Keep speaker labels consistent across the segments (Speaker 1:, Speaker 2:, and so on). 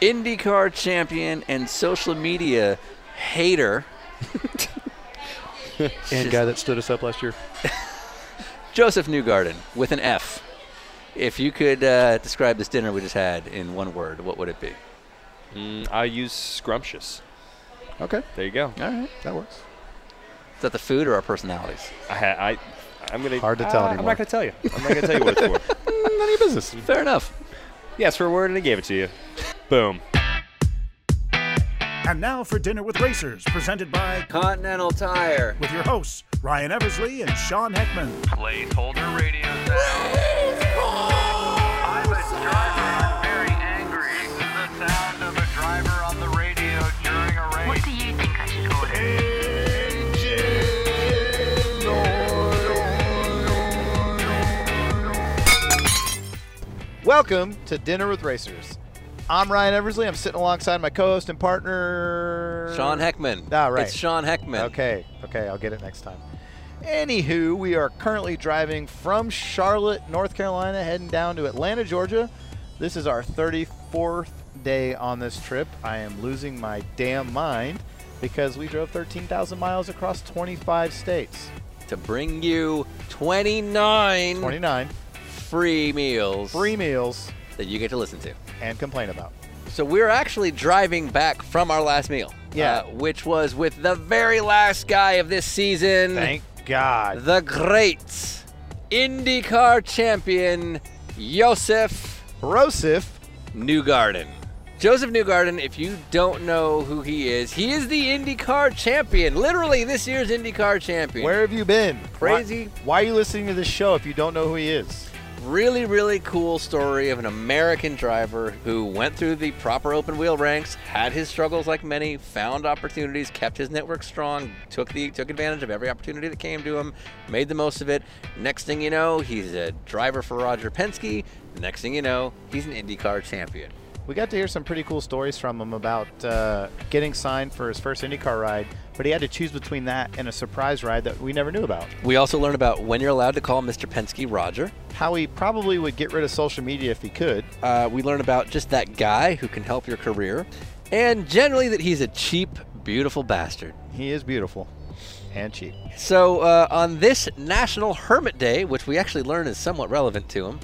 Speaker 1: IndyCar champion and social media hater,
Speaker 2: And guy that stood us up last year.
Speaker 1: Joseph Newgarden, with an F. If you could uh, describe this dinner we just had in one word, what would it be?
Speaker 3: Mm, I use scrumptious.
Speaker 2: Okay,
Speaker 3: There you go.
Speaker 1: All right.
Speaker 2: that works.
Speaker 1: Is that the food or our personalities?
Speaker 3: I, ha- I I'm gonna
Speaker 2: Hard to tell
Speaker 3: Ah, I'm
Speaker 2: anymore.
Speaker 3: not gonna tell you. I'm not gonna tell you what it's for.
Speaker 2: None of your business.
Speaker 1: Fair enough.
Speaker 3: Yeah, it's for a word, and I gave it to you. Boom.
Speaker 4: And now for Dinner with Racers, presented by
Speaker 1: Continental Tire.
Speaker 4: with your hosts, Ryan Eversley and Sean Heckman.
Speaker 5: Placeholder radio sound. I'm a driver. I'm very angry. This is the sound of a driver on the radio during a race.
Speaker 6: What do you think I should order?
Speaker 7: Welcome to Dinner with Racers. I'm Ryan Eversley. I'm sitting alongside my co-host and partner
Speaker 1: Sean Heckman.
Speaker 7: Ah, right.
Speaker 1: It's Sean Heckman.
Speaker 7: Okay, okay, I'll get it next time. Anywho, we are currently driving from Charlotte, North Carolina, heading down to Atlanta, Georgia. This is our 34th day on this trip. I am losing my damn mind because we drove 13,000 miles across 25 states,
Speaker 1: To bring you 29
Speaker 7: 29
Speaker 1: free meals
Speaker 7: free meals,
Speaker 1: that you get to listen to.
Speaker 7: and complain about.
Speaker 1: So we're actually driving back from our last meal.
Speaker 7: Yeah.
Speaker 1: uh, which was with the very last guy of this season.
Speaker 7: Thank God.
Speaker 1: the great IndyCar champion, Joseph
Speaker 7: Rosif
Speaker 1: Newgarden. Joseph Newgarden, if you don't know who he is, he is the IndyCar champion. Literally, this year's IndyCar champion.
Speaker 7: Where have you been?
Speaker 1: Crazy.
Speaker 7: Why, why are you listening to this show if you don't know who he is?
Speaker 1: Really, really cool story of an American driver who went through the proper open wheel ranks, had his struggles like many, found opportunities, kept his network strong, took the took advantage of every opportunity that came to him, made the most of it. Next thing you know, he's a driver for Roger Penske. Next thing you know, he's an IndyCar champion.
Speaker 7: We got to hear some pretty cool stories from him about uh, getting signed for his first IndyCar ride, but he had to choose between that and a surprise ride that we never knew about.
Speaker 1: We also learn about when you're allowed to call Mr. Penske Roger.
Speaker 7: How he probably would get rid of social media if he could.
Speaker 1: Uh, we learn about just that guy who can help your career, and generally that he's a cheap, beautiful bastard.
Speaker 7: He is beautiful and cheap.
Speaker 1: So uh, on this National Hermit Day, which we actually learn is somewhat relevant to him,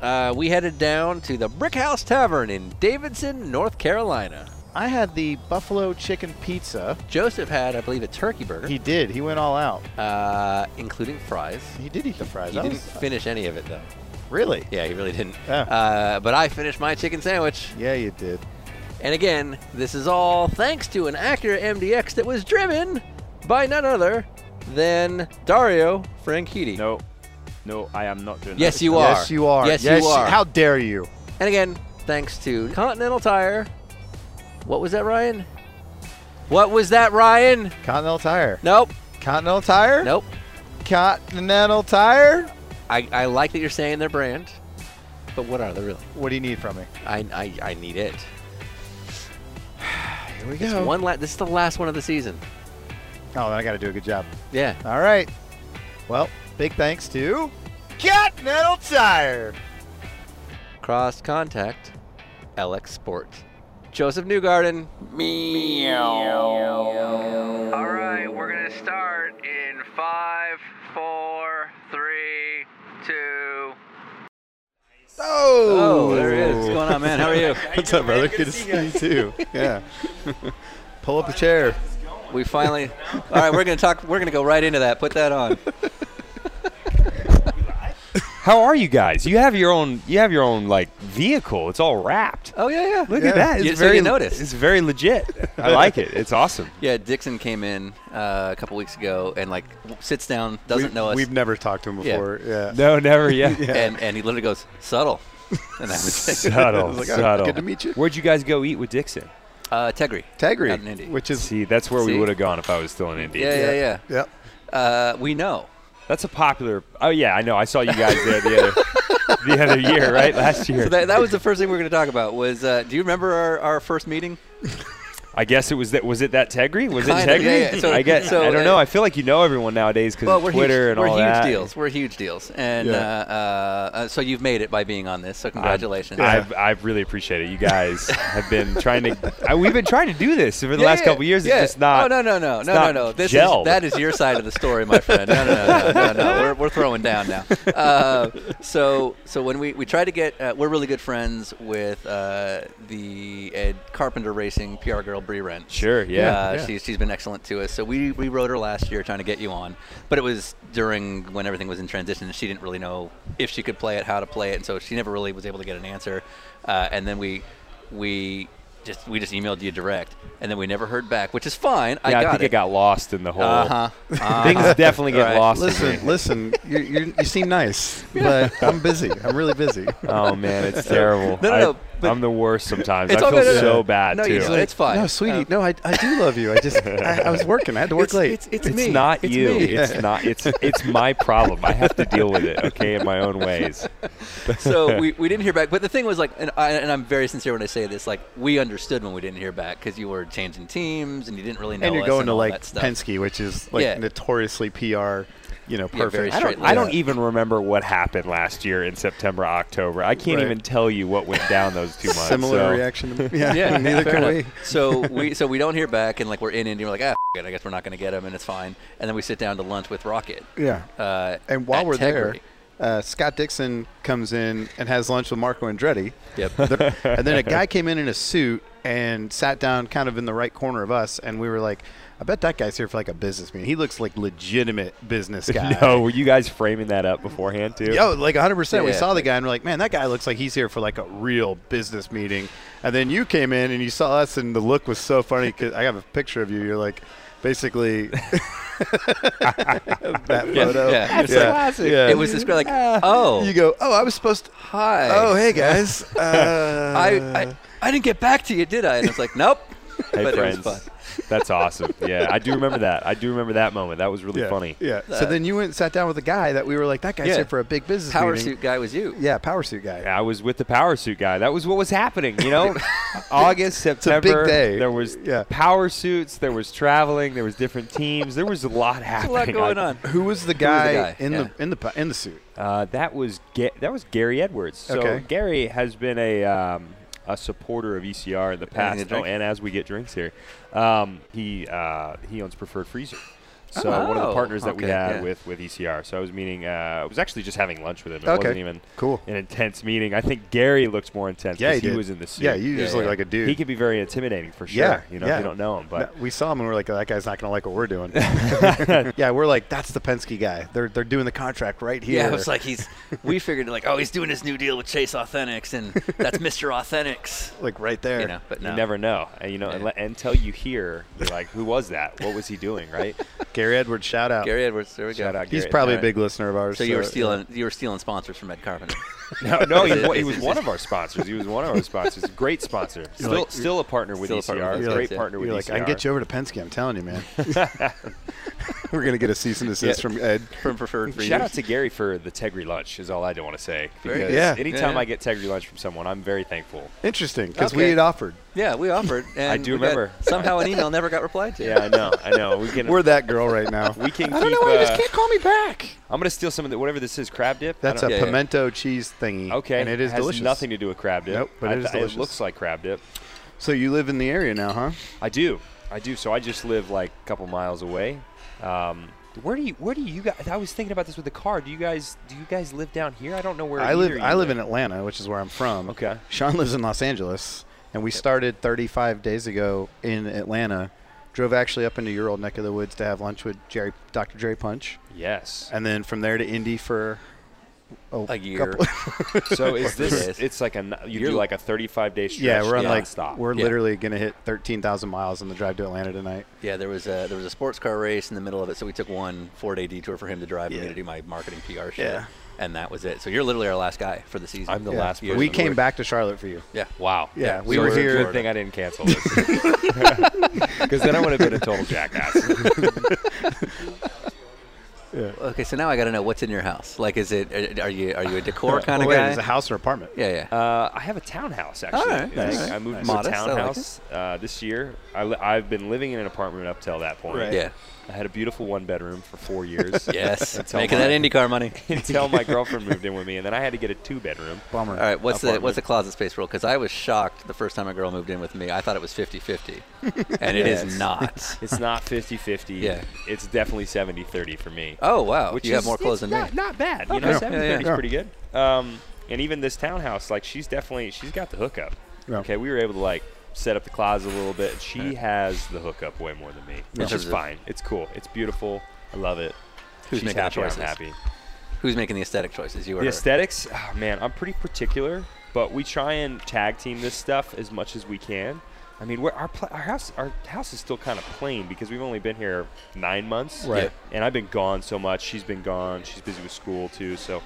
Speaker 1: uh, we headed down to the Brick House Tavern in Davidson, North Carolina.
Speaker 7: I had the buffalo chicken pizza.
Speaker 1: Joseph had, I believe, a turkey burger,
Speaker 7: He did. He went all out.
Speaker 1: uh, including fries.
Speaker 7: He did eat the fries.
Speaker 1: He
Speaker 7: I
Speaker 1: didn't
Speaker 7: was-
Speaker 1: finish any of it though.
Speaker 7: really?
Speaker 1: Yeah, he really didn't.
Speaker 7: Yeah.
Speaker 1: Uh, but I finished my chicken sandwich.
Speaker 7: Yeah, you did.
Speaker 1: And again, this is all thanks to an Acura MDX that was driven by none other than Dario Franchitti.
Speaker 3: No, no, I am not doing
Speaker 1: Yes,
Speaker 3: that.
Speaker 1: you are.
Speaker 7: yes, you are.
Speaker 1: Yes, you are.
Speaker 7: How dare you?
Speaker 1: and again, thanks to Continental Tire. What was that, Ryan? What was that, Ryan?
Speaker 7: Continental Tire.
Speaker 1: Nope.
Speaker 7: Continental Tire?
Speaker 1: Nope.
Speaker 7: Continental Tire?
Speaker 1: I, I like that you're saying their brand, but what are they really?
Speaker 7: What do you need from me?
Speaker 1: I, I, I need it.
Speaker 7: Here we
Speaker 1: It's one la- this is the last one of the season.
Speaker 7: Oh, then I got to do a good job.
Speaker 1: Yeah.
Speaker 7: All right. Well, big thanks to Continental Tire.
Speaker 1: Cross contact, LX Sport. Joseph Newgarden.
Speaker 5: All right, we're gonna start in five, four, three, two.
Speaker 1: Oh, there it is. What's going on, man? How are you?
Speaker 2: What's up, brother? Good to see you too. Yeah.
Speaker 7: Pull up a chair.
Speaker 1: We finally. All right, we're gonna talk. We're gonna go right into that. Put that on.
Speaker 3: How are you guys? You have your own. You have your own like vehicle. It's all wrapped.
Speaker 1: Oh yeah, yeah.
Speaker 3: Look at that. It's
Speaker 1: You- so you
Speaker 3: very
Speaker 1: noticed.
Speaker 3: It's very legit. I like it. It's awesome.
Speaker 1: Yeah, Dixon came in uh, a couple weeks ago and like w- sits down, doesn't
Speaker 2: we've,
Speaker 1: know us,
Speaker 2: We've never talked to him
Speaker 1: Yeah.
Speaker 2: before. Yeah.
Speaker 3: No, never yet.
Speaker 1: and and he literally goes subtle. And that was it.
Speaker 3: Subtle,
Speaker 2: It's like, "Oh,
Speaker 3: subtle.
Speaker 2: good to meet you."
Speaker 3: Where'd you guys go eat with Dixon?
Speaker 1: Uh, Tegri. Out in Indy.
Speaker 2: Tagri, which is
Speaker 3: See, that's where
Speaker 1: See?
Speaker 3: we would have gone if I was still in Indy.
Speaker 1: Yeah, yeah, yeah.
Speaker 2: yeah.
Speaker 1: Uh, we know.
Speaker 3: That's a popular. Oh yeah, I know. I saw you guys there the other the other year, right? Last year.
Speaker 1: So that, that was the first thing we were going to talk about. Was uh, do you remember our, our first meeting?
Speaker 3: I guess it was that. Was it that Tegri? Was it
Speaker 1: Kinda,
Speaker 3: Tegri?
Speaker 1: yeah, yeah. So-
Speaker 3: I guess.
Speaker 1: so,
Speaker 3: I don't
Speaker 1: uh,
Speaker 3: know. I feel like you know everyone nowadays because
Speaker 1: Well,
Speaker 3: of
Speaker 1: we're
Speaker 3: Twitter
Speaker 1: huge,
Speaker 3: and
Speaker 1: we're
Speaker 3: all
Speaker 1: huge
Speaker 3: that.
Speaker 1: deals. We're huge deals, and
Speaker 7: Yeah.
Speaker 1: uh, uh, uh, so you've made it by being on this. So congratulations.
Speaker 3: I've, I really appreciate it. You guys have been trying to. I, we've been trying to do this over the
Speaker 1: Yeah,
Speaker 3: last
Speaker 1: yeah,
Speaker 3: couple years.
Speaker 1: yeah.
Speaker 3: It's just not.
Speaker 1: Oh no no no
Speaker 3: it's
Speaker 1: no no
Speaker 3: not
Speaker 1: no. This
Speaker 3: gelled.
Speaker 1: is that is your side of the story, my friend. No no no no no. no. We're, we're throwing down now. Uh, so so when we we try to get uh, we're really good friends with uh, the Ed Carpenter Racing PR girl Bree Rent.
Speaker 3: Sure, yeah.
Speaker 1: Uh,
Speaker 7: Yeah.
Speaker 1: She's she's been excellent to us. So we we wrote her last year trying to get you on, but it was during when everything was in transition and she didn't really know if she could play it, how to play it, and so she never really was able to get an answer. Uh, and then we we just we just emailed you direct, and then we never heard back, which is fine. I
Speaker 3: Yeah, I
Speaker 1: got
Speaker 3: think
Speaker 1: it.
Speaker 3: it got lost in the whole.
Speaker 1: uh-huh. Uh,
Speaker 3: Things definitely get
Speaker 1: Right.
Speaker 3: lost. in
Speaker 7: Listen,
Speaker 3: here.
Speaker 7: listen. You, you, you seem nice, but I'm busy. I'm really busy.
Speaker 3: Oh man, it's terrible.
Speaker 1: No, no, no,
Speaker 3: I,
Speaker 1: but-
Speaker 3: am the worst sometimes. I
Speaker 1: It's all
Speaker 3: feel
Speaker 1: good, no, no,
Speaker 3: so
Speaker 1: no.
Speaker 3: bad
Speaker 1: No,
Speaker 3: too.
Speaker 1: you just- it's fine. Um,
Speaker 7: No, sweetie. no, I, I do love you. I just I, I was working. I had to work
Speaker 1: it's,
Speaker 7: late.
Speaker 1: it's, it's,
Speaker 3: It's
Speaker 1: me.
Speaker 3: not
Speaker 1: It's
Speaker 3: you.
Speaker 1: me.
Speaker 3: It's not. It's it's my problem. I have to deal with it. Okay, in my own ways.
Speaker 1: so we, we didn't hear back. But the thing was like, and, I, and I'm very sincere when I say this, like we understood when we didn't hear back because you were changing teams and you didn't really know.
Speaker 7: and you're
Speaker 1: us
Speaker 7: going to
Speaker 1: all
Speaker 7: like
Speaker 1: that stuff.
Speaker 7: Penske, which is like
Speaker 1: Yeah.
Speaker 7: notoriously PR, you know,
Speaker 1: Yeah, very
Speaker 7: perfect.
Speaker 3: I don't.
Speaker 1: Straight
Speaker 3: I don't
Speaker 1: left.
Speaker 3: even remember what happened last year in September, October. I can't
Speaker 7: Right.
Speaker 3: even tell you what went down those two months.
Speaker 7: Similar
Speaker 3: so.
Speaker 7: reaction to me. Yeah,
Speaker 1: yeah,
Speaker 7: neither
Speaker 1: fair
Speaker 7: can
Speaker 1: enough. So we so we don't hear back, and like we're in India, we're like, ah, f- it, I guess we're not going to get him, and it's fine. And then we sit down to lunch with Rocket.
Speaker 7: we. Yeah.
Speaker 1: Uh,
Speaker 7: and while
Speaker 1: at
Speaker 7: we're
Speaker 1: Tegrity.
Speaker 7: there, uh, Scott Dixon comes in and has lunch with Marco Andretti.
Speaker 1: Yep.
Speaker 7: The- and then a guy came in in a suit and sat down kind of in the right corner of us, and we were like, I bet that guy's here for like a business meeting. He looks like legitimate business guy.
Speaker 3: No, were you guys framing that up beforehand too?
Speaker 7: Yo, like 100%. we
Speaker 1: Yeah.
Speaker 7: saw the guy and we're like, man, that guy looks like he's here for like a real business meeting. And then you came in and you saw us, and the look was so funny because I have a picture of you. You're like, basically, that photo.
Speaker 1: yeah. That's
Speaker 7: classic.
Speaker 1: it was this like, oh,
Speaker 7: You go, oh, I was supposed to.
Speaker 1: hi.
Speaker 7: Oh, hey guys.
Speaker 1: I,
Speaker 7: Uh,
Speaker 1: I I didn't get back to you, did I? And it's like, nope.
Speaker 3: Hey
Speaker 1: but
Speaker 3: friends,
Speaker 1: it was fun.
Speaker 3: that's awesome. Yeah, I do remember that. I do remember that moment. That was really
Speaker 7: yeah,
Speaker 3: funny.
Speaker 7: Yeah. so then you went and sat down with a guy that we were like, that guy's
Speaker 1: Yeah.
Speaker 7: here for a big business
Speaker 1: Power
Speaker 7: meeting.
Speaker 1: suit guy was you.
Speaker 7: Yeah, power suit guy.
Speaker 3: I was with the power suit guy. That was what was happening, you know. August,
Speaker 7: a big
Speaker 3: September.
Speaker 7: day.
Speaker 3: There was
Speaker 7: Yeah.
Speaker 3: power suits. There was traveling. There was different teams. There was a lot
Speaker 1: There's a
Speaker 3: happening.
Speaker 1: lot going
Speaker 3: I-
Speaker 1: on.
Speaker 7: Who was the guy,
Speaker 1: guy?
Speaker 7: in
Speaker 1: Yeah.
Speaker 7: the in the pa- in the suit?
Speaker 3: Uh, that was Ga- that was Gary Edwards. So
Speaker 7: Okay.
Speaker 3: Gary has been a um, a supporter of ECR in the
Speaker 1: a
Speaker 3: past. Oh,
Speaker 1: drink?
Speaker 3: and as we get drinks here, um, he uh, he owns Preferred Freezer. So one of
Speaker 1: Oh,
Speaker 3: the partners that we
Speaker 1: okay,
Speaker 3: had
Speaker 1: yeah.
Speaker 3: with with ECR. So I was meeting. Uh, I was actually just having lunch with him. It
Speaker 7: Okay,
Speaker 3: wasn't even
Speaker 7: cool.
Speaker 3: an intense meeting. I think Gary looks more intense. 'cause he,
Speaker 7: did.
Speaker 3: was in the suit.
Speaker 7: Yeah, you just
Speaker 1: Yeah,
Speaker 7: look
Speaker 1: yeah.
Speaker 7: like a dude.
Speaker 3: He could be very intimidating for sure.
Speaker 7: Yeah,
Speaker 3: you know,
Speaker 7: yeah.
Speaker 3: if you don't know him, but
Speaker 7: No, we saw him and we are like, "Oh, that guy's not going to like what we're doing. yeah, we're like, that's the Penske guy. They're they're doing the contract right here.
Speaker 1: Yeah, it was like he's. We figured like, oh, he's doing his new deal with Chase Authentics, and that's Mr. Authentics.
Speaker 7: like right there.
Speaker 1: You know, but no.
Speaker 3: you never know. Uh, You know,
Speaker 1: Yeah.
Speaker 3: unle- until you hear, you're like, who was that? What was he doing? Right?
Speaker 7: Gary Edwards, shout out.
Speaker 1: Gary Edwards. There we go.
Speaker 3: Shout out.
Speaker 7: He's
Speaker 3: Gary.
Speaker 7: probably
Speaker 3: All right.
Speaker 7: a big listener of ours.
Speaker 1: So you were stealing. You were stealing sponsors from Ed Carpenter.
Speaker 3: No, no,
Speaker 1: Is
Speaker 3: he,
Speaker 1: it-
Speaker 3: wa- he
Speaker 1: is-
Speaker 3: was
Speaker 1: is
Speaker 3: one
Speaker 1: it-
Speaker 3: of our sponsors. He was one of our sponsors. Great sponsor. Still,
Speaker 7: like-
Speaker 3: still a partner with
Speaker 1: Still a
Speaker 3: ECR.
Speaker 1: partner with
Speaker 3: a great
Speaker 1: ECR.
Speaker 3: partner with
Speaker 7: E
Speaker 3: E
Speaker 7: You're like,
Speaker 3: ECR.
Speaker 7: I can get you over to Penske. I'm telling you, man. we're going to get a cease and desist from Ed.
Speaker 1: from preferred.
Speaker 3: Shout out to Gary for the Tegri lunch is all I do want to say.
Speaker 1: Very
Speaker 3: Because
Speaker 7: good. Yeah.
Speaker 3: anytime
Speaker 1: Yeah.
Speaker 3: I get Tegri lunch from someone, I'm very thankful.
Speaker 7: Interesting, because we
Speaker 1: Okay.
Speaker 7: had offered.
Speaker 1: Yeah, we offered. And
Speaker 3: I do
Speaker 1: we got-
Speaker 3: remember.
Speaker 1: somehow an email never got replied to.
Speaker 3: Yeah, I know. I know. We can.
Speaker 7: We're that girl right now.
Speaker 3: we can
Speaker 7: I don't
Speaker 3: keep,
Speaker 7: know why you
Speaker 3: uh,
Speaker 7: just can't call me back.
Speaker 3: I'm gonna steal some of the whatever this is crab dip. I
Speaker 7: That's
Speaker 3: don't-
Speaker 7: a
Speaker 1: Yeah, yeah.
Speaker 7: pimento cheese thingy.
Speaker 3: okay.
Speaker 7: And it is
Speaker 3: has
Speaker 7: delicious.
Speaker 3: Nothing to do with crab dip.
Speaker 7: Nope, but
Speaker 3: I
Speaker 7: it is
Speaker 3: th-
Speaker 7: delicious.
Speaker 3: It looks like crab dip.
Speaker 7: So you live in the area now, huh?
Speaker 3: I do. I do. So I just live like a couple miles away. Um, where do you Where do you guys? I was thinking about this with the car. Do you guys Do you guys live down here? I don't know where.
Speaker 7: I
Speaker 3: either
Speaker 7: live.
Speaker 3: you
Speaker 7: I live in Atlanta, which is where I'm from.
Speaker 3: Okay.
Speaker 7: Sean lives in Los Angeles, and we started 35 days ago in Atlanta. Drove actually up into your old neck of the woods to have lunch with Jerry, Dr. Jerry Punch,
Speaker 3: Yes.
Speaker 7: and then from there to Indy for oh,
Speaker 1: A year.
Speaker 3: So is this?
Speaker 1: Yes.
Speaker 3: It's like a n- you
Speaker 1: You're-
Speaker 3: do like a 35 day stretch.
Speaker 7: Yeah, we're on like
Speaker 3: stop.
Speaker 7: we're
Speaker 1: Yeah.
Speaker 7: literally gonna hit 13,000 miles on the drive to Atlanta tonight.
Speaker 1: Yeah, there was a there was a sports car race in the middle of it, so we took one four day detour for him to drive and me to do my marketing PR shit.
Speaker 7: Yeah.
Speaker 1: And that was it. So you're literally our last guy for the season.
Speaker 3: I'm the
Speaker 7: Yeah.
Speaker 3: last. Person
Speaker 7: we
Speaker 3: to
Speaker 7: came
Speaker 3: work.
Speaker 7: back to Charlotte for you.
Speaker 1: Yeah.
Speaker 3: Wow.
Speaker 7: Yeah, we
Speaker 3: so
Speaker 7: were
Speaker 3: it's a
Speaker 7: here-
Speaker 3: Good thing I didn't cancel this. Because then I would have been a total jackass.
Speaker 7: Yeah.
Speaker 1: Okay, so now I got to know what's in your house. Like, is it are you are you a decor kind
Speaker 7: oh,
Speaker 1: of
Speaker 7: wait,
Speaker 1: guy?
Speaker 7: Is it a house or apartment?
Speaker 1: yeah, yeah.
Speaker 3: Uh, I have a townhouse actually.
Speaker 1: All right,
Speaker 3: I-
Speaker 1: nice.
Speaker 3: I moved
Speaker 1: Nice.
Speaker 3: to a
Speaker 1: Modest, I like
Speaker 3: townhouse uh, this year. I li- I've been living in an apartment up till that point.
Speaker 7: Right.
Speaker 1: yeah.
Speaker 3: I had a beautiful one bedroom for four years.
Speaker 1: Yes.
Speaker 3: Until
Speaker 1: Making
Speaker 3: my-
Speaker 1: that IndyCar money.
Speaker 3: until my girlfriend moved in with me, and then I had to get a two bedroom.
Speaker 7: Bummer.
Speaker 1: All right, what's the what's the closet space rule? Because I was shocked the first time a girl moved in with me. I thought it was 50-50, and it is
Speaker 3: Yes.
Speaker 1: not.
Speaker 3: It's not 50 50.
Speaker 1: Yeah.
Speaker 3: It's definitely 70 30 for me.
Speaker 1: Oh wow,
Speaker 3: Which
Speaker 1: you
Speaker 3: is,
Speaker 1: have more clothes than
Speaker 3: it's not,
Speaker 1: me.
Speaker 3: Not bad. You
Speaker 1: Okay.
Speaker 3: know,
Speaker 1: Yeah,
Speaker 3: 70
Speaker 1: yeah,
Speaker 3: 30
Speaker 7: yeah.
Speaker 3: is pretty good. Um, and even this townhouse, like, she's definitely, she's got the hookup.
Speaker 7: Yeah.
Speaker 3: Okay. We were able to, like, set up the closet a little bit. She has the hookup way more than me, which
Speaker 1: terms
Speaker 3: is
Speaker 1: of-
Speaker 3: fine. It's cool. It's beautiful. I love it.
Speaker 1: Who's
Speaker 3: she's
Speaker 1: making the
Speaker 3: happy. I'm
Speaker 1: choices?
Speaker 3: happy.
Speaker 1: Who's making the aesthetic choices? You or
Speaker 3: The
Speaker 1: her?
Speaker 3: aesthetics, ah, man, I'm pretty particular, but we try and tag team this stuff as much as we can. I mean, we're, our pla our house our house is still kind of plain because we've only been here nine months,
Speaker 7: Right.
Speaker 3: And I've been gone so much. She's been gone. She's busy with school too, so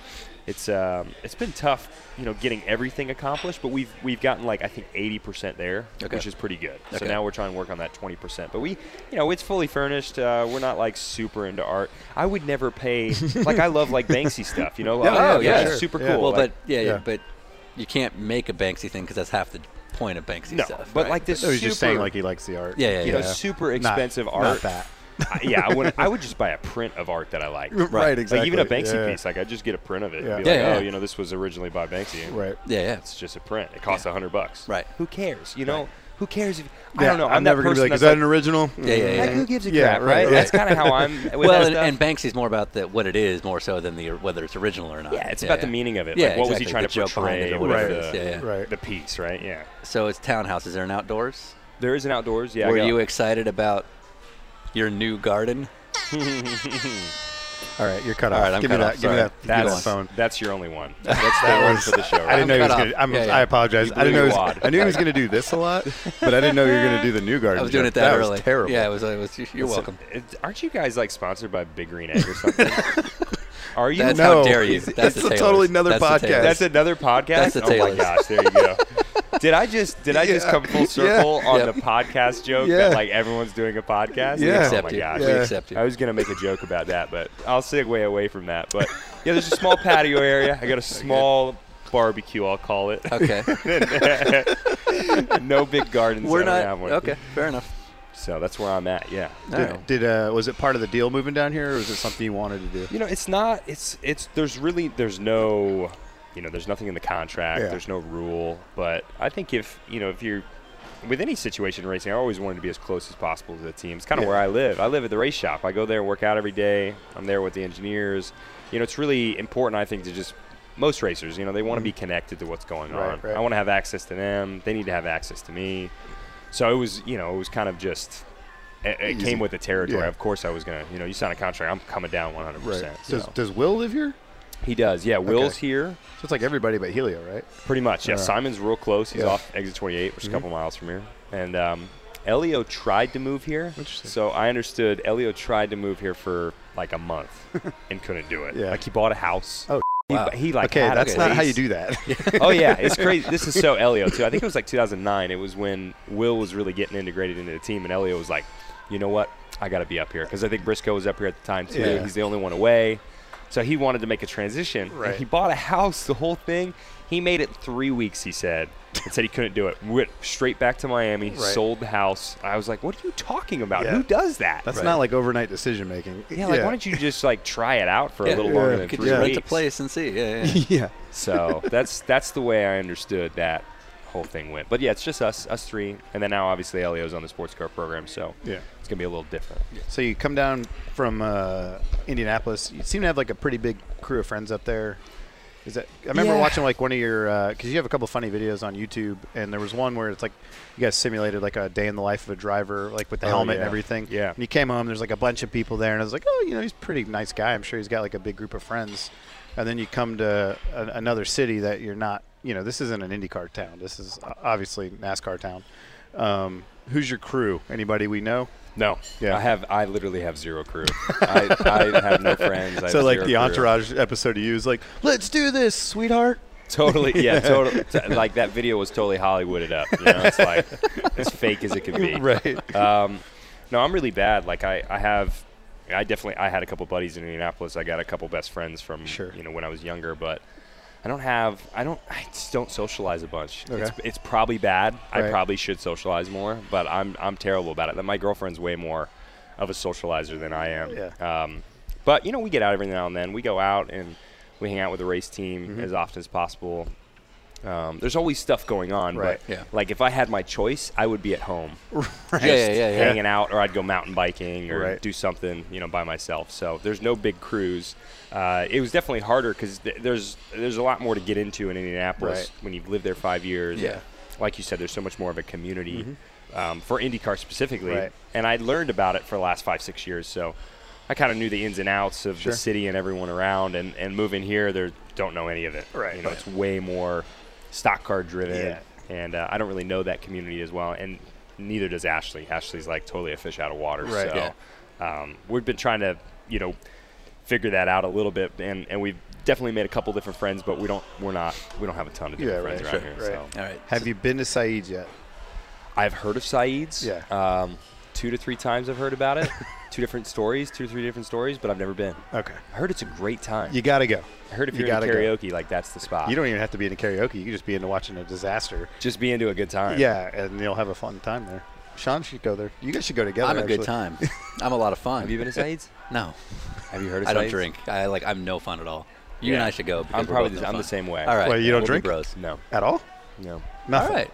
Speaker 3: it's um, it's been tough, you know, getting everything accomplished. But we've we've gotten like I think 80 percent there,
Speaker 1: Okay.
Speaker 3: which is pretty good. So
Speaker 1: Okay.
Speaker 3: now we're trying to work on that 20 percent. But we, you know, it's fully furnished. Uh, we're not like super into art. I would never pay like I love like Banksy stuff, you know.
Speaker 7: Yeah,
Speaker 3: Uh,
Speaker 1: Oh, yeah, yeah,
Speaker 3: it's
Speaker 1: sure.
Speaker 3: super
Speaker 7: Yeah.
Speaker 3: cool.
Speaker 1: Well,
Speaker 3: like-
Speaker 1: but yeah, yeah,
Speaker 7: yeah.
Speaker 1: but you can't make a Banksy thing because that's half the point of Banksy
Speaker 3: no,
Speaker 1: stuff.
Speaker 3: but
Speaker 1: right?
Speaker 3: like this
Speaker 7: No, he's
Speaker 3: super,
Speaker 7: just saying like he likes the art.
Speaker 1: Yeah, yeah,
Speaker 3: you know,
Speaker 1: yeah.
Speaker 3: super
Speaker 7: Not-
Speaker 3: expensive art.
Speaker 7: Not that.
Speaker 3: I- yeah, I would. I would just buy a print of art that I like.
Speaker 7: Right,
Speaker 3: Like even a
Speaker 7: exactly.
Speaker 3: Banksy
Speaker 7: Yeah.
Speaker 3: piece, like I just get a print of it.
Speaker 7: Yeah.
Speaker 3: And be
Speaker 1: Yeah,
Speaker 3: like,
Speaker 1: yeah.
Speaker 3: oh, you know, this was originally by Banksy. and
Speaker 7: Right.
Speaker 1: yeah, yeah.
Speaker 3: It's just a print. It costs a hundred bucks.
Speaker 1: Right.
Speaker 3: Who cares? You know, who cares if I
Speaker 7: Yeah,
Speaker 3: don't know. I'm, that
Speaker 7: never gonna be
Speaker 3: person
Speaker 7: like, is
Speaker 3: that's
Speaker 7: that an original?
Speaker 1: Yeah, yeah, yeah.
Speaker 3: Heck, who gives a
Speaker 7: Yeah,
Speaker 3: crap, right?
Speaker 7: right,
Speaker 3: That's kind of how I'm. With
Speaker 1: well,
Speaker 3: that
Speaker 1: and,
Speaker 3: stuff.
Speaker 1: and Banksy's more about the what it is more so than the whether it's original or not.
Speaker 3: yeah, it's about the meaning of it.
Speaker 1: Yeah,
Speaker 3: like, what
Speaker 1: exactly,
Speaker 3: was he trying
Speaker 1: the
Speaker 3: to
Speaker 1: joke behind
Speaker 3: portray?
Speaker 1: it or
Speaker 3: with
Speaker 1: whatever
Speaker 7: it
Speaker 3: the,
Speaker 1: is, yeah, yeah.
Speaker 7: Right.
Speaker 3: the piece, right? Yeah.
Speaker 1: So it's townhouses. They're an outdoors.
Speaker 3: There is an outdoors. Yeah. I
Speaker 1: Were
Speaker 3: got-
Speaker 1: you excited about your new garden?
Speaker 7: All right, you're cut
Speaker 1: All
Speaker 7: off.
Speaker 1: right, I'm
Speaker 7: give
Speaker 1: cut
Speaker 7: me
Speaker 1: off,
Speaker 7: that. Give me
Speaker 1: sorry.
Speaker 7: that. give me that
Speaker 3: That's
Speaker 7: phone.
Speaker 3: that's your only one. That's the one for the show.
Speaker 7: I didn't know he was
Speaker 1: cut
Speaker 7: gonna.
Speaker 1: off.
Speaker 7: I'm,
Speaker 1: Yeah, yeah.
Speaker 7: I apologize.
Speaker 3: You
Speaker 7: I didn't know.
Speaker 3: blew
Speaker 7: He
Speaker 3: your
Speaker 7: was,
Speaker 3: wad.
Speaker 7: I knew he was going to do this a lot, but I didn't know you were going to do the new garden.
Speaker 1: I was doing
Speaker 7: joke.
Speaker 1: it that,
Speaker 7: that
Speaker 1: early.
Speaker 7: Was terrible.
Speaker 1: Yeah, it was. It was. You're
Speaker 3: So,
Speaker 1: welcome.
Speaker 3: uh, aren't you guys like sponsored by Big Green Egg or something? Are you?
Speaker 1: That's
Speaker 7: No.
Speaker 1: how dare you.
Speaker 7: It's-
Speaker 1: That's
Speaker 7: it's
Speaker 1: the
Speaker 7: a
Speaker 1: Taylors.
Speaker 7: totally another
Speaker 1: That's the
Speaker 7: podcast.
Speaker 1: Taylors.
Speaker 3: That's another podcast.
Speaker 1: That's the
Speaker 3: oh my
Speaker 1: Taylors.
Speaker 3: gosh! There you go. Did I just did I just
Speaker 7: Yeah.
Speaker 3: come full
Speaker 7: Yeah.
Speaker 3: circle on
Speaker 1: Yep.
Speaker 3: the podcast joke
Speaker 7: Yeah.
Speaker 3: that like everyone's doing a podcast?
Speaker 7: Yeah.
Speaker 3: Oh
Speaker 1: accept
Speaker 3: my
Speaker 1: you.
Speaker 3: gosh!
Speaker 1: We
Speaker 7: Yeah.
Speaker 1: accept you.
Speaker 3: I was gonna make a joke about that, but I'll segue away from that. But yeah, there's a small patio area. I got a small barbecue, I'll call it.
Speaker 1: okay.
Speaker 3: no big gardens.
Speaker 1: We're
Speaker 3: I don't
Speaker 1: not.
Speaker 3: have one.
Speaker 1: Okay. Fair enough.
Speaker 3: So that's where I'm at. Yeah.
Speaker 1: All right.
Speaker 7: Did, did uh, was it part of the deal moving down here, or was it something you wanted to do?
Speaker 3: You know, it's not. It's it's. There's really there's no, you know, there's nothing in the contract.
Speaker 7: Yeah.
Speaker 3: There's no rule. But I think if you know if you're with any situation in racing, I always wanted to be as close as possible to the team. It's kind of
Speaker 7: Yeah.
Speaker 3: where I live. I live at the race shop. I go there, work out every day. I'm there with the engineers. You know, it's really important. I think to just most racers, you know, they want to be connected to what's going
Speaker 7: Mm-hmm. Right,
Speaker 3: on.
Speaker 7: right.
Speaker 3: I want to have access to them. They need to have access to me. So it was, you know, it was kind of just. It, it
Speaker 7: Easy.
Speaker 3: came with the territory.
Speaker 7: Yeah.
Speaker 3: Of course, I was gonna. You know, you sign a contract. I'm coming down 100. percent
Speaker 7: Does, does Will live here?
Speaker 3: he does, yeah. Will's here,
Speaker 7: So it's like everybody but Helio, right?
Speaker 3: pretty much. Yeah,
Speaker 7: Alright.
Speaker 3: Simon's real close. He's
Speaker 7: Uh-huh. Yeah. Mm-hmm.
Speaker 3: off exit 28, which is a couple miles from here. And um, Elio tried to move here.
Speaker 7: Interesting.
Speaker 3: So I understood Elio tried to move here for like a month and couldn't do it.
Speaker 7: Yeah.
Speaker 3: Like he bought a house.
Speaker 7: Oh,
Speaker 3: he,
Speaker 1: wow.
Speaker 3: he like
Speaker 7: Okay,
Speaker 3: had a
Speaker 7: that's not how you
Speaker 3: place.
Speaker 7: do that.
Speaker 3: oh yeah, it's crazy. This is so Elio too. I think it was like 2009. It was when Will was really getting integrated into the team, and Elio was like, you know what, I got to be up here because I think Briscoe was up here at the time too.
Speaker 7: Yeah.
Speaker 3: He's the only one away, so he wanted to make a transition. And
Speaker 7: Right.
Speaker 3: he bought a house, the whole thing. He made it three weeks. He said, and said he couldn't do it. Went straight back to Miami, sold the house. I was like, what are you talking about?
Speaker 7: Yeah.
Speaker 3: Who does that?
Speaker 7: That's
Speaker 1: Right.
Speaker 7: not like overnight decision making.
Speaker 3: yeah, like why don't you just like try it out for
Speaker 1: Yeah.
Speaker 3: a little
Speaker 7: Yeah.
Speaker 3: longer
Speaker 7: You
Speaker 3: than
Speaker 1: Could
Speaker 3: three
Speaker 1: you
Speaker 7: Yeah.
Speaker 1: rent a
Speaker 3: weeks?
Speaker 1: place and see? Yeah. yeah.
Speaker 7: yeah.
Speaker 3: So that's that's the way I understood that whole thing went. But yeah, it's just us, us three, and then now obviously Elio's on the sports car program, so
Speaker 7: Yeah.
Speaker 3: it's gonna be a little different.
Speaker 7: So you come down from uh, Indianapolis. You seem to have like a pretty big crew of friends up there. Is that? I remember
Speaker 3: Yeah.
Speaker 7: watching like one of your because you have a couple funny videos on YouTube, and there was one where it's like you guys simulated like a day in the life of a driver, like with the
Speaker 3: Oh,
Speaker 7: helmet and
Speaker 3: yeah.
Speaker 7: everything.
Speaker 3: Yeah.
Speaker 7: And you came home. There's like a bunch of people there, and I was like, oh, you know, he's a pretty nice guy. I'm sure he's got like a big group of friends. And then you come to a, another city that you're not. You know, this isn't an IndyCar town. This is uh, obviously NASCAR town. Um, who's your crew? Anybody we know?
Speaker 3: No,
Speaker 7: Yeah.
Speaker 3: I have I literally have zero crew. I, I have no friends. I
Speaker 7: so
Speaker 3: have
Speaker 7: like
Speaker 3: zero
Speaker 7: the
Speaker 3: crew.
Speaker 7: entourage episode of you is like, let's do this, sweetheart.
Speaker 3: totally, yeah, totally. t- like that video was totally Hollywooded up. You know, it's like as fake as it can be.
Speaker 7: Right.
Speaker 3: Um, no, I'm really bad. Like I, I have I definitely I had a couple buddies in Indianapolis. I got a couple best friends from
Speaker 7: Sure.
Speaker 3: you know when I was younger, but I don't have I don't I just don't socialize a bunch. It's,
Speaker 7: Okay.
Speaker 3: it's probably bad. I
Speaker 7: Right.
Speaker 3: probably should socialize more, but I'm I'm terrible about it. My girlfriend's way more of a socializer than I am.
Speaker 7: Yeah.
Speaker 3: Um, but you know we get out every now and then. We go out and we hang out with the race team
Speaker 7: Mm-hmm.
Speaker 3: as often as possible. Um, there's always stuff going on,
Speaker 7: Right.
Speaker 3: but
Speaker 1: Yeah.
Speaker 3: like if I had my choice, I would be at home
Speaker 1: Yeah, yeah, yeah, yeah.
Speaker 3: hanging out, or I'd go mountain biking or
Speaker 7: Right.
Speaker 3: do something, you know, by myself. So there's no big cruise. Uh, it was definitely harder because th- there's there's a lot more to get into in Indianapolis
Speaker 7: Right.
Speaker 3: when you've lived there five years.
Speaker 1: Yeah.
Speaker 3: like you said, there's so much more of a community um, for IndyCar specifically,
Speaker 7: Mm-hmm. Right.
Speaker 3: and I learned about it for the last five six years. So I kind of knew the ins and outs of
Speaker 7: Sure.
Speaker 3: the city and everyone around, and and moving here, there don't know any of it.
Speaker 7: Right.
Speaker 3: you know, it's way more stock car driven
Speaker 7: Yeah.
Speaker 3: and uh, I don't really know that community as well, and neither does Ashley. Ashley's like totally a fish out of water.
Speaker 7: Right.
Speaker 3: So um, we've been trying to, you know, figure that out a little bit, and, and we've definitely made a couple different friends, but we don't we're not we don't have a ton of different
Speaker 7: Yeah, right,
Speaker 3: friends
Speaker 7: sure,
Speaker 3: around here.
Speaker 7: right.
Speaker 3: So
Speaker 1: All right.
Speaker 7: Have you been to Saeed yet?
Speaker 3: I've heard of Saeed's.
Speaker 7: Yeah.
Speaker 3: Um, two to three times I've heard about it. two different stories, two to three different stories, but I've never been.
Speaker 7: Okay.
Speaker 3: I heard it's a great time.
Speaker 7: Uh, You got to go.
Speaker 3: I heard if
Speaker 7: you
Speaker 3: you're into
Speaker 7: gotta go.
Speaker 3: karaoke, like that's the spot.
Speaker 7: You don't even have to be into karaoke. You can just be into watching a disaster.
Speaker 3: just be into a good time.
Speaker 7: Yeah, and you'll have a fun time there. Sean should go there. You guys should go together.
Speaker 1: I'm a good
Speaker 7: actually.
Speaker 1: time. I'm a lot of fun.
Speaker 3: Have you been to Saeed's?
Speaker 1: No,
Speaker 3: Have you heard of
Speaker 1: I don't
Speaker 3: Saeed's?
Speaker 1: drink. I like. I'm no fun at all. You and
Speaker 3: Yeah.
Speaker 1: I should go. because
Speaker 3: I'm
Speaker 1: we're
Speaker 3: probably
Speaker 1: both
Speaker 3: the,
Speaker 1: no
Speaker 3: I'm the
Speaker 1: fun.
Speaker 3: same way.
Speaker 1: All right.
Speaker 7: Well, you don't
Speaker 1: we'll be
Speaker 7: drink?
Speaker 1: Bros.
Speaker 3: No.
Speaker 7: At all?
Speaker 3: No.
Speaker 7: Nothing.
Speaker 1: All right.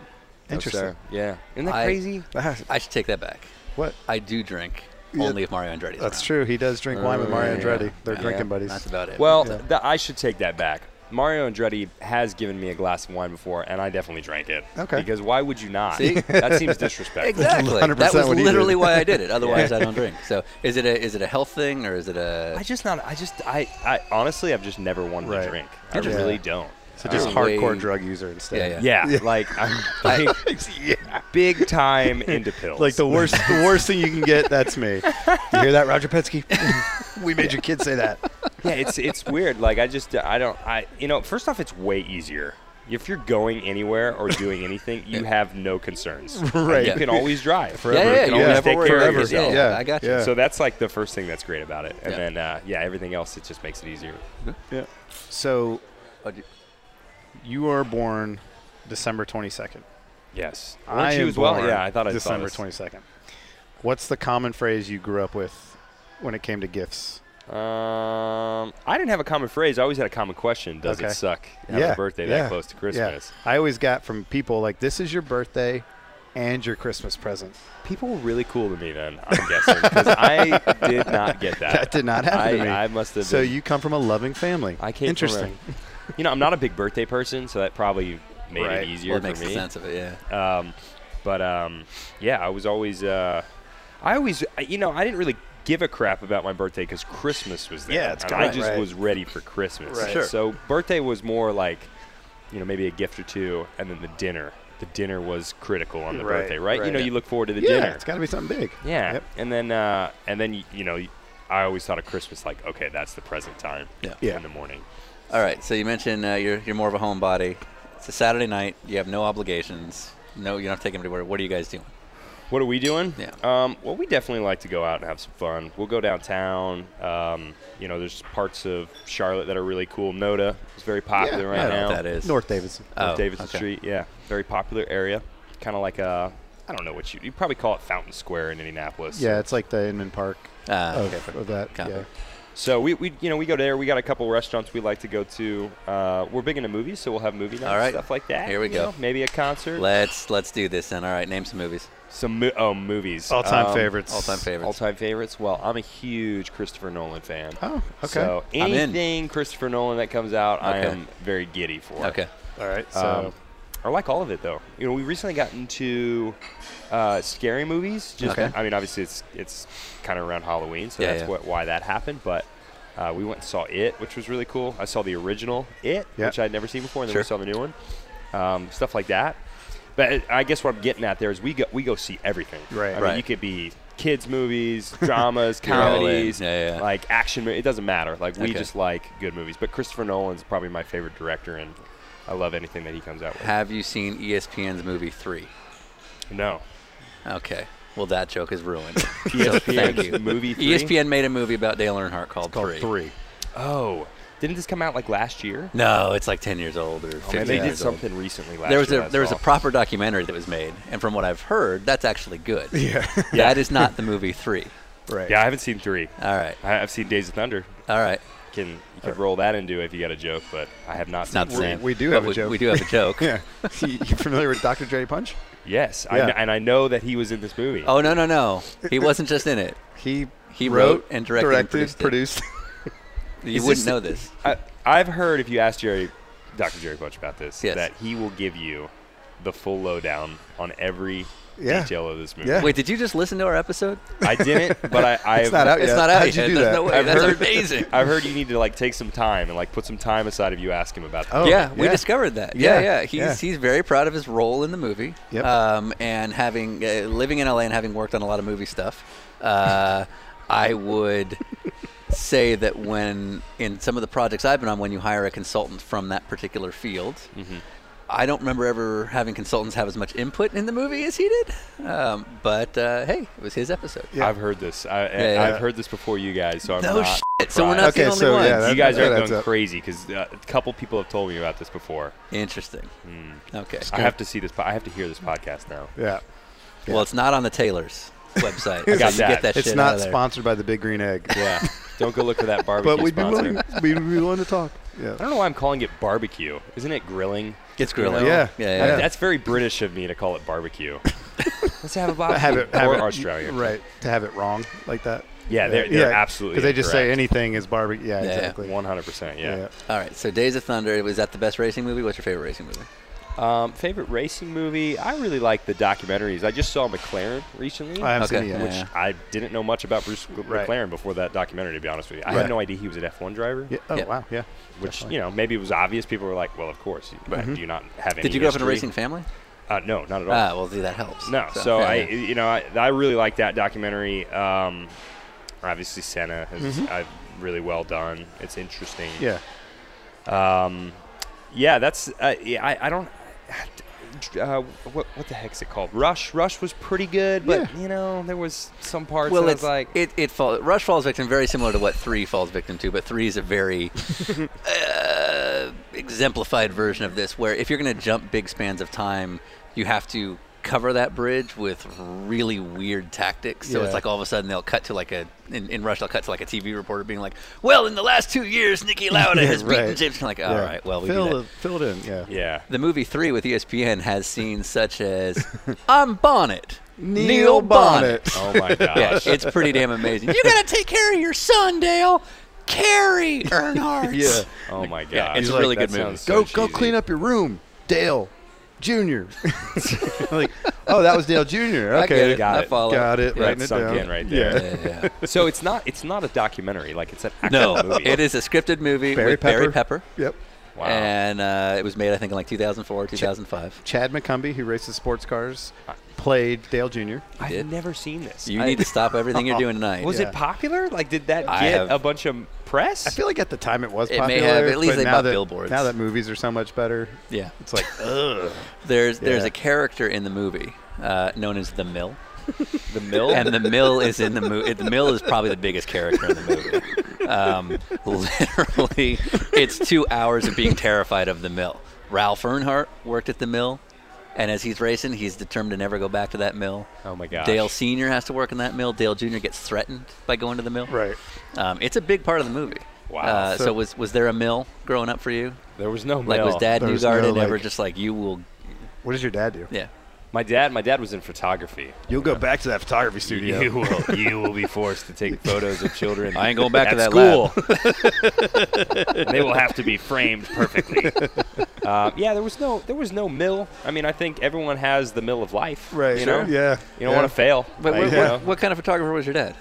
Speaker 7: Interesting.
Speaker 3: Yeah. Isn't that
Speaker 1: I-
Speaker 3: crazy?
Speaker 1: I should take that back.
Speaker 7: What?
Speaker 1: I do drink
Speaker 7: Yeah.
Speaker 1: only if Mario Andretti.
Speaker 7: That's true. He does drink wine with Mario
Speaker 3: yeah.
Speaker 7: Andretti. They're
Speaker 3: Yeah.
Speaker 7: drinking buddies.
Speaker 1: That's about it.
Speaker 3: Well,
Speaker 7: Yeah.
Speaker 3: th th- I should take that back. Mario Andretti has given me a glass of wine before, and I definitely drank it.
Speaker 7: Okay.
Speaker 3: Because why would you not?
Speaker 1: See?
Speaker 3: that seems disrespectful.
Speaker 1: exactly.
Speaker 7: 100%
Speaker 1: That was
Speaker 7: what he did.
Speaker 1: literally why I did it. Otherwise, I don't drink. So, is it a is it a health thing or is it a
Speaker 3: I just not. I just. I. I honestly, I've just never wanted
Speaker 7: Right.
Speaker 3: to drink. I
Speaker 7: Interesting.
Speaker 3: really don't.
Speaker 7: So just
Speaker 1: Um,
Speaker 7: hardcore
Speaker 1: way-
Speaker 7: drug user
Speaker 1: Yeah,
Speaker 7: instead.
Speaker 3: Yeah. Like I'm like, big time into pills.
Speaker 7: Like the worst, the worst thing you can get. That's me. You hear that, Roger Penske? we made your kid say that.
Speaker 3: yeah, it's it's weird. Like I just I don't I you know first off it's way easier. If you're going anywhere or doing anything, you have no concerns.
Speaker 7: Right.
Speaker 3: You can always drive.
Speaker 1: yeah,
Speaker 7: forever.
Speaker 1: yeah,
Speaker 3: You can
Speaker 1: you
Speaker 7: Yeah.
Speaker 3: always
Speaker 1: never
Speaker 3: take
Speaker 1: worry
Speaker 3: care
Speaker 1: about
Speaker 3: of
Speaker 7: forever.
Speaker 1: yourself.
Speaker 3: yourself.
Speaker 7: Yeah.
Speaker 1: I got you.
Speaker 7: Yeah.
Speaker 3: So that's like the first thing that's great about it. And
Speaker 1: Yeah.
Speaker 3: then uh, yeah, everything else it just makes it easier.
Speaker 7: So uh,
Speaker 1: Oh, do-
Speaker 7: you are born December 22nd.
Speaker 3: Yes.
Speaker 7: I
Speaker 3: Aren't you
Speaker 7: am
Speaker 3: as well?
Speaker 7: born
Speaker 3: Yeah, I thought I saw
Speaker 7: December
Speaker 3: this.
Speaker 7: 22nd. What's the common phrase you grew up with when it came to gifts?
Speaker 3: Um, I didn't have a common phrase. I always had a common question. Does it
Speaker 7: Okay.
Speaker 3: suck? Have a birthday that close to Christmas.
Speaker 7: I always got from people like, "This is your birthday." And your Christmas present.
Speaker 3: People were really cool to me then. I'm guessing because I did not get that.
Speaker 7: That did not happen
Speaker 3: I,
Speaker 7: to me.
Speaker 3: I must have.
Speaker 7: so
Speaker 3: been
Speaker 7: you come from a loving family.
Speaker 3: I came
Speaker 7: Interesting.
Speaker 3: From a, you know, I'm not a big birthday person, so that probably made
Speaker 7: Right.
Speaker 3: it easier
Speaker 1: Well, it
Speaker 3: for
Speaker 1: makes
Speaker 3: me.
Speaker 1: sense of it. Yeah.
Speaker 3: Um, but um, yeah, I was always, uh, I always, I- you know, I didn't really give a crap about my birthday because Christmas was there.
Speaker 7: Yeah, it's
Speaker 3: and I
Speaker 7: correct.
Speaker 3: just
Speaker 7: Right.
Speaker 3: was ready for Christmas.
Speaker 7: Right. Sure.
Speaker 3: So birthday was more like, you know, maybe a gift or two, and then the dinner. The dinner was critical on the
Speaker 7: Right,
Speaker 3: birthday, right? You
Speaker 7: right.
Speaker 3: know, you look forward to the
Speaker 7: yeah,
Speaker 3: dinner.
Speaker 7: it's got to be something big.
Speaker 3: Yeah,
Speaker 7: Yep.
Speaker 3: and then uh, and then y- you know, y- I always thought of Christmas like, okay, that's the present time
Speaker 1: Yeah.
Speaker 7: Yeah.
Speaker 3: in the morning.
Speaker 1: All right. So you mentioned uh, you're you're more of a homebody. It's a Saturday night. You have no obligations. No, you don't have to take him anywhere. What are you guys doing?
Speaker 3: What are we doing?
Speaker 1: Yeah.
Speaker 3: Um, well, we definitely like to go out and have some fun. We'll go downtown. Um, you know, there's parts of Charlotte that are really cool. Noda is very popular right
Speaker 1: I don't know
Speaker 3: now.
Speaker 1: what that is.
Speaker 7: North Davidson.
Speaker 1: Oh,
Speaker 3: Davidson
Speaker 1: okay.
Speaker 3: Street, yeah, very popular area. Kind of like a, I don't know what you you probably call it Fountain Square in Indianapolis.
Speaker 7: Yeah, it's like the Inman Park
Speaker 1: Ah,
Speaker 7: of,
Speaker 1: okay.
Speaker 7: of that.
Speaker 1: Copy.
Speaker 7: Yeah.
Speaker 3: So we, we you know we go there. We got a couple restaurants we like to go to. Uh, we're big into movies, so we'll have movie nights,
Speaker 1: All right.
Speaker 3: stuff like that.
Speaker 1: Here we
Speaker 3: you
Speaker 1: go.
Speaker 3: know, maybe a concert.
Speaker 1: Let's let's do this then. All right. Name some movies.
Speaker 3: some mo- oh movies.
Speaker 7: All time
Speaker 3: Um,
Speaker 7: favorites.
Speaker 1: All time favorites.
Speaker 3: All time favorites. Well, I'm a huge Christopher Nolan fan.
Speaker 7: Oh, okay.
Speaker 3: So
Speaker 1: I'm in.
Speaker 3: anything Christopher Nolan that comes out, I
Speaker 1: Okay.
Speaker 3: am very giddy for.
Speaker 1: Okay.
Speaker 7: All right. So
Speaker 3: Um, I like all of it though. You know, we recently got into uh, scary movies. Just,
Speaker 1: Okay.
Speaker 3: I mean, obviously it's it's kind of around Halloween, so
Speaker 1: Yeah,
Speaker 3: that's
Speaker 1: yeah.
Speaker 3: what why that happened. But uh, we went and saw it, which was really cool. I saw the original It,
Speaker 7: Yeah.
Speaker 3: which I'd never seen before, and then we
Speaker 1: Sure.
Speaker 3: saw the new one. Um, stuff like that. But it- I guess what I'm getting at there is we go we go see everything.
Speaker 7: Right.
Speaker 3: I mean,
Speaker 1: Right.
Speaker 3: you could be kids movies, dramas,
Speaker 1: You're all in.
Speaker 3: comedies,
Speaker 1: Yeah, yeah.
Speaker 3: like action. mo- It doesn't matter. Like we
Speaker 1: Okay.
Speaker 3: just like good movies. But Christopher Nolan's probably my favorite director, and I love
Speaker 1: E
Speaker 3: anything that he comes out with.
Speaker 1: Have you seen ESPN's movie Three?
Speaker 3: No.
Speaker 1: Okay. Well, that joke is ruined.
Speaker 3: E
Speaker 1: so thank you. E
Speaker 3: ESPN movie three.
Speaker 1: ESPN made a movie about Dale Earnhardt called,
Speaker 7: Called three.
Speaker 3: Oh, didn't this come out like last year?
Speaker 1: No, it's like 10 years old or
Speaker 3: Oh,
Speaker 1: 15
Speaker 3: man, they did
Speaker 1: years old.
Speaker 3: something recently last
Speaker 1: There was
Speaker 3: year.
Speaker 1: a
Speaker 3: I
Speaker 1: there was a
Speaker 3: saw.
Speaker 1: proper documentary that was made, and from what I've heard, that's actually good.
Speaker 7: Yeah.
Speaker 1: That is not the movie three.
Speaker 7: right.
Speaker 3: Yeah, I haven't seen three.
Speaker 1: All right,
Speaker 3: I, I've seen Days of Thunder.
Speaker 1: all right.
Speaker 3: Can you
Speaker 7: Uh,
Speaker 3: could roll that into it if you got a joke, but I have not.
Speaker 1: It's
Speaker 3: seen
Speaker 1: not the
Speaker 3: three.
Speaker 1: same.
Speaker 7: we do
Speaker 1: But
Speaker 7: have a
Speaker 1: we,
Speaker 7: joke.
Speaker 1: We do have a joke.
Speaker 7: Yeah. you, you familiar with Dr. J Punch?
Speaker 3: Yes, I
Speaker 7: Yeah.
Speaker 3: kn- and I know that he was in this movie.
Speaker 1: Oh no no no! He wasn't just in it.
Speaker 7: He
Speaker 1: He wrote and directed and produced it.
Speaker 7: produced.
Speaker 1: You
Speaker 3: Is
Speaker 1: wouldn't
Speaker 3: this
Speaker 1: know this.
Speaker 3: I, I've heard if you ask Jerry, Dr. Jerry Bunch about this,
Speaker 1: Yes.
Speaker 3: that he will give you the full lowdown on every
Speaker 7: Yeah.
Speaker 3: detail of this movie.
Speaker 7: Yeah.
Speaker 1: Wait, did you just listen to our episode?
Speaker 3: I didn't, but I, I've,
Speaker 7: not out
Speaker 1: It's
Speaker 7: Oh, Yeah,
Speaker 1: not out
Speaker 7: how'd you
Speaker 1: yet.
Speaker 7: do
Speaker 1: There's
Speaker 7: that?
Speaker 1: no way.
Speaker 3: I've
Speaker 1: That's
Speaker 3: heard-
Speaker 1: amazing.
Speaker 3: I've heard you need to like take some time and like put some time aside if you ask him about.
Speaker 7: Oh.
Speaker 1: yeah, we
Speaker 7: yeah.
Speaker 1: discovered that. Yeah,
Speaker 7: Yeah,
Speaker 1: yeah. He's he's very proud of his role in the movie.
Speaker 7: Yep.
Speaker 1: Um, and having uh, living in LA and having worked on a lot of movie stuff, uh, I would say that when in some of the projects I've been on, when you hire a consultant from that particular field.
Speaker 7: Mm-hmm.
Speaker 1: I don't remember ever having consultants have as much input in the movie as he did, um, but uh, hey, it was his episode.
Speaker 7: Yeah.
Speaker 3: I've heard this. I, I-
Speaker 1: Yeah, yeah.
Speaker 3: I've heard this before you guys, so I'm
Speaker 1: No
Speaker 3: not.
Speaker 1: shit. So we're not
Speaker 3: surprised.
Speaker 1: the
Speaker 7: Okay,
Speaker 1: only
Speaker 7: so,
Speaker 1: ones.
Speaker 7: yeah, that-
Speaker 3: You guys
Speaker 7: that
Speaker 3: are
Speaker 7: adds
Speaker 3: going
Speaker 7: up.
Speaker 3: crazy because uh, a couple people have told me about this before.
Speaker 1: Interesting.
Speaker 7: Hmm.
Speaker 1: Okay.
Speaker 3: I have to see this. po- I have to hear this podcast now.
Speaker 7: Yeah.
Speaker 1: Well, it's not on the Taylor's website.
Speaker 3: I got
Speaker 1: you
Speaker 3: that.
Speaker 1: get that
Speaker 7: It's
Speaker 1: shit out
Speaker 7: not
Speaker 1: of there.
Speaker 7: sponsored by the Big Green Egg.
Speaker 3: Yeah, don't go look for that barbecue
Speaker 7: But we'd be
Speaker 3: sponsor.
Speaker 7: willing we'd be willing to talk. Yeah.
Speaker 3: I don't know why I'm calling it barbecue. Isn't it grilling?
Speaker 1: It's grilling.
Speaker 7: Yeah.
Speaker 1: Yeah.
Speaker 7: Yeah.
Speaker 1: yeah.
Speaker 3: That's very British of me to call it barbecue. Let's have a barbecue.
Speaker 7: Have it, have
Speaker 3: or
Speaker 7: it
Speaker 3: Australia.
Speaker 7: right to have it wrong like that.
Speaker 3: Yeah, they're- they're absolutely
Speaker 7: because they just say
Speaker 3: incorrect.
Speaker 7: anything is barbecue. Yeah,
Speaker 1: Yeah, yeah.
Speaker 7: exactly.
Speaker 3: 100%. Yeah.
Speaker 7: Yeah.
Speaker 1: All right. So Days of Thunder was that the best racing movie? What's your favorite racing movie?
Speaker 3: Um, favorite racing movie? I really like the documentaries. I just saw McLaren recently.
Speaker 7: Oh, I haven't
Speaker 1: Okay.
Speaker 7: seen it yet.
Speaker 1: Which-
Speaker 3: I didn't know much about Bruce G-
Speaker 7: Right.
Speaker 3: McLaren before that documentary, to be honest with you. I
Speaker 7: Right.
Speaker 3: had no idea he was an F1 driver,
Speaker 7: Yeah. Oh
Speaker 1: Yeah.
Speaker 7: wow. Yeah.
Speaker 3: which,
Speaker 7: definitely.
Speaker 3: you know, maybe it was obvious. People were like, well, of course. Do you not have any
Speaker 1: Mm-hmm. Did you grow up in a
Speaker 3: history?
Speaker 1: racing family?
Speaker 3: Uh, no, not at all.
Speaker 1: Ah, well, see, that helps.
Speaker 3: No, so, I,
Speaker 1: yeah, yeah.
Speaker 3: you know, I, I really like that documentary. Um, obviously, Senna is
Speaker 1: Mm-hmm.
Speaker 3: uh, really well done. It's interesting.
Speaker 7: Yeah.
Speaker 3: Um, yeah, that's. Uh, yeah, I, I don't. Uh, what, what the heck's it called? Rush. Rush was pretty good, but
Speaker 7: Yeah.
Speaker 3: you know there was some parts
Speaker 1: Well,
Speaker 3: that
Speaker 1: it's
Speaker 3: was like.
Speaker 1: like it. It fall, Rush falls victim very similar to what Three falls victim to, but Three is a very uh, exemplified version of this, where if you're going to jump big spans of time, you have to cover that bridge with really weird tactics. So
Speaker 7: Yeah.
Speaker 1: it's like all of a sudden they'll cut to like a in, in Rush they'll cut to like a TV reporter being like, "Well, in the last two years, Nikki Lauda has beaten
Speaker 7: right.
Speaker 1: James." Like, all right,
Speaker 7: yeah.
Speaker 1: well, we do
Speaker 7: fill
Speaker 1: that."
Speaker 7: it, fill it in. Yeah.
Speaker 3: yeah.
Speaker 1: The movie Three with E ESPN has scenes such as "I'm Bonnet,
Speaker 7: Neil Bonnet.
Speaker 3: Oh my
Speaker 1: yeah,
Speaker 3: gosh.
Speaker 1: it's pretty damn amazing. You gotta take care of your son, Dale. Carrie Earnhardt.
Speaker 7: Yeah.
Speaker 3: oh my gosh.
Speaker 1: Yeah, Uh, it's a
Speaker 7: like,
Speaker 1: really
Speaker 3: that
Speaker 1: good movie.
Speaker 3: sounds-
Speaker 7: go
Speaker 3: So
Speaker 7: go
Speaker 3: cheesy.
Speaker 7: clean up your room, Dale Junior. like, oh, that was Dale Junior.
Speaker 1: I get
Speaker 7: Okay,
Speaker 1: it.
Speaker 3: got
Speaker 1: I
Speaker 3: it.
Speaker 1: follow.
Speaker 7: Got it.
Speaker 1: Yeah.
Speaker 7: writing
Speaker 3: That
Speaker 7: it
Speaker 3: sunk
Speaker 7: down.
Speaker 3: in right
Speaker 7: Yeah.
Speaker 3: there.
Speaker 1: Yeah, yeah,
Speaker 3: so it's not. It's not a documentary. Like it's an
Speaker 1: yeah.
Speaker 3: actual
Speaker 1: No,
Speaker 3: movie.
Speaker 1: it is a scripted movie
Speaker 7: Barry
Speaker 1: with Barry
Speaker 7: Pepper.
Speaker 1: Pepper,
Speaker 7: Yep.
Speaker 3: Wow.
Speaker 1: and uh, it was made I think in like 2004, 2005.
Speaker 7: Chad McCombie, who races sports cars,
Speaker 1: Uh,
Speaker 7: played Dale Junior.
Speaker 3: I've
Speaker 1: did.
Speaker 3: never seen this.
Speaker 1: You
Speaker 3: I-
Speaker 1: need to stop everything you're doing tonight.
Speaker 3: Was
Speaker 7: Yeah.
Speaker 3: it popular? Like, did that
Speaker 1: I
Speaker 3: get
Speaker 1: have-
Speaker 3: a bunch of press?
Speaker 7: I feel like at the time it was
Speaker 1: It may
Speaker 7: popular.
Speaker 1: have. At least
Speaker 7: but
Speaker 1: they
Speaker 7: now
Speaker 1: bought
Speaker 7: that,
Speaker 1: billboards.
Speaker 7: Now that movies are so much better,
Speaker 1: Yeah.
Speaker 7: it's like
Speaker 1: There's there's
Speaker 7: Yeah.
Speaker 1: a character in the movie uh, known as the Mill.
Speaker 3: the mill.
Speaker 1: and the mill is in the movie. The mill is probably the biggest character in the movie. Um, literally, it's two hours of being terrified of the mill. Ralph Earnhardt worked at the mill, and as he's racing, he's determined to never go back to that mill.
Speaker 3: oh my gosh.
Speaker 1: Dale Senior has to work in that mill. Dale Junior gets threatened by going to the mill.
Speaker 7: right.
Speaker 1: Um, it's a big part of the movie.
Speaker 3: Wow.
Speaker 1: Uh, so,
Speaker 7: So-
Speaker 1: was was there a mill growing up for you?
Speaker 3: There was no
Speaker 1: Like was
Speaker 3: mill.
Speaker 1: Dad
Speaker 7: There was
Speaker 1: Newgarden
Speaker 7: no,
Speaker 1: ever
Speaker 7: like-
Speaker 1: just like you will?
Speaker 7: What does your dad do?
Speaker 1: Yeah.
Speaker 3: My dad, my dad was in photography.
Speaker 7: You'll go back to that photography studio.
Speaker 3: You will, you will be forced to take photos of children.
Speaker 1: I ain't going back
Speaker 3: at
Speaker 1: to that
Speaker 3: school. they will have to be framed perfectly. Um, yeah, there was no, there was no mill. I mean, I think everyone has the mill of life.
Speaker 7: Right.
Speaker 3: You know.
Speaker 7: Sure, yeah,
Speaker 3: You don't
Speaker 7: yeah.
Speaker 3: want to fail.
Speaker 1: But
Speaker 3: Like,
Speaker 1: what,
Speaker 3: you know,
Speaker 1: what, what kind of photographer was your dad?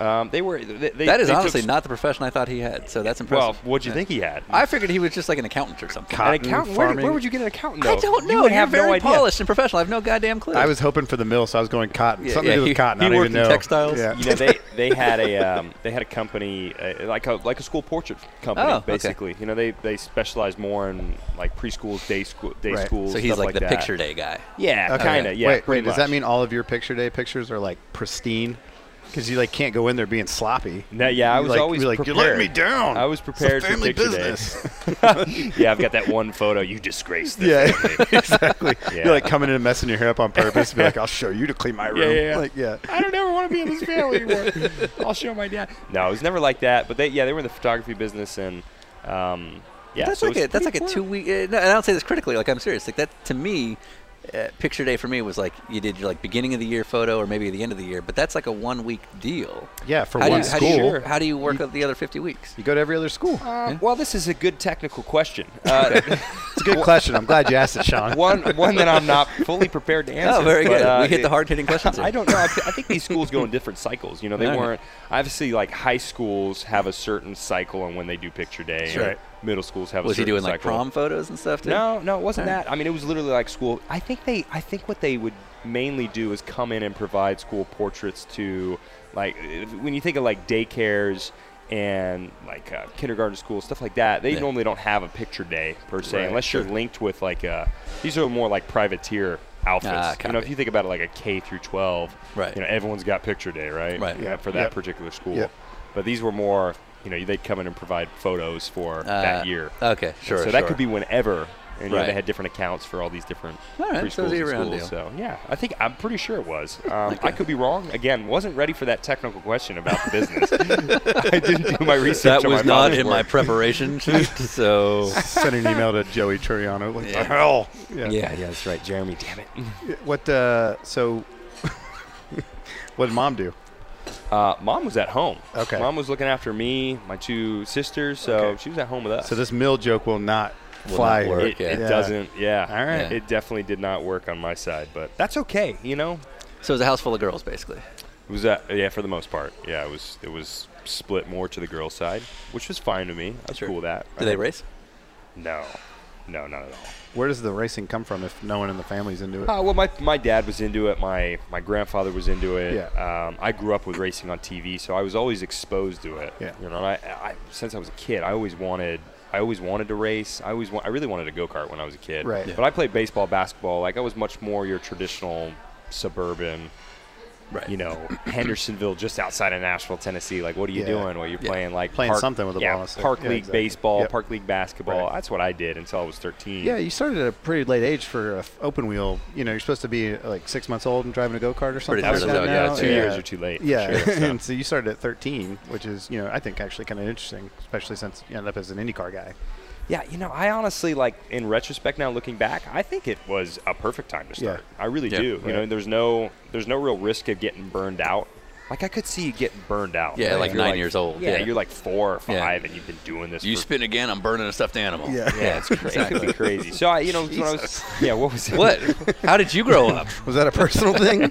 Speaker 3: Um, they were. They, they,
Speaker 1: that is
Speaker 3: they took
Speaker 1: honestly
Speaker 3: s-
Speaker 1: not the profession I thought he had. So that's
Speaker 3: Well,
Speaker 1: impressive.
Speaker 3: what'd you think he had?
Speaker 1: I figured he was just like an accountant or something.
Speaker 3: an
Speaker 7: Cotton
Speaker 3: accountant. Where,
Speaker 7: farming.
Speaker 3: where would you get an accountant?
Speaker 1: I
Speaker 3: though?
Speaker 1: don't know.
Speaker 3: You
Speaker 1: You're
Speaker 3: would have
Speaker 1: very
Speaker 3: no idea.
Speaker 1: polished and professional. I have no goddamn clue.
Speaker 7: I was hoping for the mill, so I was going cotton.
Speaker 1: Yeah,
Speaker 7: Something
Speaker 1: yeah,
Speaker 7: to do with
Speaker 1: he-
Speaker 7: cotton.
Speaker 1: he
Speaker 7: I don't
Speaker 1: worked
Speaker 7: even
Speaker 1: in
Speaker 7: know.
Speaker 1: textiles.
Speaker 7: Yeah.
Speaker 3: you know they they had a um, they had a company uh, like a like a school portrait company
Speaker 1: Oh, okay.
Speaker 3: basically. You know they they specialized more in like preschools, day school, day
Speaker 7: Right.
Speaker 3: schools.
Speaker 1: so he's
Speaker 3: stuff
Speaker 1: like,
Speaker 3: like
Speaker 1: the
Speaker 3: that.
Speaker 1: picture day guy.
Speaker 3: Yeah,
Speaker 7: Okay.
Speaker 3: kind of. Yeah.
Speaker 7: Oh, Wait, wait.
Speaker 3: pretty
Speaker 7: Does that
Speaker 3: much.
Speaker 7: mean all of your picture day pictures are like pristine? Because you like can't go in there being sloppy.
Speaker 3: No, yeah, I
Speaker 7: You,
Speaker 3: was
Speaker 7: like,
Speaker 3: always
Speaker 7: you're like
Speaker 3: prepared.
Speaker 7: you let me down.
Speaker 3: I was
Speaker 7: It's a
Speaker 3: prepared for
Speaker 7: family
Speaker 3: picture day."
Speaker 7: business.
Speaker 3: yeah, I've got that one photo. You disgraced this.
Speaker 7: yeah, exactly.
Speaker 3: Yeah.
Speaker 7: You're like coming in and messing your hair up on purpose. Be like, I'll show you to clean my room.
Speaker 3: Yeah, yeah, yeah.
Speaker 7: Like, yeah.
Speaker 3: I don't ever want to be in this family anymore. I'll show my dad. No, it was never like that. But they, yeah, they were in the photography business, and um, yeah,
Speaker 1: that's
Speaker 3: so
Speaker 1: like
Speaker 3: it was
Speaker 1: a that's like
Speaker 3: pretty
Speaker 1: a
Speaker 3: cool.
Speaker 1: two week. Uh, no, and I don't say this critically. Like I'm serious. Like that to me, uh, picture day for me was like you did your like beginning of the year photo or maybe the end of the year. But that's like a one week deal.
Speaker 7: Yeah, for
Speaker 1: how
Speaker 7: one
Speaker 1: do you,
Speaker 7: school.
Speaker 1: How do you,
Speaker 3: Sure.
Speaker 1: how do you work out the other 50 weeks?
Speaker 7: You go to every other school.
Speaker 3: Uh, Well, this is a good technical question. Uh,
Speaker 7: It's a good question. I'm glad you asked it, Sean.
Speaker 3: one one that I'm not fully prepared to answer.
Speaker 1: oh, very
Speaker 3: but,
Speaker 1: good.
Speaker 3: uh,
Speaker 1: we hit
Speaker 3: it-
Speaker 1: the hard hitting questions. here.
Speaker 3: I don't know. I, th- I think these schools go in different cycles. You know, they
Speaker 1: Alright.
Speaker 3: weren't. Obviously, like high schools have a certain cycle on when they do picture day. and
Speaker 1: Sure. Right.
Speaker 3: Middle schools have.
Speaker 1: Was
Speaker 3: a
Speaker 1: he
Speaker 3: certain
Speaker 1: doing like
Speaker 3: cycle.
Speaker 1: prom photos and stuff? Too?
Speaker 3: No, no, it wasn't
Speaker 1: Alright.
Speaker 3: that. I mean, it was literally like school. I think they, I think what they would mainly do is come in and provide school portraits to, like, if- when you think of like daycares and like uh, kindergarten schools, stuff like that. They
Speaker 1: Yeah.
Speaker 3: normally don't have a picture day per se,
Speaker 1: Right,
Speaker 3: unless you're linked with like uh These are more like privateer outfits.
Speaker 1: Ah,
Speaker 3: you know, if
Speaker 1: copy.
Speaker 3: you think about it, like a K through 12,
Speaker 1: Right.
Speaker 3: You know, everyone's got picture day, right?
Speaker 1: Right.
Speaker 3: Yeah,
Speaker 7: Yeah,
Speaker 3: for that
Speaker 7: yeah.
Speaker 3: particular school.
Speaker 7: Yeah.
Speaker 3: But these were more. You know, they'd come in and provide photos for
Speaker 1: Uh,
Speaker 3: that year.
Speaker 1: Okay, sure.
Speaker 3: So that
Speaker 1: sure.
Speaker 3: could be whenever. And you know,
Speaker 1: Right.
Speaker 3: they had different accounts for all these different
Speaker 1: All right,
Speaker 3: preschools
Speaker 1: so it was a
Speaker 3: and
Speaker 1: year-round
Speaker 3: schools.
Speaker 1: deal.
Speaker 3: So yeah, I think I'm pretty sure it was. Um, I could be wrong. Again, wasn't ready for that technical question about the business. I didn't do my research.
Speaker 1: That
Speaker 3: on
Speaker 1: was
Speaker 3: my
Speaker 1: not
Speaker 3: father's
Speaker 1: in my
Speaker 3: work.
Speaker 1: preparation sheet. So
Speaker 7: Send an email to Joey Turiano. What the hell?
Speaker 3: Yeah, yeah, that's right, Jeremy. Damn it.
Speaker 7: What uh so what did mom do?
Speaker 3: Uh, Mom was at home.
Speaker 7: Okay.
Speaker 3: Mom was looking after me, my two sisters. So
Speaker 7: Okay.
Speaker 3: she was at home with us.
Speaker 7: So this mill joke will not
Speaker 1: Will
Speaker 7: fly
Speaker 1: not
Speaker 7: here.
Speaker 1: work.
Speaker 3: it, it
Speaker 1: yeah.
Speaker 3: doesn't. Yeah.
Speaker 7: All right.
Speaker 1: Yeah.
Speaker 3: It definitely did not work on my side, but that's okay. You know,
Speaker 1: so it was a house full of girls, basically.
Speaker 3: It was that yeah for the most part yeah it was it was split more to the girl side which was fine to me I was
Speaker 1: Sure.
Speaker 3: cool with that
Speaker 1: Do they race?
Speaker 3: no no not at all
Speaker 7: Where does the racing come from if no one in the family's into it?
Speaker 3: uh, well my, my dad was into it my my grandfather was into it
Speaker 7: Yeah.
Speaker 3: um, I grew up with racing on TV so I was always exposed to it
Speaker 7: Yeah.
Speaker 3: you know and I, I since I was a kid I always wanted I always wanted to race I always wa- I really wanted a go kart when I was a kid
Speaker 7: Right. Yeah.
Speaker 3: but I played baseball basketball like I was much more your traditional suburban
Speaker 1: Right.
Speaker 3: you know Hendersonville, just outside of Nashville, Tennessee. Like, what are you
Speaker 7: Yeah.
Speaker 3: doing? Well, you're
Speaker 1: Yeah.
Speaker 3: playing like
Speaker 7: Playing something with a
Speaker 3: yeah,
Speaker 7: ball instead.
Speaker 3: Park
Speaker 7: Yeah,
Speaker 3: league
Speaker 7: exactly.
Speaker 3: baseball,
Speaker 7: Yep.
Speaker 3: park league basketball.
Speaker 7: Right.
Speaker 3: That's what I did until I was 13.
Speaker 7: Yeah, you started at a pretty late age for a f- open wheel. You know, you're supposed to be uh, like six months old and driving a go kart or something.
Speaker 1: soon,
Speaker 7: like that
Speaker 1: yeah,
Speaker 7: now.
Speaker 3: two years are too late. for
Speaker 7: Yeah,
Speaker 3: sure, so.
Speaker 7: and so you started at 13, which is you know I think actually kind of interesting, especially since you ended up as an IndyCar guy.
Speaker 3: yeah. You know, I honestly like in retrospect now, looking back, I think it was a perfect time to
Speaker 7: Yeah.
Speaker 3: start. I really
Speaker 1: Yeah.
Speaker 3: do. You
Speaker 7: Right.
Speaker 3: know, there's no there's no real risk of getting burned out. Like I could see you getting burned out.
Speaker 1: Yeah, like
Speaker 3: you're
Speaker 1: nine years old,
Speaker 3: Yeah,
Speaker 1: yeah.
Speaker 3: you're like four or five,
Speaker 1: Yeah.
Speaker 3: and you've been doing this.
Speaker 1: You
Speaker 3: for
Speaker 1: spin again, I'm burning a stuffed animal.
Speaker 7: Yeah.
Speaker 3: yeah, it's crazy. It could be crazy. So I, you know, when I was, yeah, what was it?
Speaker 1: What? How did you grow up?
Speaker 7: Was that a personal thing?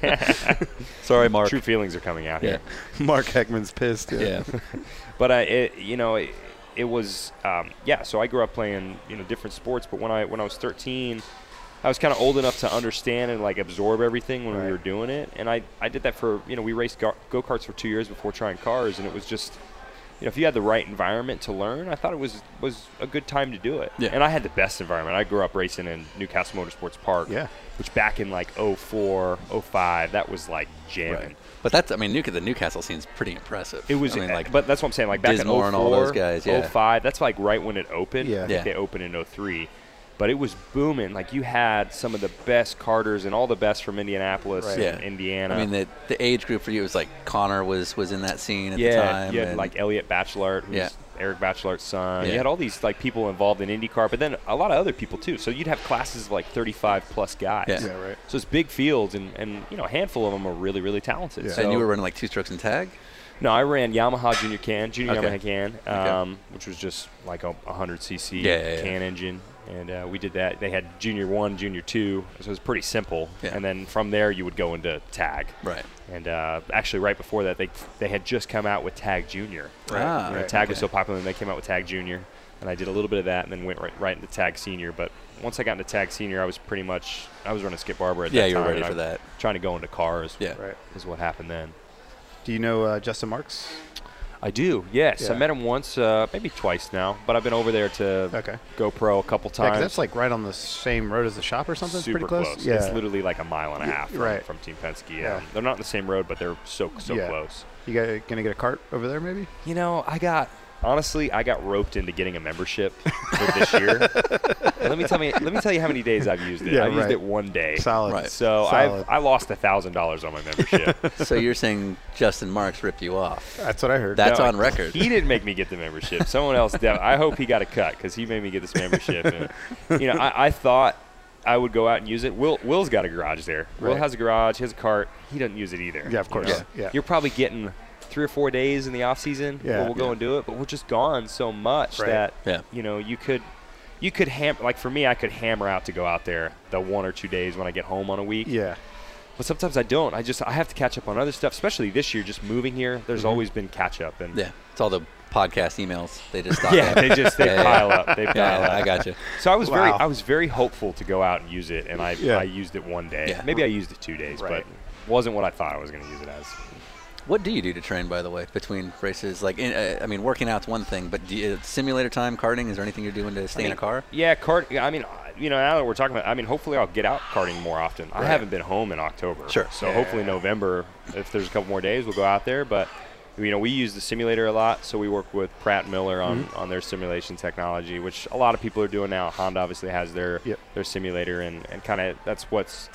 Speaker 1: Sorry, Mark.
Speaker 3: True feelings are coming out
Speaker 1: Yeah.
Speaker 3: here.
Speaker 7: Mark Heckman's pissed.
Speaker 1: Yeah.
Speaker 3: But uh, it, you know, it, it was um, yeah. So I grew up playing you know different sports, but when I when I was 13, I was kind of old enough to understand and like absorb everything when we
Speaker 7: Right.
Speaker 3: were doing it, and I I did that for you know we raced go karts for two years before trying cars, and it was just. You know, if you had the right environment to learn, I thought it was was a good time to do it.
Speaker 1: Yeah.
Speaker 3: And I had the best environment. I grew up racing in Newcastle Motorsports Park,
Speaker 7: Yeah.
Speaker 3: which back in like 04, 05, that was like jamming.
Speaker 1: Right. But that's, I mean, Nuke the Newcastle scene's pretty impressive.
Speaker 3: It was,
Speaker 1: I mean, like,
Speaker 3: but that's what I'm saying. Like back in
Speaker 1: Dismore
Speaker 3: 04,
Speaker 1: and all those guys, yeah.
Speaker 3: 05, that's like right when it opened.
Speaker 7: Yeah.
Speaker 3: I think
Speaker 1: Yeah.
Speaker 3: they opened in 03. But it was booming. Like you had some of the best carters and all the best from Indianapolis
Speaker 7: Right.
Speaker 3: and
Speaker 1: yeah,
Speaker 3: Indiana.
Speaker 1: I mean, the the age group for you was like Connor was was in that scene at
Speaker 3: yeah,
Speaker 1: the time.
Speaker 3: you had
Speaker 1: and-
Speaker 3: like Elliot Bachelard, who's
Speaker 1: Yeah.
Speaker 3: Eric Bachelard's son.
Speaker 1: Yeah.
Speaker 3: You had all these like people involved in IndyCar, but then a lot of other people too. So you'd have classes of like 35 plus guys.
Speaker 1: Yeah.
Speaker 7: Yeah, right.
Speaker 3: So it's big fields, and, and you know a handful of them are really really talented.
Speaker 7: Yeah.
Speaker 1: and
Speaker 3: So-
Speaker 1: you were running like two strokes and tag.
Speaker 3: No, I ran Yamaha Junior Can, Junior
Speaker 1: Okay.
Speaker 3: Yamaha Can, um, which was just like a 100 cc
Speaker 1: Yeah, yeah, yeah.
Speaker 3: can engine, and uh, we did that. They had junior one, junior two, so it was pretty simple.
Speaker 1: Yeah.
Speaker 3: And then from there, you would go into tag.
Speaker 1: Right.
Speaker 3: And uh, actually, right before that, they they had just come out with tag junior.
Speaker 1: Right. Ah,
Speaker 3: You know,
Speaker 1: right,
Speaker 3: tag was
Speaker 1: okay.
Speaker 3: so popular, and they came out with tag junior, and I did a little bit of that, and then went right, right into tag senior. But once I got into tag senior, I was pretty much I was running Skip Barber at
Speaker 1: Yeah,
Speaker 3: that
Speaker 1: you were
Speaker 3: time,
Speaker 1: ready
Speaker 3: and I
Speaker 1: for that.
Speaker 3: Trying to go into cars.
Speaker 1: Yeah.
Speaker 7: Right.
Speaker 3: Is what happened then.
Speaker 7: Do you know uh, Justin Marks?
Speaker 3: I do. Yes, I
Speaker 7: Yeah.
Speaker 3: met him once, uh, maybe twice now, but I've been over there to
Speaker 7: Okay.
Speaker 3: go pro a couple
Speaker 7: Yeah,
Speaker 3: times.
Speaker 7: 'cause that's like right on the same road as the shop or something. It's
Speaker 3: super
Speaker 7: pretty Uh, close. Yeah.
Speaker 3: It's literally like a mile and a
Speaker 7: Yeah,
Speaker 3: half from,
Speaker 7: right.
Speaker 3: from Team Penske. Yeah.
Speaker 7: Yeah.
Speaker 3: They're not on the same road, but they're so so
Speaker 7: Yeah.
Speaker 3: close.
Speaker 7: you got, gonna get a cart over there maybe?
Speaker 3: You know, I got honestly, I got roped into getting a membership for this year. And let me tell me, let me tell you how many days I've used it.
Speaker 7: Yeah,
Speaker 3: I've used
Speaker 7: right.
Speaker 3: it one day.
Speaker 7: Solid.
Speaker 1: Right.
Speaker 3: So
Speaker 7: Solid.
Speaker 3: I I lost a thousand dollars on my membership.
Speaker 1: so you're saying Justin Marks ripped you off?
Speaker 7: That's what I heard.
Speaker 1: That's
Speaker 3: No,
Speaker 1: on record.
Speaker 3: He didn't make me get the membership. Someone else. def- I hope he got a cut because he made me get this membership. And, you know, I, I thought I would go out and use it. Will Will's got a garage there. Will
Speaker 7: Right.
Speaker 3: has a garage. He has a cart. He doesn't use it either.
Speaker 7: Yeah, of
Speaker 3: you
Speaker 7: course.
Speaker 3: know?
Speaker 7: Yeah, yeah.
Speaker 3: You're probably getting three or four days in the off season.
Speaker 7: Yeah.
Speaker 3: where we'll go
Speaker 7: Yeah.
Speaker 3: and do it, but we're just gone so much
Speaker 7: Right.
Speaker 3: that
Speaker 1: Yeah.
Speaker 3: you know you could. You could ham like for me, I could hammer out to go out there the one or two days when I get home on a week
Speaker 7: Yeah.
Speaker 3: but sometimes I don't. I just I have to catch up on other stuff, especially this year. Just moving here, there's
Speaker 7: Mm-hmm.
Speaker 3: always been catch up, and
Speaker 1: Yeah. It's all the podcast emails. They just stock
Speaker 3: yeah,
Speaker 1: up.
Speaker 3: they just they
Speaker 1: Yeah, yeah.
Speaker 3: pile up. They pile
Speaker 1: yeah, yeah,
Speaker 3: up.
Speaker 1: I got you.
Speaker 3: So I was very
Speaker 7: Wow.
Speaker 3: I was very hopeful to go out and use it, and I
Speaker 7: Yeah.
Speaker 3: I used it one day.
Speaker 1: Yeah.
Speaker 3: Maybe I used it two days,
Speaker 7: Right.
Speaker 3: but wasn't what I thought I was going to use it as.
Speaker 1: What do you do to train, by the way, between races? Like, in, uh, I mean, working out's one thing, but do you, uh, simulator time, karting, is there anything you're doing to stay in a
Speaker 3: mean,
Speaker 1: car?
Speaker 3: Yeah, cart. I mean, uh, you know, now that we're talking about, I mean, hopefully I'll get out karting more often. I
Speaker 1: Right.
Speaker 3: haven't been home in October,
Speaker 1: Sure.
Speaker 3: So hopefully November, if there's a couple more days, we'll go out there. But you know, we use the simulator a lot, so we work with Pratt Miller on
Speaker 1: Mm-hmm.
Speaker 3: on their simulation technology, which a lot of people are doing now. Honda obviously has their
Speaker 7: Yep.
Speaker 3: their simulator, and and kind of that's what's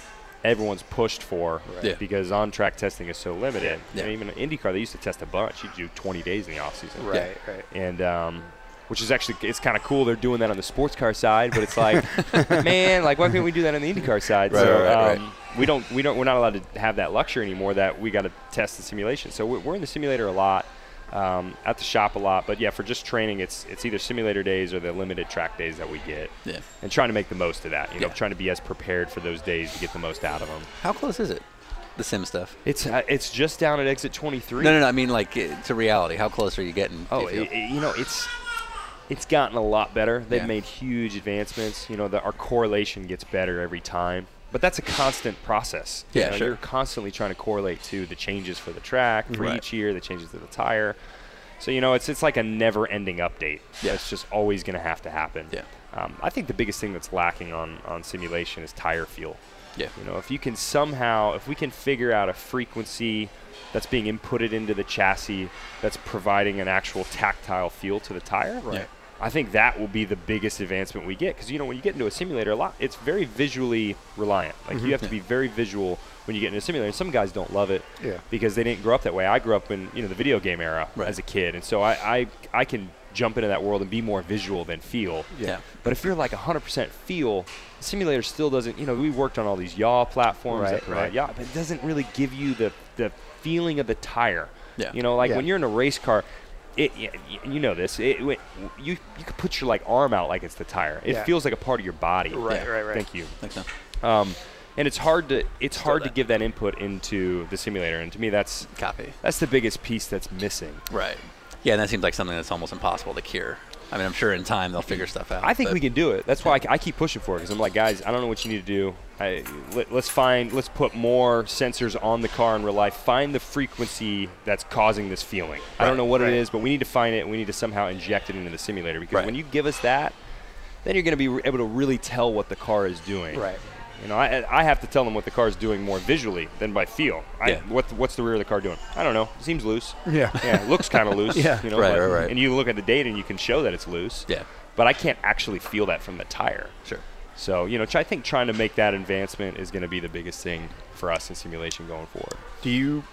Speaker 3: everyone's pushed for
Speaker 1: Yeah.
Speaker 3: because on track testing is so limited.
Speaker 1: Yeah.
Speaker 3: And even IndyCar, they used to test a bunch. You do 20 days in the off season
Speaker 7: Right, right.
Speaker 3: and um, which is actually it's kind of cool. They're doing that on the sports car side, but it's like, man, like why can't we do that on the IndyCar side?
Speaker 1: Right,
Speaker 3: so
Speaker 1: right, right,
Speaker 3: um, we don't we don't we're not allowed to have that luxury anymore. That we got to test the simulation. So we're, we're in the simulator a lot. Um, at the shop a lot, but yeah, for just training, it's it's either simulator days or the limited track days that we get,
Speaker 1: Yeah.
Speaker 3: and trying to make the most of that. You know,
Speaker 1: Yeah.
Speaker 3: trying to be as prepared for those days to get the most out of them.
Speaker 1: How close is it? The sim stuff.
Speaker 3: It's uh, it's just down at exit 23.
Speaker 1: No, no, no. I mean, like, uh, to reality. How close are you getting? do
Speaker 3: Oh,
Speaker 1: you feel?
Speaker 3: it, it- you know, it's it's gotten a lot better. They've
Speaker 1: Yeah.
Speaker 3: made huge advancements. You know, the, our correlation gets better every time. But that's a constant process. You
Speaker 1: Yeah,
Speaker 3: know,
Speaker 1: sure.
Speaker 3: You're constantly trying to correlate to the changes for the track for
Speaker 1: Right.
Speaker 3: each year, the changes to the tire. So you know, it's it's like a never-ending update.
Speaker 1: Yeah.
Speaker 3: It's just always going to have to happen.
Speaker 1: Yeah.
Speaker 3: Um, I think the biggest thing that's lacking on on simulation is tire fuel.
Speaker 1: yeah.
Speaker 3: You know, if you can somehow, if we can figure out a frequency that's being inputted into the chassis that's providing an actual tactile feel to the tire,
Speaker 1: Yeah.
Speaker 3: I think that will be the biggest advancement we get because you know when you get into a simulator a lot, it's very visually reliant. Like
Speaker 1: Mm-hmm.
Speaker 3: you have to be very visual when you get into a simulator. And some guys don't love it
Speaker 7: Yeah.
Speaker 3: because they didn't grow up that way. I grew up in you know the video game era
Speaker 1: Right.
Speaker 3: as a kid, and so I, I I can jump into that world and be more visual than feel.
Speaker 1: Yeah.
Speaker 3: But if you're like 100% feel, the simulator still doesn't. You know, we worked on all these yaw platforms that
Speaker 7: Right,
Speaker 3: provide
Speaker 7: right.
Speaker 3: yaw, but it doesn't really give you the the feeling of the tire.
Speaker 1: Yeah.
Speaker 3: You know, like
Speaker 7: Yeah.
Speaker 3: when you're in a race car, it y- y- you know this. It, when- you you could put your like arm out like it's the tire. It
Speaker 7: Yeah.
Speaker 3: feels like a part of your body.
Speaker 7: Right,
Speaker 1: Yeah.
Speaker 7: right, right.
Speaker 3: Thank you.
Speaker 1: Like, no.
Speaker 3: Um, and it's hard to it's hard to
Speaker 1: that.
Speaker 3: give that input into the simulator, and to me that's
Speaker 1: Copy.
Speaker 3: that's the biggest piece that's missing.
Speaker 1: Right. Yeah, and that seems like something that's almost impossible to cure. I mean, I'm sure in time they'll figure stuff out.
Speaker 3: I think
Speaker 1: but-
Speaker 3: we can do it. That's why I, I keep pushing for it because I'm like, guys, I don't know what you need to do. I, let, let's find, let's put more sensors on the car in real life. Find the frequency that's causing this feeling. I don't know what
Speaker 7: right.
Speaker 3: it is, but we need to find it. and We need to somehow inject it into the simulator because
Speaker 1: Right.
Speaker 3: when you give us that, then you're going to be re- able to really tell what the car is doing.
Speaker 7: Right.
Speaker 3: You know, I, I have to tell them what the car is doing more visually than by feel. I,
Speaker 1: Yeah.
Speaker 3: what, what's the rear of the car doing? I don't know. It seems loose.
Speaker 7: Yeah.
Speaker 3: Yeah. It looks kind of loose.
Speaker 7: Yeah.
Speaker 3: You know,
Speaker 1: Right,
Speaker 3: but-
Speaker 1: right, right.
Speaker 3: And you look at the data and you can show that it's loose
Speaker 1: Yeah.
Speaker 3: but I can't actually feel that from the tire.
Speaker 1: Sure.
Speaker 3: So, you know, tr- I think trying to make that advancement is going to be the biggest thing for us in simulation going forward.
Speaker 7: Do you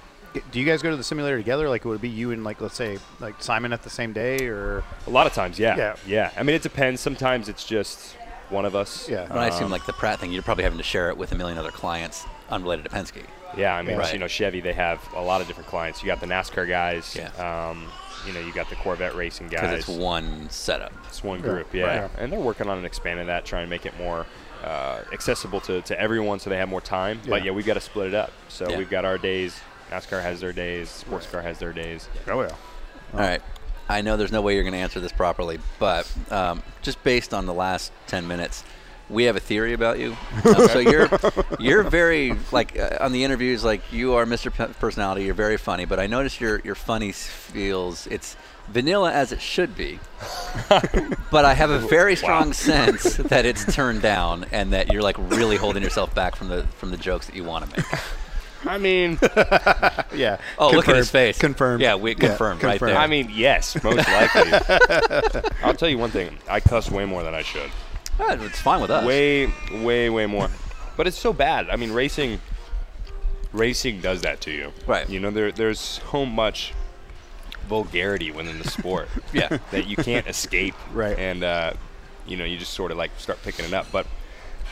Speaker 7: do you guys go to the simulator together? Like would it be you and like let's say like Simon at the same day or
Speaker 3: A lot of times, yeah.
Speaker 7: Yeah.
Speaker 3: I mean, it depends. Sometimes it's just one of us.
Speaker 7: Yeah.
Speaker 1: When I assume
Speaker 3: Um,
Speaker 1: like the Pratt thing, you're probably having to share it with a million other clients unrelated to Penske.
Speaker 3: Yeah, I mean,
Speaker 1: Right.
Speaker 3: you know, Chevy, they have a lot of different clients. You got the NASCAR guys.
Speaker 1: Yeah.
Speaker 3: Um, you know, you got the Corvette racing
Speaker 1: because
Speaker 3: guys.
Speaker 1: it's one setup.
Speaker 3: It's one group, yeah.
Speaker 7: right.
Speaker 3: And they're working on an expanding that, trying to make it more uh, accessible to, to everyone so they have more time. But
Speaker 7: Yeah.
Speaker 3: yeah, we've got to split it up. So
Speaker 1: Yeah.
Speaker 3: we've got our days. NASCAR has their days. Sports car has their days.
Speaker 7: Oh yeah.
Speaker 1: All right. I know there's no way you're going to answer this properly, but um, just based on the last 10 minutes, we have a theory about you. Um, so you're you're very like uh, on the interviews, like you are Mr. Pe- Personality. You're very funny, but I notice your your funny feels it's vanilla as it should be. but I have a very strong sense that it's turned down and that you're like really holding yourself back from the from the jokes that you want to make.
Speaker 3: I mean,
Speaker 7: Yeah.
Speaker 1: Oh, look at his
Speaker 7: Confirmed.
Speaker 1: face.
Speaker 7: Confirmed.
Speaker 1: Yeah, we confirmed, right there.
Speaker 3: I mean, yes, most likely. I'll tell you one thing. I cuss way more than I should.
Speaker 1: Ah, it's fine with us.
Speaker 3: Way, way, way more. But it's so bad. I mean, racing, racing does that to you.
Speaker 1: Right.
Speaker 3: You know, there, there's so much vulgarity within the sport.
Speaker 1: Yeah.
Speaker 3: that you can't escape.
Speaker 7: Right.
Speaker 3: And uh, you know, you just sort of like start picking it up. But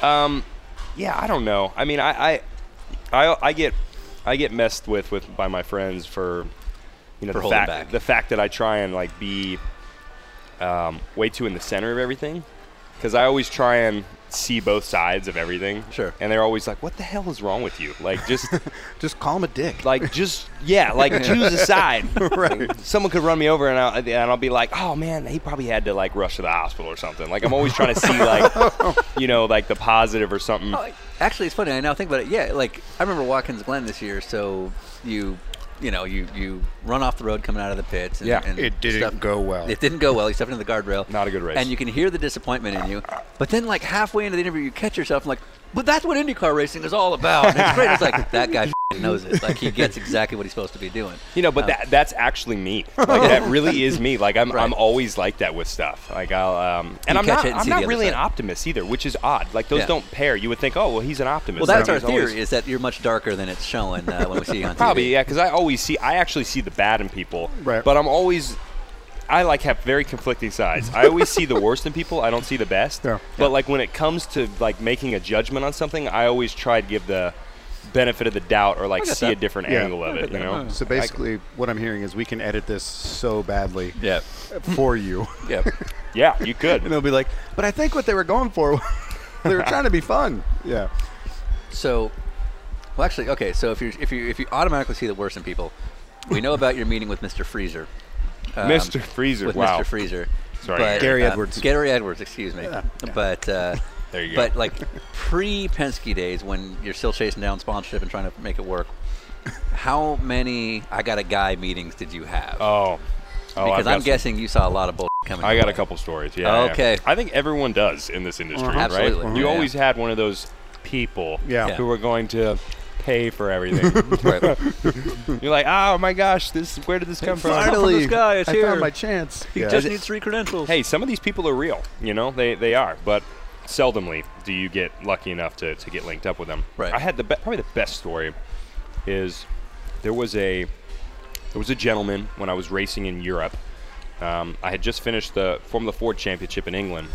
Speaker 3: um, yeah, I don't know. I mean, I, I, I, I get, I get messed with with by my friends for, you know,
Speaker 1: For
Speaker 3: the
Speaker 1: holding
Speaker 3: fact
Speaker 1: back.
Speaker 3: the fact that I try and like be, um, way too in the center of everything, because I always try and see both sides of everything.
Speaker 1: Sure.
Speaker 3: And they're always like, "What the hell is wrong with you?" Like just.
Speaker 7: Just call him a dick.
Speaker 3: like just yeah, like choose a side.
Speaker 7: Right.
Speaker 3: Someone could run me over, and I'll, and I'll be like, oh man, he probably had to like rush to the hospital or something. Like I'm always trying to see like you know like the positive or something.
Speaker 1: Oh, actually, it's funny. I now think about it. Yeah, like I remember Watkins Glen this year. So you, you know, you you run off the road coming out of the pits. And,
Speaker 3: Yeah.
Speaker 1: and
Speaker 7: It didn't
Speaker 1: stuff-
Speaker 7: go well.
Speaker 1: It didn't go well. You stepped into the guardrail.
Speaker 3: Not a good race.
Speaker 1: And you can hear the disappointment in you. But then, like halfway into the interview, you catch yourself and like, but that's what IndyCar racing is all about. And it's great. It's like that guy knows it. Like he gets exactly what he's supposed to be doing.
Speaker 3: You know, but
Speaker 1: Um,
Speaker 3: that that's actually me. Like that really is me. Like I'm I'm always like that with stuff. Like I'll um and
Speaker 1: You
Speaker 3: I'm
Speaker 1: catch
Speaker 3: not
Speaker 1: it and
Speaker 3: I'm
Speaker 1: see the
Speaker 3: not
Speaker 1: other
Speaker 3: really an
Speaker 1: side.
Speaker 3: optimist either, which is odd. Like those
Speaker 1: Yeah.
Speaker 3: don't pair. You would think, oh well, he's an optimist.
Speaker 1: Well, that's
Speaker 3: I
Speaker 1: our
Speaker 3: mean, he's always-
Speaker 1: theory: is that you're much darker than it's showing uh, when we see you on TV.
Speaker 3: Probably, yeah, because I always see, I actually see the bad in people.
Speaker 7: Right.
Speaker 3: But I'm always, I like have very conflicting sides. I always see the worst in people. I don't see the best.
Speaker 7: Yeah.
Speaker 3: But like when it comes to like making a judgment on something, I always try to give the benefit of the doubt or like
Speaker 1: get
Speaker 3: see
Speaker 1: that.
Speaker 3: a different
Speaker 7: Yeah.
Speaker 3: angle of it. You know.
Speaker 7: So basically, what I'm hearing is we can edit this so badly
Speaker 1: Yeah.
Speaker 7: for you,
Speaker 1: Yeah.
Speaker 3: Yeah, you
Speaker 7: and
Speaker 3: could.
Speaker 7: they'll be like, "But I think what they were going for, they were trying to be fun." Yeah.
Speaker 1: So, well, actually, okay. So if you if you if you automatically see the worst in people, we know about your meeting with Mr. Freezer. Um,
Speaker 3: Mr. Freezer,
Speaker 1: With
Speaker 3: wow.
Speaker 1: Mr. Freezer.
Speaker 3: Sorry.
Speaker 1: But,
Speaker 7: Gary
Speaker 1: uh,
Speaker 7: Edwards.
Speaker 1: Gary Edwards, excuse me. But uh,
Speaker 3: There you go.
Speaker 1: But like pre Penske days, when you're still chasing down sponsorship and trying to make it work, how many I got a guy meetings did you have?
Speaker 3: Oh. Oh, I've
Speaker 1: because
Speaker 3: got
Speaker 1: I'm
Speaker 3: some-
Speaker 1: guessing you saw a lot of bull coming.
Speaker 3: I
Speaker 1: your
Speaker 3: got a
Speaker 1: way.
Speaker 3: couple stories. Yeah. yeah.
Speaker 1: Okay.
Speaker 3: I think everyone does in this industry, right?
Speaker 1: Absolutely. Mhm.
Speaker 3: You
Speaker 1: Yeah.
Speaker 3: always had one of those people
Speaker 7: Yeah.
Speaker 1: Yeah.
Speaker 3: who are going to pay for everything.
Speaker 1: Right.
Speaker 3: You're like, oh my gosh, this where did this come from?
Speaker 7: Finally,
Speaker 1: sky, it's
Speaker 7: I
Speaker 1: here.
Speaker 7: found my chance.
Speaker 1: He
Speaker 7: Yeah.
Speaker 1: just needs three credentials.
Speaker 3: Hey, some of these people are real. You know, they they are, but seldomly do you get lucky enough to, to get linked up with them.
Speaker 1: Right.
Speaker 3: I had the be- probably the best story is there was a there was a gentleman when I was racing in Europe. Um, I had just finished the Formula Ford Championship in England,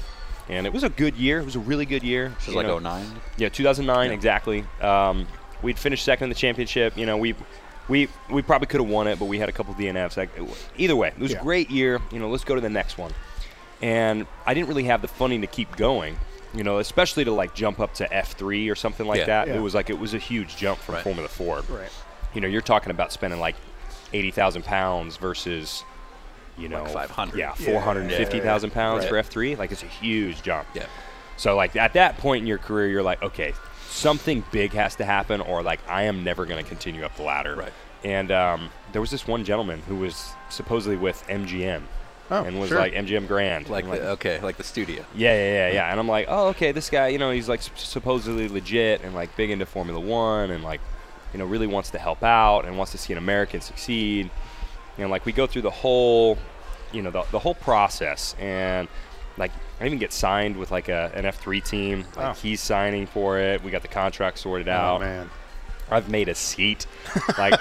Speaker 3: and it was a good year. It was a really good year.
Speaker 1: This is
Speaker 3: you
Speaker 1: like
Speaker 3: know.
Speaker 1: 09.
Speaker 3: Yeah, 2009 exactly. Um, we'd finished second in the championship. You know, we we we probably could have won it, but we had a couple DNFs. Like, either way, it was
Speaker 7: Yeah.
Speaker 3: a great year. You know, let's go to the next one. And I didn't really have the funding to keep going. You know, especially to like jump up to F3 or something like
Speaker 1: Yeah.
Speaker 3: that.
Speaker 7: Yeah.
Speaker 3: It was like it was a huge jump from
Speaker 1: Right.
Speaker 3: Formula Ford.
Speaker 7: Right.
Speaker 3: You know, you're talking about spending like eighty thousand pounds versus you know
Speaker 1: 500.
Speaker 3: Yeah,
Speaker 1: Yeah,
Speaker 3: four hundred and fifty thousand pounds
Speaker 1: Right.
Speaker 3: for F three. Like it's a huge jump.
Speaker 1: Yeah.
Speaker 3: So like at that point in your career, you're like, okay, something big has to happen, or like I am never going to continue up the ladder.
Speaker 1: Right.
Speaker 3: And um, there was this one gentleman who was supposedly with MGM,
Speaker 7: Oh,
Speaker 3: and was
Speaker 7: sure.
Speaker 3: like MGM Grand.
Speaker 1: Like
Speaker 3: I'm
Speaker 1: the, okay, like the studio.
Speaker 3: yeah, yeah, yeah, yeah. And I'm like, oh, okay, this guy, you know, he's like s- supposedly legit and like big into Formula One and like, you know, really wants to help out and wants to see an American succeed. And like, we go through the whole, you know, the, the whole process. And like, I even get signed with like a, an F3 team. Like,
Speaker 7: Oh.
Speaker 3: he's signing for it. We got the contract sorted
Speaker 7: Oh
Speaker 3: out.
Speaker 7: man.
Speaker 3: I've made a seat. Like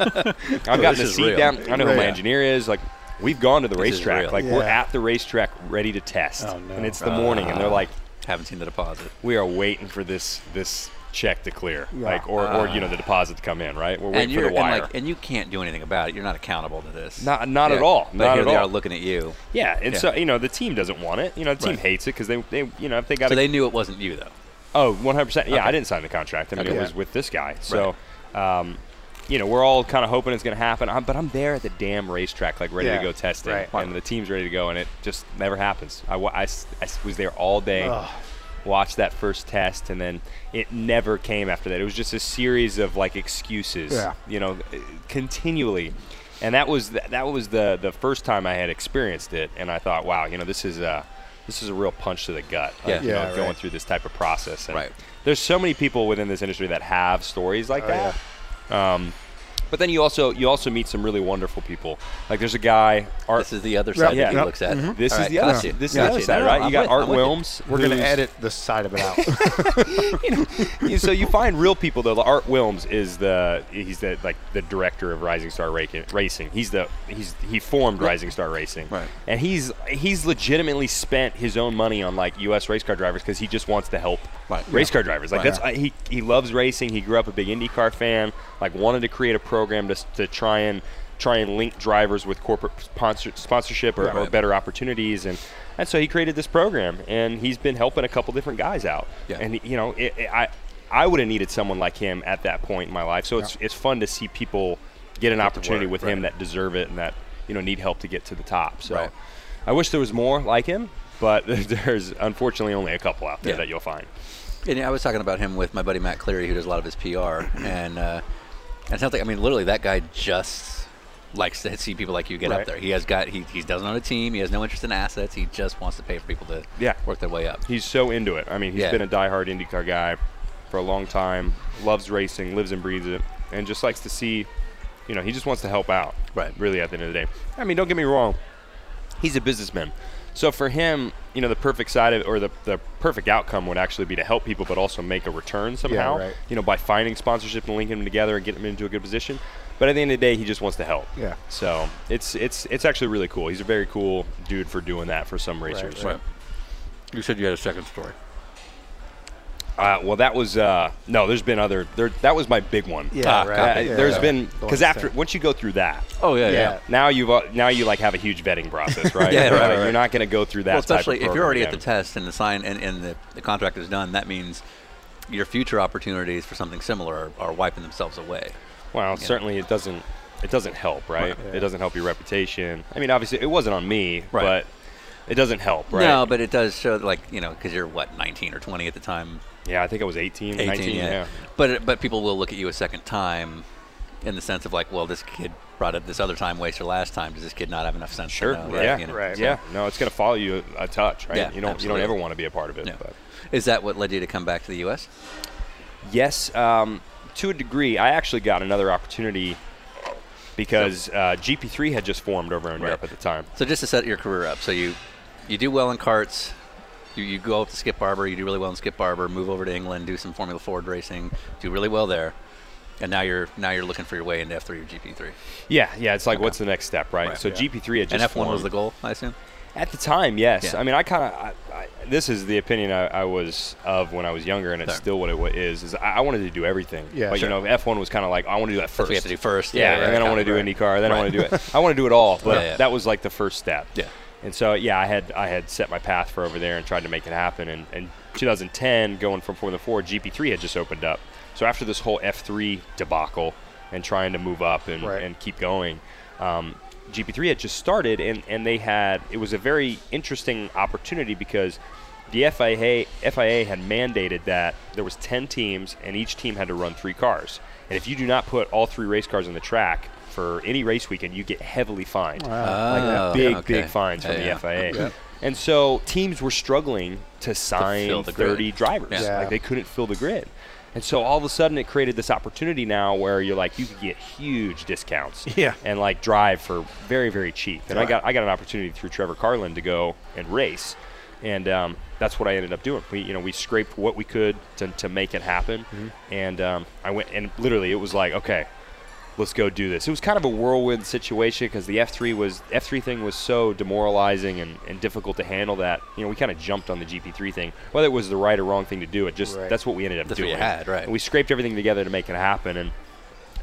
Speaker 3: I've gotten a
Speaker 1: is
Speaker 3: seat
Speaker 1: real.
Speaker 3: down. I know who my
Speaker 7: Right.
Speaker 3: engineer is. Like we've gone to the
Speaker 1: This is real.
Speaker 3: racetrack. Like we're
Speaker 7: Yeah.
Speaker 3: at the racetrack ready to test.
Speaker 7: Oh, no.
Speaker 1: Ah.
Speaker 3: And it's the morning and they're like,
Speaker 1: Haven't seen the deposit.
Speaker 3: We are waiting for this this check to clear, like or, or you know the deposit to come in, right? We're
Speaker 1: Ah. and
Speaker 3: waiting
Speaker 1: you're
Speaker 3: for the
Speaker 1: and
Speaker 3: wire.
Speaker 1: like and you can't do anything about it. You're not accountable to this.
Speaker 3: Not- not at all.
Speaker 1: But
Speaker 3: Not
Speaker 1: here
Speaker 3: at
Speaker 1: they
Speaker 3: all.
Speaker 1: are looking at you.
Speaker 3: yeah, and
Speaker 1: yeah.
Speaker 3: so you know the team doesn't want it. You know the team
Speaker 1: Right.
Speaker 3: hates it because they, they you know if they got
Speaker 1: So
Speaker 3: a
Speaker 1: they knew it wasn't you though.
Speaker 3: Oh, 100%. Yeah, I
Speaker 1: Okay.
Speaker 3: didn't sign the contract. I mean,
Speaker 1: Okay.
Speaker 3: it was with this guy. So, um, you know, we're all kind of hoping it's going to happen. I'm, but I'm there at the damn racetrack, like ready
Speaker 7: Yeah,
Speaker 3: to go testing.
Speaker 7: right.
Speaker 3: And the team's ready to go, and it just never happens. I, wa- I s- I s- was there all day, watched that first test, and then it never came after that. It was just a series of like excuses,
Speaker 7: Yeah.
Speaker 3: you know, uh, continually. And that was th- that was the the first time I had experienced it, and I thought, wow, you know, this is a this is a real punch to the gut. of,
Speaker 1: Yeah.
Speaker 3: you know,
Speaker 7: Yeah,
Speaker 3: going
Speaker 7: right.
Speaker 3: through this type of process. And
Speaker 1: Right. Oh,
Speaker 3: There's so many people within this industry that have stories like that. Um, but then you also you also meet some really wonderful people. Like there's a guy Art.
Speaker 1: This is the other side
Speaker 3: yeah. Mm-hmm.
Speaker 1: that he
Speaker 3: Yep.
Speaker 1: looks at.
Speaker 3: This
Speaker 1: All
Speaker 3: is
Speaker 1: right,
Speaker 3: the other.
Speaker 1: gotcha,
Speaker 3: This is the
Speaker 1: gotcha.
Speaker 3: other side,
Speaker 1: No, no,
Speaker 3: right?
Speaker 1: I'm
Speaker 3: you got
Speaker 1: with-
Speaker 3: Art
Speaker 1: I'm with you.
Speaker 3: Wilms.
Speaker 7: We're going to
Speaker 3: who's-
Speaker 7: edit the side of it out.
Speaker 3: Yeah, so you find real people though. Art Wilms is the he's the like the director of Rising Star Rac- Racing. He's the he's he formed Rising Star Racing,
Speaker 1: Right.
Speaker 3: And he's he's legitimately spent his own money on like U.S. race car drivers because he just wants to help
Speaker 1: Right.
Speaker 3: race car drivers. Like
Speaker 1: Right.
Speaker 3: that's he he loves racing. He grew up a big IndyCar fan. Like wanted to create a program to s- to try and try and link drivers with corporate sponsor, sponsorship or, or
Speaker 1: Right.
Speaker 3: better opportunities and. And so he created this program, and he's been helping a couple different guys out.
Speaker 1: Yeah.
Speaker 3: And you know, it, it, I I would have needed someone like him at that point in my life. So it's it's fun to see people get an opportunity
Speaker 1: work,
Speaker 3: with him that deserve it and that you know need help to get to the top. So
Speaker 1: Right.
Speaker 3: I wish there was more like him, but there's unfortunately only a couple out there
Speaker 1: Yeah.
Speaker 3: that you'll find.
Speaker 1: And I was talking about him with my buddy Matt Cleary, who does a lot of his PR,
Speaker 3: Mm-hmm.
Speaker 1: and uh, and it sounds like I mean literally that guy just likes to see people like you get up
Speaker 7: Right.
Speaker 1: there. He has got he, he doesn't own a team. He has no interest in assets. He just wants to pay for people to
Speaker 3: Yeah.
Speaker 1: work their way up.
Speaker 3: He's so into it. I mean, he's
Speaker 1: Yeah.
Speaker 3: been a diehard IndyCar guy for a long time. Loves racing, lives and breathes it, and just likes to see. You know, he just wants to help out.
Speaker 1: Right.
Speaker 3: Really, at the end of the day. I mean, don't get me wrong. He's a businessman. So for him, you know, the perfect side of, or the, the perfect outcome would actually be to help people, but also make a return somehow.
Speaker 7: right.
Speaker 3: You know, by finding sponsorship and linking them together and getting them into a good position. But at the end of the day, he just wants to help.
Speaker 7: Yeah.
Speaker 3: So it's it's it's actually really cool. He's a very cool dude for doing that for some racers.
Speaker 1: You said you had a second story.
Speaker 3: Uh, well, that was uh, no. There's been other. There, that was my big one.
Speaker 7: Yeah,
Speaker 1: Ah,
Speaker 7: right.
Speaker 1: God.
Speaker 3: Uh,
Speaker 7: Yeah,
Speaker 3: there's
Speaker 7: yeah.
Speaker 3: been
Speaker 7: The
Speaker 3: because
Speaker 7: last
Speaker 3: after
Speaker 7: thing.
Speaker 3: once you go through that,
Speaker 1: Oh yeah, yeah.
Speaker 7: Yeah.
Speaker 3: now you've uh, now you like have a huge vetting process, right?
Speaker 1: Yeah, right, right.
Speaker 3: You're not going to go through that.
Speaker 1: Well,
Speaker 3: type of
Speaker 1: especially if you're
Speaker 3: program
Speaker 1: already at the
Speaker 3: again.
Speaker 1: test and the sign and, and the, the contract is done, that means your future opportunities for something similar are, are wiping themselves away.
Speaker 3: Well, certainly it doesn't. It doesn't help, right? It doesn't help your reputation. I mean, obviously it wasn't on me,
Speaker 1: Right.
Speaker 3: but it doesn't help, right?
Speaker 1: No, but it does show, like you know, because you're what 19 or 20 at the time,
Speaker 3: yeah, I think I was 18,
Speaker 1: 18,
Speaker 3: 19.
Speaker 1: yeah.
Speaker 3: yeah.
Speaker 1: But it- but people will look at you a second time, in the sense of like, well, this kid brought up this other time waster last time. Does this kid not have enough sense? to
Speaker 3: Sure.
Speaker 1: know,
Speaker 3: yeah.
Speaker 1: You know,
Speaker 7: Right.
Speaker 1: so-
Speaker 3: Yeah. No, it's going to follow you a touch, right?
Speaker 1: Yeah,
Speaker 3: you don't. You
Speaker 1: absolutely.
Speaker 3: don't ever want to be a part of it.
Speaker 1: yeah.
Speaker 3: But.
Speaker 1: Is that what led you to come back to the U.S.?
Speaker 3: Yes, um, to a degree. I actually got another opportunity because uh, GP3 had just formed over in Europe at the time.
Speaker 1: So just to set your career up, so you you do well in carts, you, you go up to Skip Barber, you do really well in Skip Barber, move over to England, do some Formula Ford racing, do really well there, and now you're now you're looking for your way into F3 or GP3.
Speaker 3: Yeah, yeah. It's like, what's the next step, right? so
Speaker 7: Yeah.
Speaker 3: GP3 had just
Speaker 1: And F1
Speaker 3: formed.
Speaker 1: was the goal, I assume.
Speaker 3: At the time, yes.
Speaker 1: Yeah.
Speaker 3: I mean, I kind of. I, I, this is the opinion I, I was of when I was younger, and it's
Speaker 1: Sure.
Speaker 3: still what it wa- is. Is I, I wanted to do everything.
Speaker 7: Yeah,
Speaker 3: But
Speaker 7: sure.
Speaker 3: you know, F1 was kind of like I want to do that first.
Speaker 1: what you have to do first.
Speaker 3: Yeah.
Speaker 1: Yeah,
Speaker 3: and
Speaker 1: right,
Speaker 3: then I
Speaker 1: got
Speaker 3: want to
Speaker 1: it,
Speaker 3: do
Speaker 1: right.
Speaker 3: IndyCar. Then I
Speaker 1: Right.
Speaker 3: want to do it. I want to do it all. But
Speaker 1: Yeah, yeah.
Speaker 3: that was like the first step.
Speaker 1: Yeah.
Speaker 3: And so yeah, I had I had set my path for over there and tried to make it happen. And, and 2010, going from Formula Four, GP3 had just opened up. So after this whole F3 debacle and trying to move up and,
Speaker 7: Right.
Speaker 3: and keep going, um, GP3 had just started, and, and they had it was a very interesting opportunity because the FIA FIA had mandated that there was 10 teams and each team had to run three cars. And if you do not put all three race cars on the track for any race weekend, you get heavily fined like
Speaker 1: Oh,
Speaker 3: big,
Speaker 1: okay.
Speaker 3: big fines from
Speaker 1: Yeah.
Speaker 3: the FIA. And so teams were struggling to sign
Speaker 1: fill the grid.
Speaker 3: 30 drivers.
Speaker 1: Yeah.
Speaker 3: Like they couldn't fill the grid. And so all of a sudden it created this opportunity now where you're like you could get huge discounts
Speaker 7: Yeah.
Speaker 3: and like drive for very very cheap. And I got I got an opportunity through Trevor Carlin to go and race. And um, that's what I ended up doing. We, you know, we scraped what
Speaker 1: Mm-hmm.
Speaker 3: we could to, to make it happen, and um, I went and literally it was like, okay, let's go do this. It was kind of a whirlwind situation because the F3 was F3 thing was so demoralizing and, and difficult to handle that you know we kind of jumped on the GP3 thing, whether it was the right or wrong thing to do. It just
Speaker 7: Right.
Speaker 3: that's what we ended up
Speaker 1: That's what
Speaker 3: doing.
Speaker 1: you had, right.
Speaker 3: And we scraped everything together to make it happen, and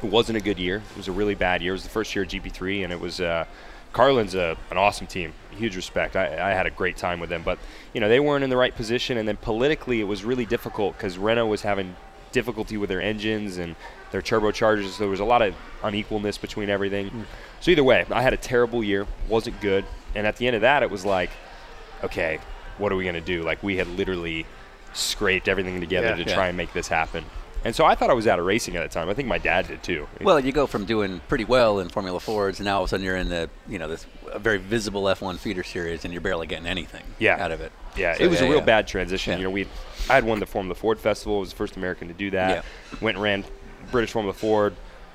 Speaker 3: it wasn't a good year. It was a really bad year. It was the first year of GP3, and it was uh, Carlin's a, an awesome team. Huge respect. I, I had a great time with them, but you know they weren't in the right position, and then politically it was really difficult because Renault was having difficulty with their engines and their turbochargers. There was a lot of unequalness between everything. So either way, I had a terrible year. wasn't good, and at the end of that, it was like, okay, what are we gonna do? Like we had literally scraped everything together
Speaker 7: Yeah.
Speaker 3: to
Speaker 1: Yeah.
Speaker 3: try and make this happen. And so I thought I was out of racing at the time. I think my dad did too.
Speaker 1: Well, you go from doing pretty well in Formula Fords, and now all of a sudden you're in the you know this a very visible F1 feeder series, and you're barely getting anything
Speaker 3: Yeah.
Speaker 1: out of it.
Speaker 3: Yeah,
Speaker 1: So,
Speaker 3: it was
Speaker 1: yeah,
Speaker 3: a real
Speaker 1: yeah.
Speaker 3: bad transition.
Speaker 1: Yeah.
Speaker 3: You know, we I had won the Formula Ford Festival. I was the first American to do that. Went and ran British Formula Ford.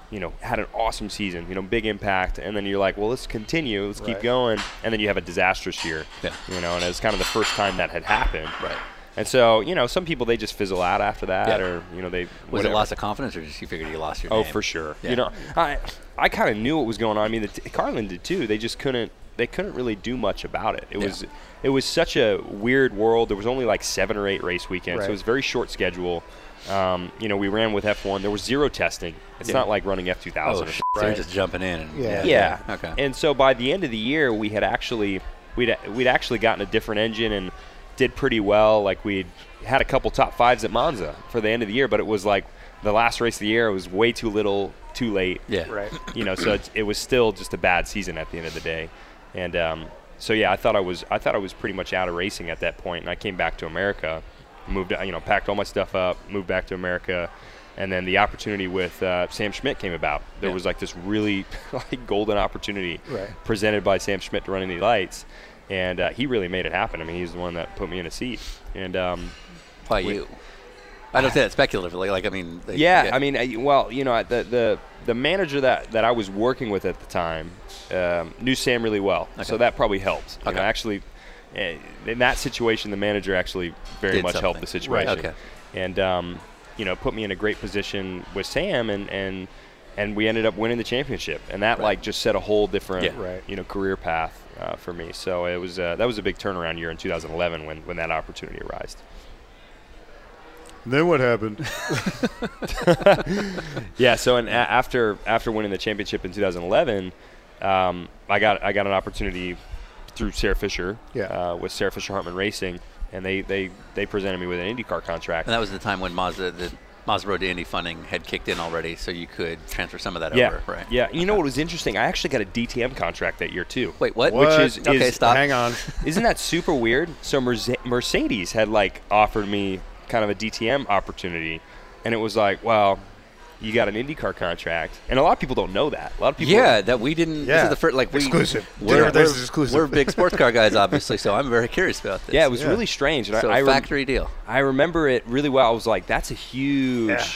Speaker 3: You know, had an awesome season. You know, big impact. And then you're like, well, let's continue. Let's keep
Speaker 7: Right.
Speaker 3: going. And then you have a disastrous year.
Speaker 1: Yeah.
Speaker 3: You know, and it was kind of the first time that had happened.
Speaker 1: Right.
Speaker 3: And so you know, some people they just fizzle out after that,
Speaker 1: Yeah.
Speaker 3: or you know, they
Speaker 1: Was
Speaker 3: whatever.
Speaker 1: it loss of confidence, or just you figured you lost your?
Speaker 3: Oh,
Speaker 1: name?
Speaker 3: for sure.
Speaker 1: Yeah.
Speaker 3: You know, I I kind of knew what was going on. I mean, the t- Carlin did too. They just couldn't they couldn't really do much about it. It
Speaker 1: Yeah.
Speaker 3: was it was such a weird world. There was only like seven or eight race weekends, so
Speaker 7: Right.
Speaker 3: it was very short schedule. Um, you know, we ran with F1. There was zero testing. It's
Speaker 1: Yeah.
Speaker 3: not like running F2000.
Speaker 1: Oh,
Speaker 3: or
Speaker 1: sh-
Speaker 3: something.
Speaker 1: so you're just jumping in. And,
Speaker 7: Yeah.
Speaker 3: Yeah.
Speaker 1: Okay.
Speaker 3: And so by the end of the year, we had actually we'd we'd actually gotten a different engine and did pretty well. Like we had a couple top fives at Monza for the end of the year, but it was like the last race of the year. It was way too little, too late.
Speaker 1: yeah.
Speaker 7: Right.
Speaker 3: You know, so it, it was still just a bad season at the end of the day, and um, so yeah, I thought I was I thought I was pretty much out of racing at that point, and I came back to America, moved you know packed all my stuff up, moved back to America, and then the opportunity with uh, Sam Schmidt came about. There
Speaker 1: Yeah.
Speaker 3: was like this really like golden opportunity
Speaker 7: Right.
Speaker 3: presented by Sam Schmidt to run Indy Lights, and uh, he really made it happen. I mean, he's the one that put me in a seat, and um,
Speaker 1: Why you? I don't say that speculatively. Like I mean. They,
Speaker 3: yeah, I mean, I, well, you know, I- the the the manager that that I was working with at the time um, knew Sam really well, so
Speaker 1: Okay.
Speaker 3: that probably helped. You know,
Speaker 1: Okay.
Speaker 3: actually, eh, in that situation, the manager actually very
Speaker 1: Did
Speaker 3: much helped
Speaker 1: something.
Speaker 3: the
Speaker 1: Right.
Speaker 3: situation,
Speaker 1: Okay.
Speaker 3: and um, you know, put me in a great position with Sam, and and and we ended up winning the championship, and that like just set a whole different
Speaker 1: Yeah.
Speaker 7: Right.
Speaker 3: you know career path. Uh, for me, so it was uh, that was a big turnaround year in 2011 when, when that opportunity arose.
Speaker 7: Then what happened?
Speaker 3: Yeah. So and a- after after winning the championship in 2011, um, I got I got an opportunity through Sarah Fisher.
Speaker 7: Yeah.
Speaker 3: Uh, with Sarah Fisher Hartman Racing, and they they they presented me with an IndyCar contract.
Speaker 1: And that was the time when Mazda the Mazda Road to Indy funding had kicked in already, so you could transfer some of that
Speaker 3: yeah.
Speaker 1: over. Right.
Speaker 3: Yeah. You know what was interesting? I actually got a DTM contract that year too.
Speaker 1: Wait, what?
Speaker 7: What?
Speaker 3: Which is, is
Speaker 1: Okay, stop.
Speaker 7: Hang on.
Speaker 3: Isn't that super weird? So Merce- Mercedes had like offered me kind of a DTM opportunity, and it was like, well, you got an IndyCar contract, and a lot of people don't know that. A lot of people,
Speaker 1: Yeah, that we didn't. This
Speaker 7: Yeah.
Speaker 1: is the first like we,
Speaker 7: Exclusive.
Speaker 1: We're,
Speaker 7: Dinner, this
Speaker 1: we're-
Speaker 7: is exclusive.
Speaker 1: we're big sports car guys, obviously, so I'm very curious about this.
Speaker 3: Yeah, it was
Speaker 7: Yeah.
Speaker 3: really strange. And I-
Speaker 1: so
Speaker 3: I, rem-
Speaker 1: factory deal.
Speaker 3: I remember it really well. I was like, that's a huge.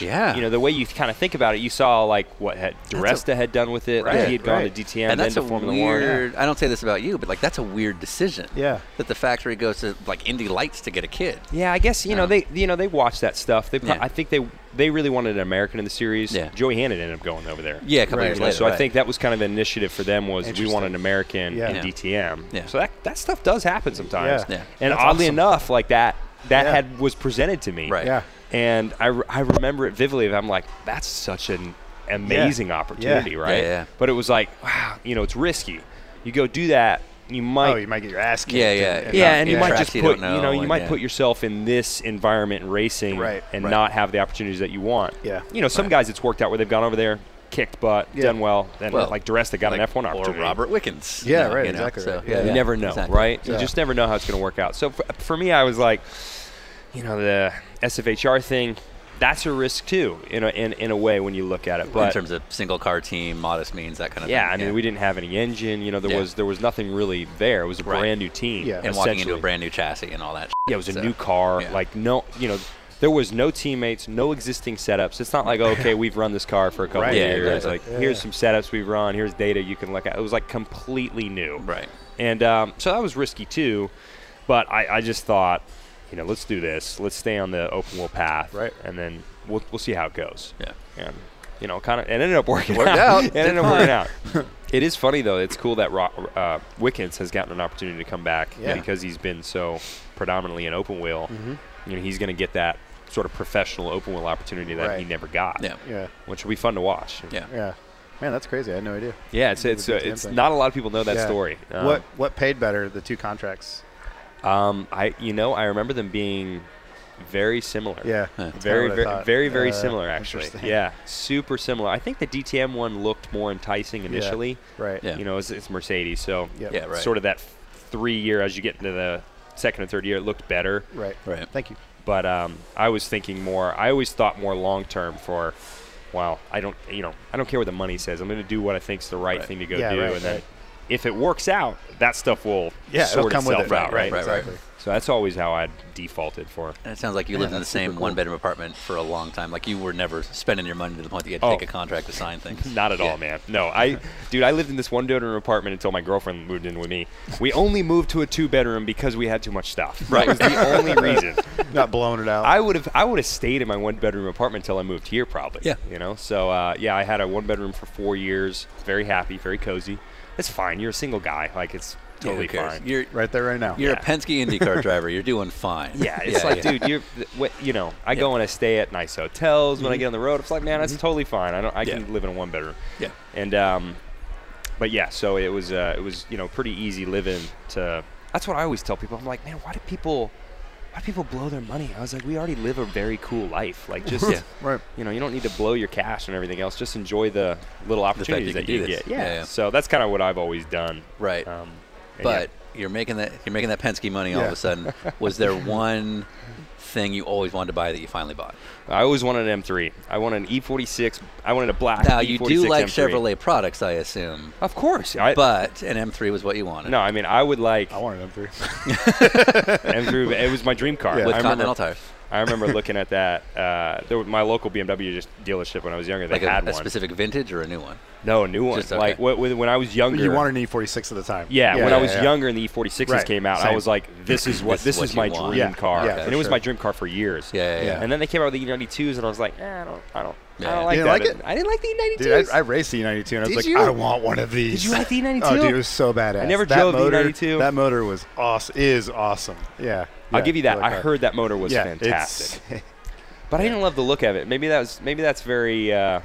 Speaker 1: Yeah. Yeah.
Speaker 3: You know, the way you kind of think about it, you saw like what had Duresta had done with it. Like
Speaker 7: Right,
Speaker 3: he had gone
Speaker 7: right.
Speaker 3: to DTM,
Speaker 1: and
Speaker 3: then
Speaker 1: that's
Speaker 3: to
Speaker 1: a
Speaker 3: Formula One.
Speaker 1: weird. I don't say this about you, but like that's a weird decision.
Speaker 7: Yeah.
Speaker 1: That the factory goes to like Indy Lights to get a kid.
Speaker 3: Yeah, I guess you know
Speaker 1: Yeah.
Speaker 3: they you know they watched that stuff. They pro-
Speaker 1: Yeah.
Speaker 3: I think they they really wanted an American in the series.
Speaker 1: Yeah.
Speaker 3: Joey Hannon ended up going over there.
Speaker 1: Yeah, a couple
Speaker 7: Right.
Speaker 1: years
Speaker 3: You know,
Speaker 1: later.
Speaker 3: so I
Speaker 1: right.
Speaker 3: think that was kind of an initiative for them was we want
Speaker 7: Interesting.
Speaker 3: an American
Speaker 7: Yeah.
Speaker 3: in
Speaker 1: Yeah.
Speaker 3: DTM.
Speaker 1: Yeah.
Speaker 3: So that that stuff does happen sometimes.
Speaker 7: Yeah.
Speaker 1: Yeah.
Speaker 3: And
Speaker 7: That's
Speaker 3: oddly
Speaker 7: awesome.
Speaker 3: enough, like that that
Speaker 7: Yeah.
Speaker 3: had was presented to me.
Speaker 1: Right.
Speaker 7: Yeah.
Speaker 3: And I, re- I remember it vividly. I'm like, that's such an amazing opportunity, right?
Speaker 1: Yeah, yeah.
Speaker 3: But it was like, wow, you know, it's risky. You go do that, you might.
Speaker 7: Oh, you might get your ass kicked.
Speaker 1: Yeah,
Speaker 7: and-
Speaker 1: yeah.
Speaker 7: and
Speaker 3: yeah,
Speaker 7: not-
Speaker 3: and you
Speaker 1: Yeah.
Speaker 3: might
Speaker 1: Tracks
Speaker 3: just
Speaker 1: you
Speaker 3: put, you,
Speaker 1: don't
Speaker 3: know,
Speaker 1: know,
Speaker 3: you
Speaker 1: and
Speaker 3: might
Speaker 1: yeah.
Speaker 3: put yourself in this environment in racing
Speaker 7: Right,
Speaker 3: and
Speaker 7: right.
Speaker 3: not have the opportunities that you want.
Speaker 7: Yeah.
Speaker 3: You know, some guys it's worked out where they've gone over there, kicked butt,
Speaker 7: Yeah.
Speaker 3: done well, and
Speaker 1: Well,
Speaker 3: like Duresta got
Speaker 1: Like,
Speaker 3: an F1
Speaker 1: or
Speaker 3: opportunity.
Speaker 1: Robert Wickens.
Speaker 7: Yeah,
Speaker 1: you know,
Speaker 7: right,
Speaker 1: you know,
Speaker 7: exactly
Speaker 1: So,
Speaker 7: right.
Speaker 1: yeah,
Speaker 7: Yeah,
Speaker 3: You
Speaker 1: yeah,
Speaker 3: never know,
Speaker 1: exactly.
Speaker 3: right? You
Speaker 7: Yeah.
Speaker 3: just never know how it's going to work out. So for, for me, I was like, you know, the SFHR thing, that's a risk too, in a, in, in a way when you look at it.
Speaker 1: in
Speaker 3: But
Speaker 1: terms of single car team, modest means, that kind of
Speaker 3: yeah, I
Speaker 1: thing.
Speaker 3: mean, we didn't have any engine. You know, there
Speaker 1: Yeah.
Speaker 3: was there was nothing really there. It was a
Speaker 1: Right.
Speaker 3: brand new team.
Speaker 7: Yeah.
Speaker 1: and walking into a
Speaker 3: essentially.
Speaker 1: brand new chassis and all that.
Speaker 3: Yeah, it was a
Speaker 1: so,
Speaker 3: new car.
Speaker 1: yeah.
Speaker 3: Like no, you know, there was no teammates, no existing setups. It's not like oh, okay, we've run this car for a couple
Speaker 7: Right.
Speaker 3: of
Speaker 1: Yeah,
Speaker 3: years.
Speaker 1: exactly.
Speaker 3: Like here's some setups we've run. Here's data you can look at. It was like completely new.
Speaker 1: Right.
Speaker 3: And um, so that was risky too, but I, I just thought, you know, let's do this. Let's stay on the open wheel path.
Speaker 7: Right.
Speaker 3: And then we'll we'll see how it goes.
Speaker 1: Yeah.
Speaker 3: And you know, kind of, it ended up working
Speaker 1: Worked out.
Speaker 3: out. it ended
Speaker 1: Did
Speaker 3: up working out. It is funny though. It's cool that Ro- uh, Wickens has gotten an opportunity to come back
Speaker 7: Yeah.
Speaker 3: because he's been so predominantly an open wheel. You know, he's going to get that sort of professional open wheel opportunity that he
Speaker 7: Right.
Speaker 3: never got.
Speaker 1: Yeah.
Speaker 7: Yeah.
Speaker 3: which will be fun to watch.
Speaker 1: Yeah.
Speaker 7: Yeah. Man, that's crazy. I had no idea.
Speaker 3: Yeah, it's it's,
Speaker 7: a
Speaker 3: uh,
Speaker 7: good
Speaker 3: it's
Speaker 7: template.
Speaker 3: not a lot of people know that
Speaker 7: Yeah.
Speaker 3: story. Um,
Speaker 7: what what paid better, the two contracts?
Speaker 3: Um, I you know I remember them being very similar.
Speaker 7: Yeah.
Speaker 1: Huh.
Speaker 7: that's kinda
Speaker 3: Very,
Speaker 7: what I
Speaker 3: very,
Speaker 7: thought.
Speaker 3: very, very
Speaker 7: Uh,
Speaker 3: similar, actually.
Speaker 7: interesting.
Speaker 3: Yeah, super similar. I think the DTM one looked more enticing initially.
Speaker 7: Right.
Speaker 1: Yeah.
Speaker 3: You know, it's, it's Mercedes, so
Speaker 7: Yep.
Speaker 1: Yeah, right.
Speaker 3: sort of that three year as you get into the second and third year, it looked better.
Speaker 7: Right.
Speaker 1: Right.
Speaker 7: Thank you.
Speaker 3: But um, I was thinking more. I always thought more long term for, well, I don't, you know, I don't care what the money says. I'm going to do what I think's the right,
Speaker 1: Right.
Speaker 3: thing to go
Speaker 7: Yeah,
Speaker 3: do,
Speaker 7: right,
Speaker 3: and then
Speaker 7: right.
Speaker 3: if it works out, that stuff will
Speaker 7: Yeah, it'll
Speaker 3: sort
Speaker 7: come with
Speaker 3: itself
Speaker 7: it,
Speaker 3: out,
Speaker 1: right,
Speaker 3: right?
Speaker 1: right.
Speaker 7: Exactly.
Speaker 3: So that's always how I defaulted for.
Speaker 1: And it sounds like you lived in the same one bedroom apartment for a long time. Like you were never spending your money to the point that you had to
Speaker 3: Oh.
Speaker 1: take a contract to sign things.
Speaker 3: Not at all, man. No, I, dude, I lived in this one bedroom apartment until my girlfriend moved in with me. We only moved to a two bedroom because we had too much stuff.
Speaker 1: Right.
Speaker 3: That was the only reason.
Speaker 7: Not blowing it out.
Speaker 3: I would have, I would have stayed in my one bedroom apartment until I moved here, probably.
Speaker 1: Yeah.
Speaker 3: You know, so uh, yeah, I had a one bedroom for four years. Very happy, very cozy. It's fine. You're a single guy. Like it's
Speaker 1: Yeah, who
Speaker 3: totally
Speaker 1: cares?
Speaker 3: fine.
Speaker 1: You're
Speaker 7: right there, right now.
Speaker 1: you're
Speaker 3: Yeah.
Speaker 1: a Penske IndyCar driver. You're doing fine.
Speaker 3: Yeah, it's like, dude, you're, th- what, you know, I go and I stay at nice hotels when I get on the road. It's like, man, that's totally fine. I don't, I
Speaker 1: Mm-hmm. Yeah.
Speaker 3: can live in a one bedroom.
Speaker 1: Yeah.
Speaker 3: And um, but yeah, so it was, uh, it was, you know, pretty easy living. To that's what I always tell people. I'm like, man, why do people, why do people blow their money? I was like, we already live a very cool life. Like, just,
Speaker 1: Yeah.
Speaker 7: Right.
Speaker 3: you know, you don't need to blow your cash and everything else. Just enjoy the little
Speaker 1: fact
Speaker 3: opportunities
Speaker 1: you
Speaker 3: that
Speaker 1: can
Speaker 3: you
Speaker 1: do this.
Speaker 3: get. Yeah.
Speaker 1: Yeah, yeah.
Speaker 3: So that's kind of what I've always done.
Speaker 1: Right.
Speaker 3: Um, and yeah.
Speaker 1: but you're making that you're making that Penske money all of
Speaker 7: Yeah.
Speaker 1: a sudden. Was there one thing you always wanted to buy that you finally bought?
Speaker 3: I always wanted an M3. I wanted an E46. I wanted a black. E
Speaker 1: Now
Speaker 3: E46
Speaker 1: you do like
Speaker 3: M3.
Speaker 1: Chevrolet products, I assume,
Speaker 3: Of course. I,
Speaker 1: but an M3 was what you wanted.
Speaker 3: no, I mean I would like
Speaker 7: I wanted them three.
Speaker 3: M3. It was my dream car.
Speaker 7: Yeah.
Speaker 1: with
Speaker 3: I,
Speaker 1: Continental
Speaker 3: remember,
Speaker 1: tires,
Speaker 3: I remember looking at that. Uh, there was my local BMW just dealership when I was younger. They
Speaker 1: like a,
Speaker 3: had
Speaker 1: a
Speaker 3: one.
Speaker 1: specific vintage or a new one.
Speaker 3: no, a new one.
Speaker 1: Just- okay.
Speaker 3: Like wh- wh- when I was younger.
Speaker 7: you wanted an E46 at the time.
Speaker 3: Yeah, when I was
Speaker 7: yeah.
Speaker 3: younger and the E46s
Speaker 7: Right,
Speaker 3: came out, I
Speaker 7: same.
Speaker 3: was like, "This is what
Speaker 1: This
Speaker 3: this,
Speaker 1: is what
Speaker 3: is
Speaker 1: you
Speaker 3: my
Speaker 1: want.
Speaker 3: dream
Speaker 7: Yeah,
Speaker 3: car,"
Speaker 7: yeah,
Speaker 3: and
Speaker 7: for
Speaker 3: it was my
Speaker 7: sure.
Speaker 3: dream car for years.
Speaker 1: Yeah, yeah, yeah.
Speaker 3: And then they came out with the E92s, and I was like, eh, "I don't, I don't,
Speaker 1: Yeah.
Speaker 3: I don't
Speaker 1: You
Speaker 3: like that."
Speaker 7: didn't like it?
Speaker 3: I didn't like the E E92s.
Speaker 7: Dude, I, I raced the E92 and I was
Speaker 3: Did
Speaker 7: like,
Speaker 3: you?
Speaker 7: I want one of these.
Speaker 3: Did you like the E92?
Speaker 7: Oh, dude, it was so badass.
Speaker 3: I never
Speaker 7: that
Speaker 3: drove the
Speaker 7: motor,
Speaker 3: E92.
Speaker 7: That motor was awesome. Is awesome. Yeah.
Speaker 3: I'll
Speaker 7: Yeah,
Speaker 3: give you that.
Speaker 7: really
Speaker 3: I
Speaker 7: car.
Speaker 3: heard that motor was
Speaker 7: yeah,
Speaker 3: fantastic,
Speaker 7: It's,
Speaker 3: but I didn't love the look of it. Maybe that was maybe that's very uh,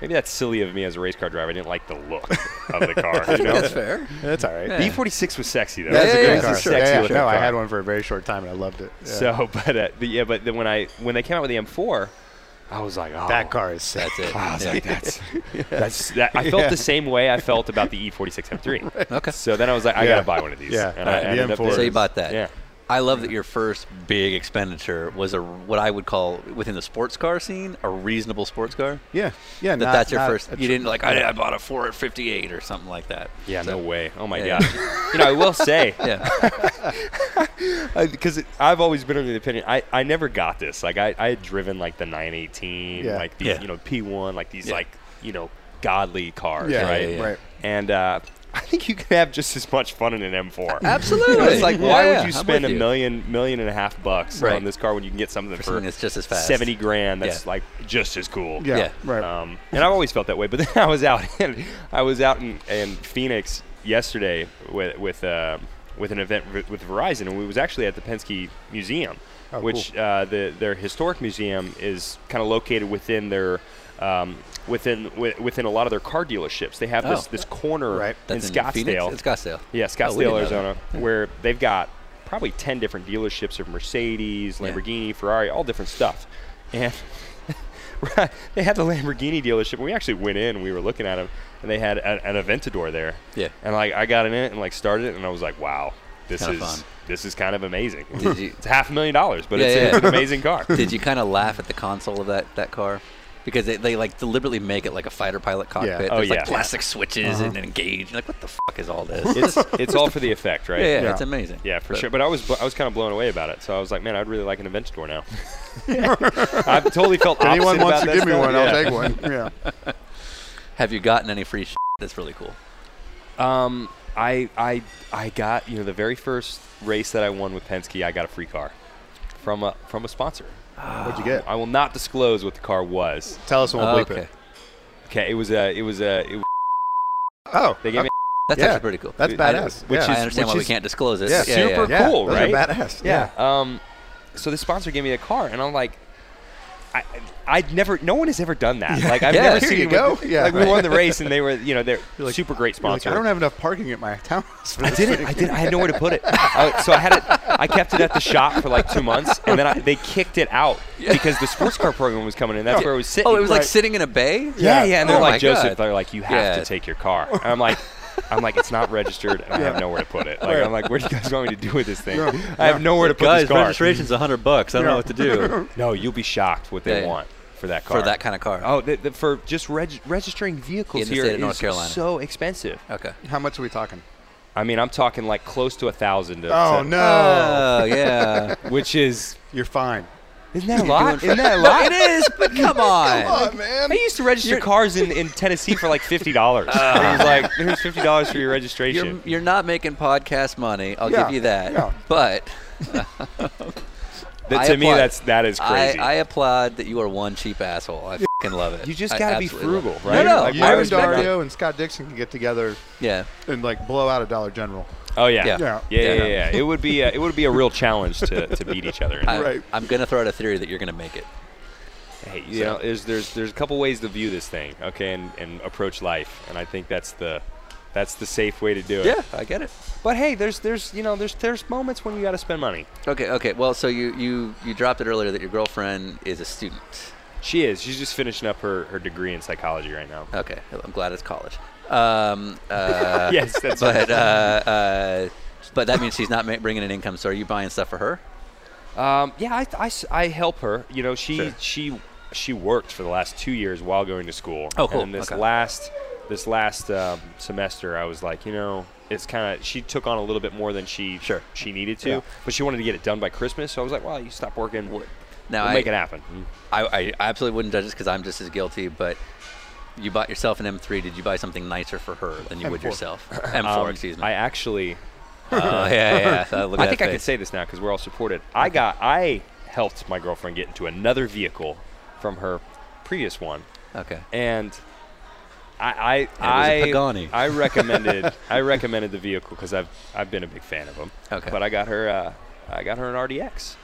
Speaker 3: maybe that's silly of me as a race car driver. I didn't like the look of the car. You know?
Speaker 1: That's fair.
Speaker 7: that's all right.
Speaker 1: Yeah.
Speaker 3: The E46 was sexy though.
Speaker 7: That's
Speaker 1: Yeah,
Speaker 7: a
Speaker 1: yeah,
Speaker 7: great
Speaker 1: yeah.
Speaker 7: car.
Speaker 1: It's a
Speaker 3: sexy
Speaker 7: yeah, yeah.
Speaker 3: looking
Speaker 7: No, I
Speaker 3: car.
Speaker 7: had one for a very short time and I loved it. Yeah.
Speaker 3: So, but uh, the, yeah, but then when I when they came out with the M4, I was like, oh,
Speaker 7: that car is sick.
Speaker 1: That's it.
Speaker 3: Ah, I was
Speaker 1: Yeah.
Speaker 3: like, that's, that's that, I felt
Speaker 7: Yeah.
Speaker 3: the same way I felt about the E E46 M3.
Speaker 1: Okay.
Speaker 3: So then I was like, I
Speaker 7: Yeah.
Speaker 3: gotta buy one of these.
Speaker 7: Yeah.
Speaker 3: And I
Speaker 7: The
Speaker 3: ended up
Speaker 7: M4
Speaker 1: So you
Speaker 7: is-
Speaker 1: bought that.
Speaker 3: Yeah.
Speaker 1: I love that your first big expenditure was a what I would call within the sports car scene a reasonable sports car.
Speaker 7: Yeah. Yeah.
Speaker 1: That
Speaker 7: not-
Speaker 1: that's your
Speaker 7: not
Speaker 1: first.
Speaker 7: a
Speaker 1: You
Speaker 7: tr-
Speaker 1: didn't like I, I bought a 458 or something like that.
Speaker 3: Yeah, no way. Oh my
Speaker 1: Yeah.
Speaker 3: god. you know, I will say
Speaker 1: Yeah.
Speaker 3: because I've always been of the opinion I, I never got this. Like I, I had driven like the 918,
Speaker 7: Yeah.
Speaker 3: like these
Speaker 1: Yeah.
Speaker 3: you know P1, like these
Speaker 1: Yeah.
Speaker 3: like you know godly cars,
Speaker 7: Yeah,
Speaker 3: right?
Speaker 1: yeah, yeah.
Speaker 7: Right.
Speaker 3: And uh, I think you could have just as much fun in an M4.
Speaker 1: Absolutely.
Speaker 3: It's like, why
Speaker 1: Yeah,
Speaker 3: would you
Speaker 1: I'm
Speaker 3: spend a
Speaker 1: with you.
Speaker 3: million, million and a half bucks
Speaker 1: Right.
Speaker 3: on this car when you can get something
Speaker 1: For
Speaker 3: for,
Speaker 1: something that's just as fast.
Speaker 3: seventy grand? That's
Speaker 1: Yeah.
Speaker 3: like just as cool.
Speaker 7: Yeah.
Speaker 1: Yeah.
Speaker 7: Right.
Speaker 3: Um, and I've always felt that way. But then I was out in I was out in, in Phoenix yesterday with with uh, with an event v- with Verizon, and we was actually at the Penske Museum,
Speaker 7: Oh,
Speaker 3: which uh, the their historic museum is kind of located within their. Um, within wi- within a lot of their car dealerships, they have this
Speaker 1: Oh.
Speaker 3: this corner
Speaker 7: Right.
Speaker 1: That's
Speaker 3: in
Speaker 1: in Phoenix?
Speaker 3: Scottsdale.
Speaker 1: It's Scottsdale.
Speaker 3: Yeah,
Speaker 1: Oh,
Speaker 3: Scottsdale,
Speaker 1: we didn't know
Speaker 3: Arizona,
Speaker 1: that.
Speaker 3: where they've got probably 10 different dealerships of Mercedes,
Speaker 1: Yeah.
Speaker 3: Lamborghini, Ferrari, all different stuff. And they had the Lamborghini dealership. We actually went in and we were looking at them, and they had an, an Aventador there.
Speaker 1: Yeah.
Speaker 3: And like I got in it and like started it, and I was like, wow, this
Speaker 1: Kinda
Speaker 3: is
Speaker 1: fun.
Speaker 3: this is kind of amazing.
Speaker 1: Did you-
Speaker 3: it's half a million dollars, but
Speaker 1: Yeah,
Speaker 3: it's,
Speaker 1: yeah,
Speaker 3: it's
Speaker 1: yeah.
Speaker 3: an amazing car.
Speaker 1: Did you kind of laugh at the console of that that car? Because they, they like deliberately make it like a fighter pilot cockpit.
Speaker 7: Oh,
Speaker 1: There's
Speaker 3: yeah. Uh-huh.
Speaker 1: like plastic switches and engage. Like what the fuck is all this?
Speaker 3: It's it's all for the effect, right?
Speaker 1: yeah, yeah,
Speaker 7: Yeah.
Speaker 1: it's amazing.
Speaker 3: Yeah, for
Speaker 1: But-
Speaker 3: sure. But I was bl- I was kind of blown away about it. So I was like, man, I'd really like an Aventador now. I've totally felt
Speaker 7: If anyone
Speaker 3: opposite about
Speaker 7: wants to
Speaker 3: that
Speaker 7: give me
Speaker 3: stuff.
Speaker 7: one,
Speaker 3: Yeah.
Speaker 7: I'll take one. Yeah.
Speaker 1: Have you gotten any free shit that's really cool?
Speaker 3: Um, I I I got you know the very first race that I won with Penske, I got a free car from a from a sponsor.
Speaker 7: What'd you get?
Speaker 3: I will not disclose what the car was.
Speaker 7: Tell us and we'll bleep
Speaker 1: okay.
Speaker 7: it.
Speaker 3: Okay, it was a, it was a, it was,
Speaker 7: Oh,
Speaker 3: they gave me
Speaker 1: That's
Speaker 7: Yeah.
Speaker 1: actually pretty cool.
Speaker 7: that's
Speaker 3: I-
Speaker 7: badass.
Speaker 3: which
Speaker 1: I
Speaker 7: yeah.
Speaker 3: is-
Speaker 1: understand why
Speaker 3: which
Speaker 1: we can't disclose it.
Speaker 7: yeah,
Speaker 1: yeah, yeah.
Speaker 3: super
Speaker 7: yeah,
Speaker 3: cool,
Speaker 7: those
Speaker 3: right?
Speaker 7: Are badass. Yeah.
Speaker 3: Um, so the sponsor gave me a car, and I'm like, I, I'd never. No one has ever done that. Like I've
Speaker 1: Yeah.
Speaker 3: never
Speaker 1: Here
Speaker 3: seen.
Speaker 7: you
Speaker 3: anyone
Speaker 7: go.
Speaker 3: do-
Speaker 7: Yeah,
Speaker 3: Like
Speaker 7: right.
Speaker 3: we won the race, and they were, you know, they're
Speaker 7: You're like-
Speaker 3: super great
Speaker 7: You're like,
Speaker 3: sponsor.
Speaker 7: I don't have enough parking at my town.
Speaker 3: I did it. I did. I had nowhere to put it. I, so I had it. I kept it at the shop for like two months, and then I, they kicked it out because the sports car program was coming in. That's where it was sitting.
Speaker 1: Oh, it was like
Speaker 3: Right.
Speaker 1: sitting in a bay.
Speaker 3: Yeah, yeah, and they're
Speaker 1: Oh my
Speaker 3: like Joseph.
Speaker 1: God.
Speaker 3: They're like, you have
Speaker 1: Yeah.
Speaker 3: to take your car. And I'm like, I'm like, it's not registered, and I have
Speaker 7: Yeah.
Speaker 3: nowhere to put it. Like,
Speaker 7: Right.
Speaker 3: I'm like, where do you guys want me to do with this thing?
Speaker 7: Yeah.
Speaker 3: I have nowhere to put
Speaker 2: Guys,
Speaker 3: this car.
Speaker 2: registration's a hundred bucks. I don't know what to do.
Speaker 3: No, you'll be shocked what they
Speaker 1: Yeah.
Speaker 3: want for that car.
Speaker 1: For that kind of car.
Speaker 3: Oh, the, the, for just reg- registering vehicles
Speaker 1: In the
Speaker 3: here
Speaker 1: state of North
Speaker 3: is
Speaker 1: Carolina.
Speaker 3: so expensive.
Speaker 1: Okay.
Speaker 7: How much are we talking?
Speaker 3: I mean, I'm talking like close to a thousand. to-
Speaker 7: Oh
Speaker 3: to-
Speaker 7: no,
Speaker 1: Oh yeah.
Speaker 3: Which is
Speaker 7: you're fine.
Speaker 3: isn't that a lot?
Speaker 1: Doing-
Speaker 3: Isn't that a
Speaker 1: No,
Speaker 3: lot?
Speaker 1: it is, but come on.
Speaker 7: Oh man,
Speaker 3: I used to register cars in, in Tennessee for like fifty dollars. it was like here's fifty dollars for your
Speaker 1: You're,
Speaker 3: registration.
Speaker 1: you're not making podcast money. I'll
Speaker 7: Yeah,
Speaker 1: give you that.
Speaker 7: yeah.
Speaker 1: But
Speaker 3: That-
Speaker 1: I
Speaker 3: to me,
Speaker 1: applaud.
Speaker 3: that's that is
Speaker 1: I,
Speaker 3: crazy.
Speaker 1: I applaud that you are one cheap asshole. I fucking love it.
Speaker 3: you just
Speaker 1: I
Speaker 3: gotta be
Speaker 1: absolutely love
Speaker 3: frugal,
Speaker 1: it.
Speaker 3: right?
Speaker 1: No, no.
Speaker 7: Like
Speaker 1: I
Speaker 7: Mario
Speaker 1: respect it.
Speaker 7: Dario and Scott Dixon can get together
Speaker 1: Yeah.
Speaker 7: and like blow out a Dollar General.
Speaker 3: oh yeah.
Speaker 1: Yeah.
Speaker 7: Yeah.
Speaker 3: Yeah, yeah,
Speaker 1: Yeah.
Speaker 3: yeah. It would be a, it would be a real challenge to, to beat each other. in
Speaker 1: I,
Speaker 3: that.
Speaker 7: Right.
Speaker 1: I'm gonna throw out a theory that you're gonna make it.
Speaker 3: Hey, you know, there's there's there's a couple ways to view this thing, okay, and, and approach life, and I think that's the that's the safe way to do it.
Speaker 1: I get it.
Speaker 3: But hey, there's there's you know there's there's moments when you got to spend money.
Speaker 1: Okay, okay. Well, so you you you dropped it earlier that your girlfriend is a student.
Speaker 3: She is. She's just finishing up her, her degree in psychology right now.
Speaker 1: Okay, I'm glad it's college. Um, uh,
Speaker 3: yes, that's right.
Speaker 1: but uh, uh, but that means she's not ma- bringing an income. So are you buying stuff for her?
Speaker 3: Um, yeah, I, I s- I help her. You know, she
Speaker 1: Sure.
Speaker 3: she she worked for the last two years while going to school.
Speaker 1: Oh, cool.
Speaker 3: And this
Speaker 1: Okay.
Speaker 3: last this last um, semester, I was like, you know, it's kind of she took on a little bit more than she
Speaker 1: Sure.
Speaker 3: she needed to,
Speaker 7: Yeah.
Speaker 3: but she wanted to get it done by Christmas. So I was like, well, you stop working. We'll
Speaker 1: Now I, Hmm.
Speaker 3: make it happen. Um,
Speaker 1: I I absolutely wouldn't judge this because I'm just as guilty. But you bought yourself an M3. Did you buy something nicer for her than you would yourself? M4,
Speaker 3: Um,
Speaker 1: excuse me.
Speaker 3: I actually
Speaker 1: oh yeah, yeah. yeah. Look at
Speaker 3: I
Speaker 1: that
Speaker 3: think I can
Speaker 1: face.
Speaker 3: say this now because we're all supported. I got I helped my girlfriend get into another vehicle from her previous one,
Speaker 1: Okay.
Speaker 3: and
Speaker 2: was
Speaker 3: I I
Speaker 2: a
Speaker 3: I,
Speaker 2: Pagani.
Speaker 3: I recommended I recommended the vehicle because I've I've been a big fan of them.
Speaker 1: Okay.
Speaker 3: but I got her uh, I got her an RDX.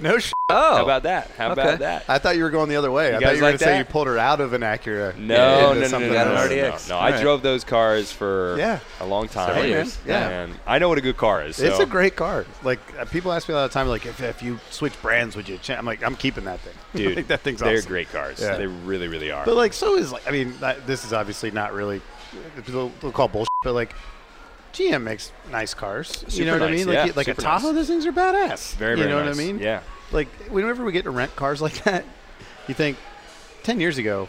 Speaker 7: No sh.
Speaker 1: Oh,
Speaker 3: How about that? How
Speaker 1: okay.
Speaker 3: about that?
Speaker 7: I thought you were going the other way. I
Speaker 3: guys
Speaker 7: thought you were
Speaker 3: like
Speaker 7: gonna say
Speaker 3: that?
Speaker 7: you pulled her out of an Acura.
Speaker 3: No, no, no, no,
Speaker 7: something
Speaker 3: no,
Speaker 1: got
Speaker 3: no,
Speaker 1: an
Speaker 3: no,
Speaker 7: else.
Speaker 1: RDX.
Speaker 3: no, no. I
Speaker 7: Alright.
Speaker 3: drove those cars for
Speaker 7: Yeah.
Speaker 3: a long time.
Speaker 7: Several
Speaker 1: years.
Speaker 7: Yeah.
Speaker 3: And I know what a good car is.
Speaker 7: It's
Speaker 3: so-
Speaker 7: a great car. Like uh, people ask me all the time, like if, if you switch brands, would you? Change? I'm like, I'm keeping that thing.
Speaker 3: dude.
Speaker 7: like, that thing's
Speaker 3: they're
Speaker 7: awesome.
Speaker 3: great cars.
Speaker 7: Yeah.
Speaker 3: They really, really are.
Speaker 7: But like, so is like, I mean, that, this is obviously not really. They'll they'll call bullshit, but like, GM makes nice cars. you
Speaker 3: Super
Speaker 7: know what I
Speaker 3: nice,
Speaker 7: mean? Like,
Speaker 3: yeah,
Speaker 7: you- like a
Speaker 3: super
Speaker 7: Tahoe,
Speaker 3: nice.
Speaker 7: those things are badass.
Speaker 3: very,
Speaker 7: you
Speaker 3: very
Speaker 7: know
Speaker 3: nice.
Speaker 7: what I mean?
Speaker 3: Yeah.
Speaker 7: Like, whenever we get to rent cars like that, you think ten years ago,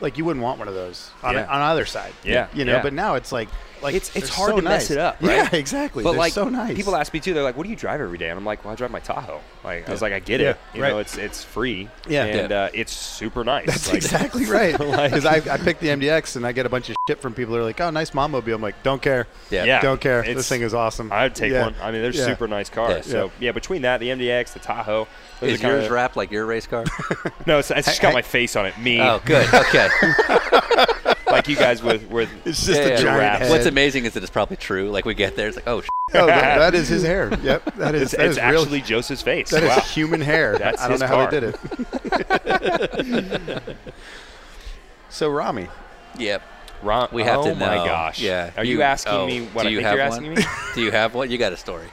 Speaker 7: like you wouldn't want one of those on,
Speaker 3: Yeah.
Speaker 7: on either side.
Speaker 3: Yeah,
Speaker 7: You know,
Speaker 3: yeah.
Speaker 7: but now it's like, like
Speaker 3: It's- it's
Speaker 7: they're
Speaker 3: hard
Speaker 7: so
Speaker 3: to mess
Speaker 7: nice.
Speaker 3: it up, right?
Speaker 7: Yeah, exactly.
Speaker 3: But
Speaker 7: They're
Speaker 3: like,
Speaker 7: so nice.
Speaker 3: people ask me too. They're like, "What do you drive every day?" And I'm like, "Well, I drive my Tahoe." Like, I was like, "I get it.
Speaker 7: Yeah,
Speaker 3: You
Speaker 7: right.
Speaker 3: know, it's it's free.
Speaker 7: Yeah.
Speaker 3: and Uh, it's super nice.
Speaker 7: That's
Speaker 3: Like,
Speaker 7: exactly right. Because I, I picked the MDX and I get a bunch of shit from people who are like, oh, nice mom mobile. I'm like, don't care.
Speaker 1: Yeah.
Speaker 3: Yeah.
Speaker 7: Don't care.
Speaker 3: It's-
Speaker 7: This thing is awesome.
Speaker 3: I'd take
Speaker 7: Yeah.
Speaker 3: one. I mean, they're
Speaker 7: Yeah.
Speaker 3: super nice cars.
Speaker 1: Yeah.
Speaker 3: So yeah, between that, the MDX, the Tahoe, those
Speaker 1: Is
Speaker 3: are kinda-
Speaker 1: yours wrapped like your race car?
Speaker 3: No, it's, it's just got my face on it. Me,
Speaker 1: oh, good. Okay.
Speaker 3: like you guys with with.
Speaker 7: It's just
Speaker 1: Yeah,
Speaker 7: a
Speaker 1: yeah.
Speaker 7: giant
Speaker 3: Giraffe.
Speaker 7: head.
Speaker 1: What's amazing is that it's probably true. Like we get there, it's like, oh, sh-
Speaker 7: Oh, that- that is his hair. Yep. That is,
Speaker 3: It's,
Speaker 7: that
Speaker 3: it's
Speaker 7: is real.
Speaker 3: actually Joseph's face.
Speaker 7: that is
Speaker 3: wow.
Speaker 7: human hair.
Speaker 3: That's
Speaker 7: I don't
Speaker 3: his
Speaker 7: know how
Speaker 3: car.
Speaker 7: they did it. so, Rami,
Speaker 1: yep.
Speaker 3: Ron,
Speaker 1: We have
Speaker 3: oh
Speaker 1: to know.
Speaker 3: my gosh.
Speaker 1: Yeah.
Speaker 3: Are you, asking
Speaker 1: oh,
Speaker 3: me what
Speaker 1: do
Speaker 3: I
Speaker 1: you
Speaker 3: think
Speaker 1: have
Speaker 3: you're
Speaker 1: one?
Speaker 3: asking me?
Speaker 1: do you have one? You got a story.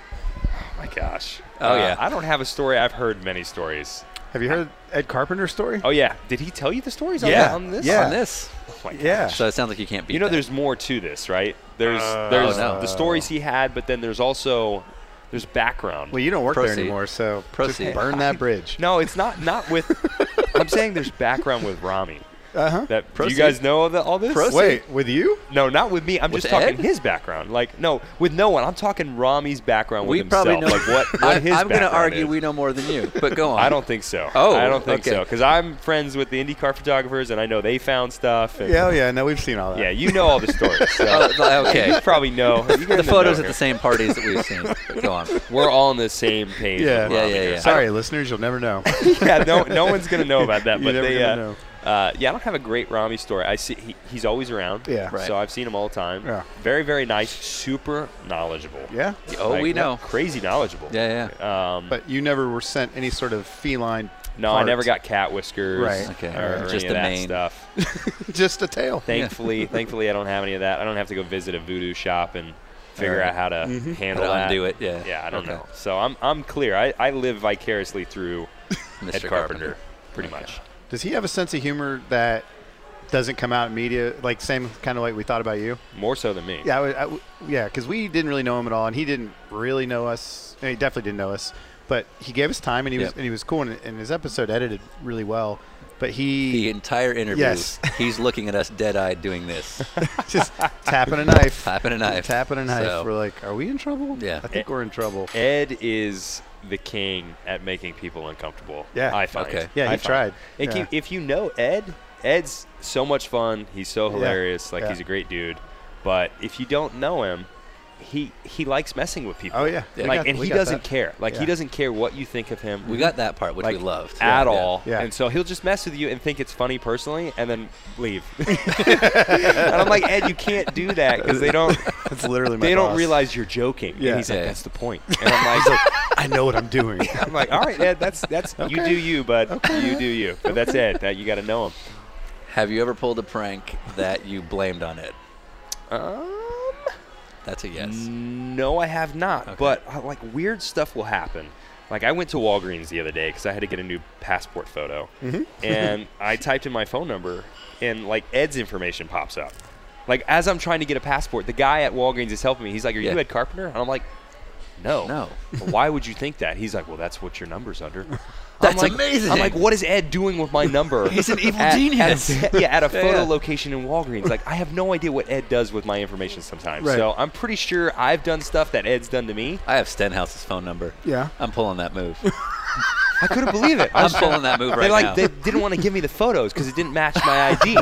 Speaker 3: Oh my gosh.
Speaker 1: Oh,
Speaker 3: Uh,
Speaker 1: yeah.
Speaker 3: I don't have a story. I've heard many stories.
Speaker 7: have you heard Ed Carpenter's story?
Speaker 3: Oh yeah. Did he tell you the stories on-
Speaker 7: Yeah.
Speaker 3: on, this?
Speaker 7: Yeah.
Speaker 1: On this.
Speaker 3: Oh my
Speaker 7: yeah.
Speaker 1: So it sounds like you can't beat
Speaker 3: You know,
Speaker 1: that.
Speaker 3: there's more to this, right? There's there's
Speaker 1: Oh, no.
Speaker 3: the stories he had, but then there's also there's background.
Speaker 7: Well, you don't work
Speaker 1: Proceed.
Speaker 7: there anymore, so
Speaker 1: Proceed.
Speaker 7: just burn that bridge.
Speaker 3: no, it's not not with. Uh-huh. I'm saying there's background with Rami.
Speaker 7: Uh huh.
Speaker 3: That do
Speaker 1: Proceed.
Speaker 3: you guys know the, all this?
Speaker 7: Wait, with you?
Speaker 3: No, not with me. I'm
Speaker 1: With
Speaker 3: just talking
Speaker 1: Ed?
Speaker 3: his background. Like no, with no one. I'm talking Rami's background
Speaker 1: We
Speaker 3: with himself.
Speaker 1: probably know-
Speaker 3: like what, what
Speaker 1: I,
Speaker 3: his
Speaker 1: I'm going to
Speaker 3: background
Speaker 1: argue
Speaker 3: is.
Speaker 1: we know more than you, but go on.
Speaker 3: I don't think so.
Speaker 1: Oh,
Speaker 3: I don't think
Speaker 1: okay.
Speaker 3: so because I'm friends with the IndyCar photographers, and I know they found stuff. And
Speaker 7: Yeah, oh, yeah. No, we've seen all that.
Speaker 3: yeah, you know all the stories. So
Speaker 1: Oh, okay.
Speaker 3: you probably know. You're in
Speaker 1: the photos
Speaker 3: know
Speaker 1: at
Speaker 3: here.
Speaker 1: the same parties that we've seen. Go on.
Speaker 3: We're all on the same page.
Speaker 7: Yeah.
Speaker 3: with
Speaker 1: Yeah,
Speaker 3: Robbie
Speaker 1: yeah, yeah.
Speaker 3: Grossman.
Speaker 7: Sorry, listeners, you'll never know.
Speaker 3: yeah, no, no one's gonna know about that.
Speaker 7: You
Speaker 3: but
Speaker 7: never
Speaker 3: they,
Speaker 7: gonna
Speaker 3: uh, Uh, yeah, I don't have a great Rami story. I see he, he's always around.
Speaker 7: Yeah. Right.
Speaker 3: So I've seen him all the time.
Speaker 7: Yeah.
Speaker 3: Very, very nice. Super knowledgeable.
Speaker 7: yeah,
Speaker 1: Oh,
Speaker 3: Like,
Speaker 1: we know.
Speaker 3: Crazy knowledgeable.
Speaker 1: Yeah,
Speaker 3: Um,
Speaker 7: but you never were sent any sort of feline.
Speaker 3: no, I
Speaker 7: part.
Speaker 3: never got cat whiskers.
Speaker 7: Right.
Speaker 1: Okay,
Speaker 3: Or,
Speaker 1: alright.
Speaker 3: or
Speaker 1: Just
Speaker 3: any of
Speaker 1: the
Speaker 3: that
Speaker 1: mane.
Speaker 3: stuff.
Speaker 7: just a tail.
Speaker 3: Thankfully, thankfully, I don't have any of that. I don't have to go visit a voodoo shop and figure
Speaker 7: Alright.
Speaker 3: out how to
Speaker 7: Mm-hmm.
Speaker 3: handle
Speaker 1: How to
Speaker 3: that.
Speaker 1: undo it, yeah.
Speaker 3: Yeah, I don't
Speaker 1: Okay.
Speaker 3: know. So I'm I'm clear. I, I live vicariously through
Speaker 1: yeah.
Speaker 3: Ed
Speaker 1: Mr.
Speaker 3: Carpenter, pretty much.
Speaker 7: Does he have a sense of humor that doesn't come out in media? Like same kind of like we thought about you.
Speaker 3: More so than me.
Speaker 7: Yeah, I, would- I, would- yeah, because we didn't really know him at all, and he didn't really know us. and he definitely didn't know us, but he gave us time, and he was
Speaker 1: Yep.
Speaker 7: and he was cool, and, and his episode edited really well. But
Speaker 1: The
Speaker 7: he
Speaker 1: entire interview,
Speaker 7: Yes.
Speaker 1: he's looking at us dead-eyed doing this.
Speaker 7: just tapping a knife,
Speaker 1: Tapping a knife.
Speaker 7: tapping a knife.
Speaker 1: So-
Speaker 7: We're like, are we in trouble?
Speaker 1: Yeah.
Speaker 7: I think
Speaker 3: Eh.
Speaker 7: we're in trouble.
Speaker 3: Ed is the king at making people uncomfortable.
Speaker 7: Yeah.
Speaker 3: I find.
Speaker 1: Okay.
Speaker 7: Yeah,
Speaker 3: I
Speaker 7: he
Speaker 3: find.
Speaker 7: tried.
Speaker 3: If
Speaker 7: Yeah.
Speaker 3: you if you know Ed, Ed's so much fun. He's so hilarious. Like
Speaker 7: Yeah.
Speaker 3: he's a great dude. But if you don't know him, he he likes messing with people.
Speaker 7: Oh yeah, We
Speaker 3: Like
Speaker 7: got-
Speaker 3: and
Speaker 7: we
Speaker 3: he
Speaker 7: got
Speaker 3: doesn't
Speaker 7: that.
Speaker 3: care. Like he
Speaker 7: Yeah.
Speaker 3: doesn't care what you think of him.
Speaker 1: We got that part, which
Speaker 3: like,
Speaker 1: we loved.
Speaker 3: at
Speaker 1: Yeah, yeah.
Speaker 3: all.
Speaker 7: Yeah.
Speaker 3: And so he'll just mess with you and think it's funny personally, and then leave. and I'm like Ed, you can't do that because they don't
Speaker 7: That's literally my
Speaker 3: they don't
Speaker 7: boss.
Speaker 3: realize you're joking.
Speaker 7: Yeah.
Speaker 3: And he's like,
Speaker 1: Yeah.
Speaker 3: that's the point. And I'm like.
Speaker 7: I know what I'm doing.
Speaker 3: I'm like, all right, Ed, that's that's you do you, bud. You do you. But that's it. That you got to know him.
Speaker 1: Have you ever pulled a prank that you blamed on it?
Speaker 3: Um,
Speaker 1: That's a yes.
Speaker 3: Mm. no, I have not. But uh, like weird stuff will happen. Like I went to Walgreens the other day because I had to get a new passport photo, and I typed in my phone number, and like Ed's information pops up. Like as I'm trying to get a passport, the guy at Walgreens is helping me. He's like, "Are
Speaker 1: Yeah.
Speaker 3: you Ed Carpenter?" And I'm like, "No,
Speaker 1: No.
Speaker 3: Why would you think that?" He's like, "Well, that's what your number's under."
Speaker 1: That's
Speaker 3: I'm like,
Speaker 1: amazing.
Speaker 3: I'm like, what is Ed doing with my number?
Speaker 1: He's an evil
Speaker 3: at- at a
Speaker 1: genius.
Speaker 3: se- yeah, at a
Speaker 1: Yeah,
Speaker 3: photo
Speaker 1: yeah.
Speaker 3: location in Walgreens. Like, I have no idea what Ed does with my information sometimes.
Speaker 7: Right.
Speaker 3: So I'm pretty sure I've done stuff that Ed's done to me.
Speaker 1: I have Stenhouse's phone number.
Speaker 7: Yeah.
Speaker 1: I'm pulling that move.
Speaker 3: I couldn't believe it. I
Speaker 1: I'm
Speaker 3: was
Speaker 1: pulling that move
Speaker 3: they
Speaker 1: right
Speaker 3: like
Speaker 1: now.
Speaker 3: they didn't want to give me the photos because it didn't match my ID.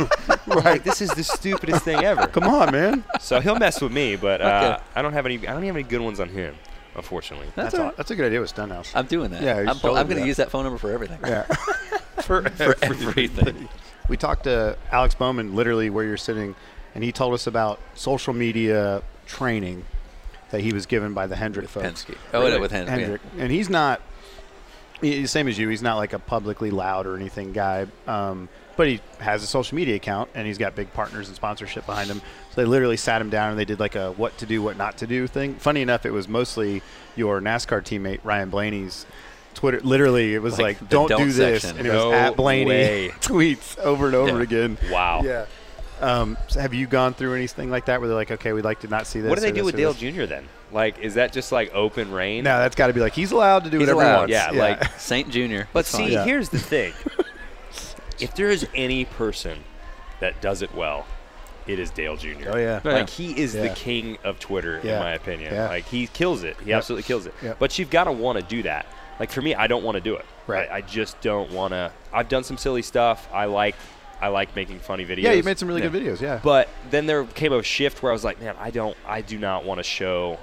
Speaker 3: right. Like this is the stupidest thing ever.
Speaker 7: Come on, man.
Speaker 3: So he'll mess with me, but uh,
Speaker 1: Okay.
Speaker 3: I don't have any. I don't have any good ones on him, unfortunately.
Speaker 7: That's a, that's a good idea with Stenhouse.
Speaker 1: I'm doing that.
Speaker 7: Yeah, you
Speaker 1: I'm,
Speaker 7: should
Speaker 1: pull- I'm
Speaker 7: totally do
Speaker 1: going to
Speaker 7: that.
Speaker 1: use that phone number for everything.
Speaker 7: Yeah.
Speaker 1: For, everything.
Speaker 7: we talked to Alex Bowman literally where you're sitting, and he told us about social media training that he was given by the Hendrick folks.
Speaker 1: Penske. Oh, no, with Hendrick, yeah.
Speaker 7: And he's not, he- same as you, he's not like a publicly loud or anything guy, um, but he has a social media account and he's got big partners and sponsorship behind him. So they literally sat him down and they did like a what to do, what not to do thing. Funny enough, it was mostly your NASCAR teammate, Ryan Blaney's. Twitter, literally, it was
Speaker 1: Like
Speaker 7: like,
Speaker 1: the
Speaker 7: "Don't,
Speaker 1: don't
Speaker 7: do this,"
Speaker 1: section.
Speaker 7: and it was
Speaker 3: No
Speaker 7: at Blaney
Speaker 3: way.
Speaker 7: tweets over and over
Speaker 1: Yeah.
Speaker 7: again.
Speaker 3: Wow.
Speaker 7: Yeah. Um, so have you gone through anything like that where they're like, okay, we'd like to not see this?
Speaker 3: What do they
Speaker 7: or
Speaker 3: do
Speaker 7: this
Speaker 3: with
Speaker 7: or
Speaker 3: Dale
Speaker 7: this?
Speaker 3: Jr. then? Like, is that just like open reign?
Speaker 7: No, that's got to be like he's allowed to do
Speaker 1: He's
Speaker 7: whatever
Speaker 1: allowed,
Speaker 7: he wants.
Speaker 3: yeah, like-
Speaker 1: St. Junior.
Speaker 3: But
Speaker 1: It's fine.
Speaker 3: see,
Speaker 7: Yeah.
Speaker 3: here's the thing. if there is any person that does it well, it is Dale Jr.
Speaker 7: Oh, yeah.
Speaker 3: Like he is the
Speaker 7: Yeah.
Speaker 3: king of Twitter in
Speaker 7: Yeah.
Speaker 3: my opinion.
Speaker 7: Yeah.
Speaker 3: Like he kills it. He absolutely kills it.
Speaker 7: Yep.
Speaker 3: But you've got to want to do that. Like for me, I don't want to do it.
Speaker 7: Right.
Speaker 3: I, I just don't want to. I've done some silly stuff. I like I like making funny videos.
Speaker 7: yeah, you made some really good videos. Yeah,
Speaker 3: But then there came a shift where I was like, man, I don't, I do not want to show,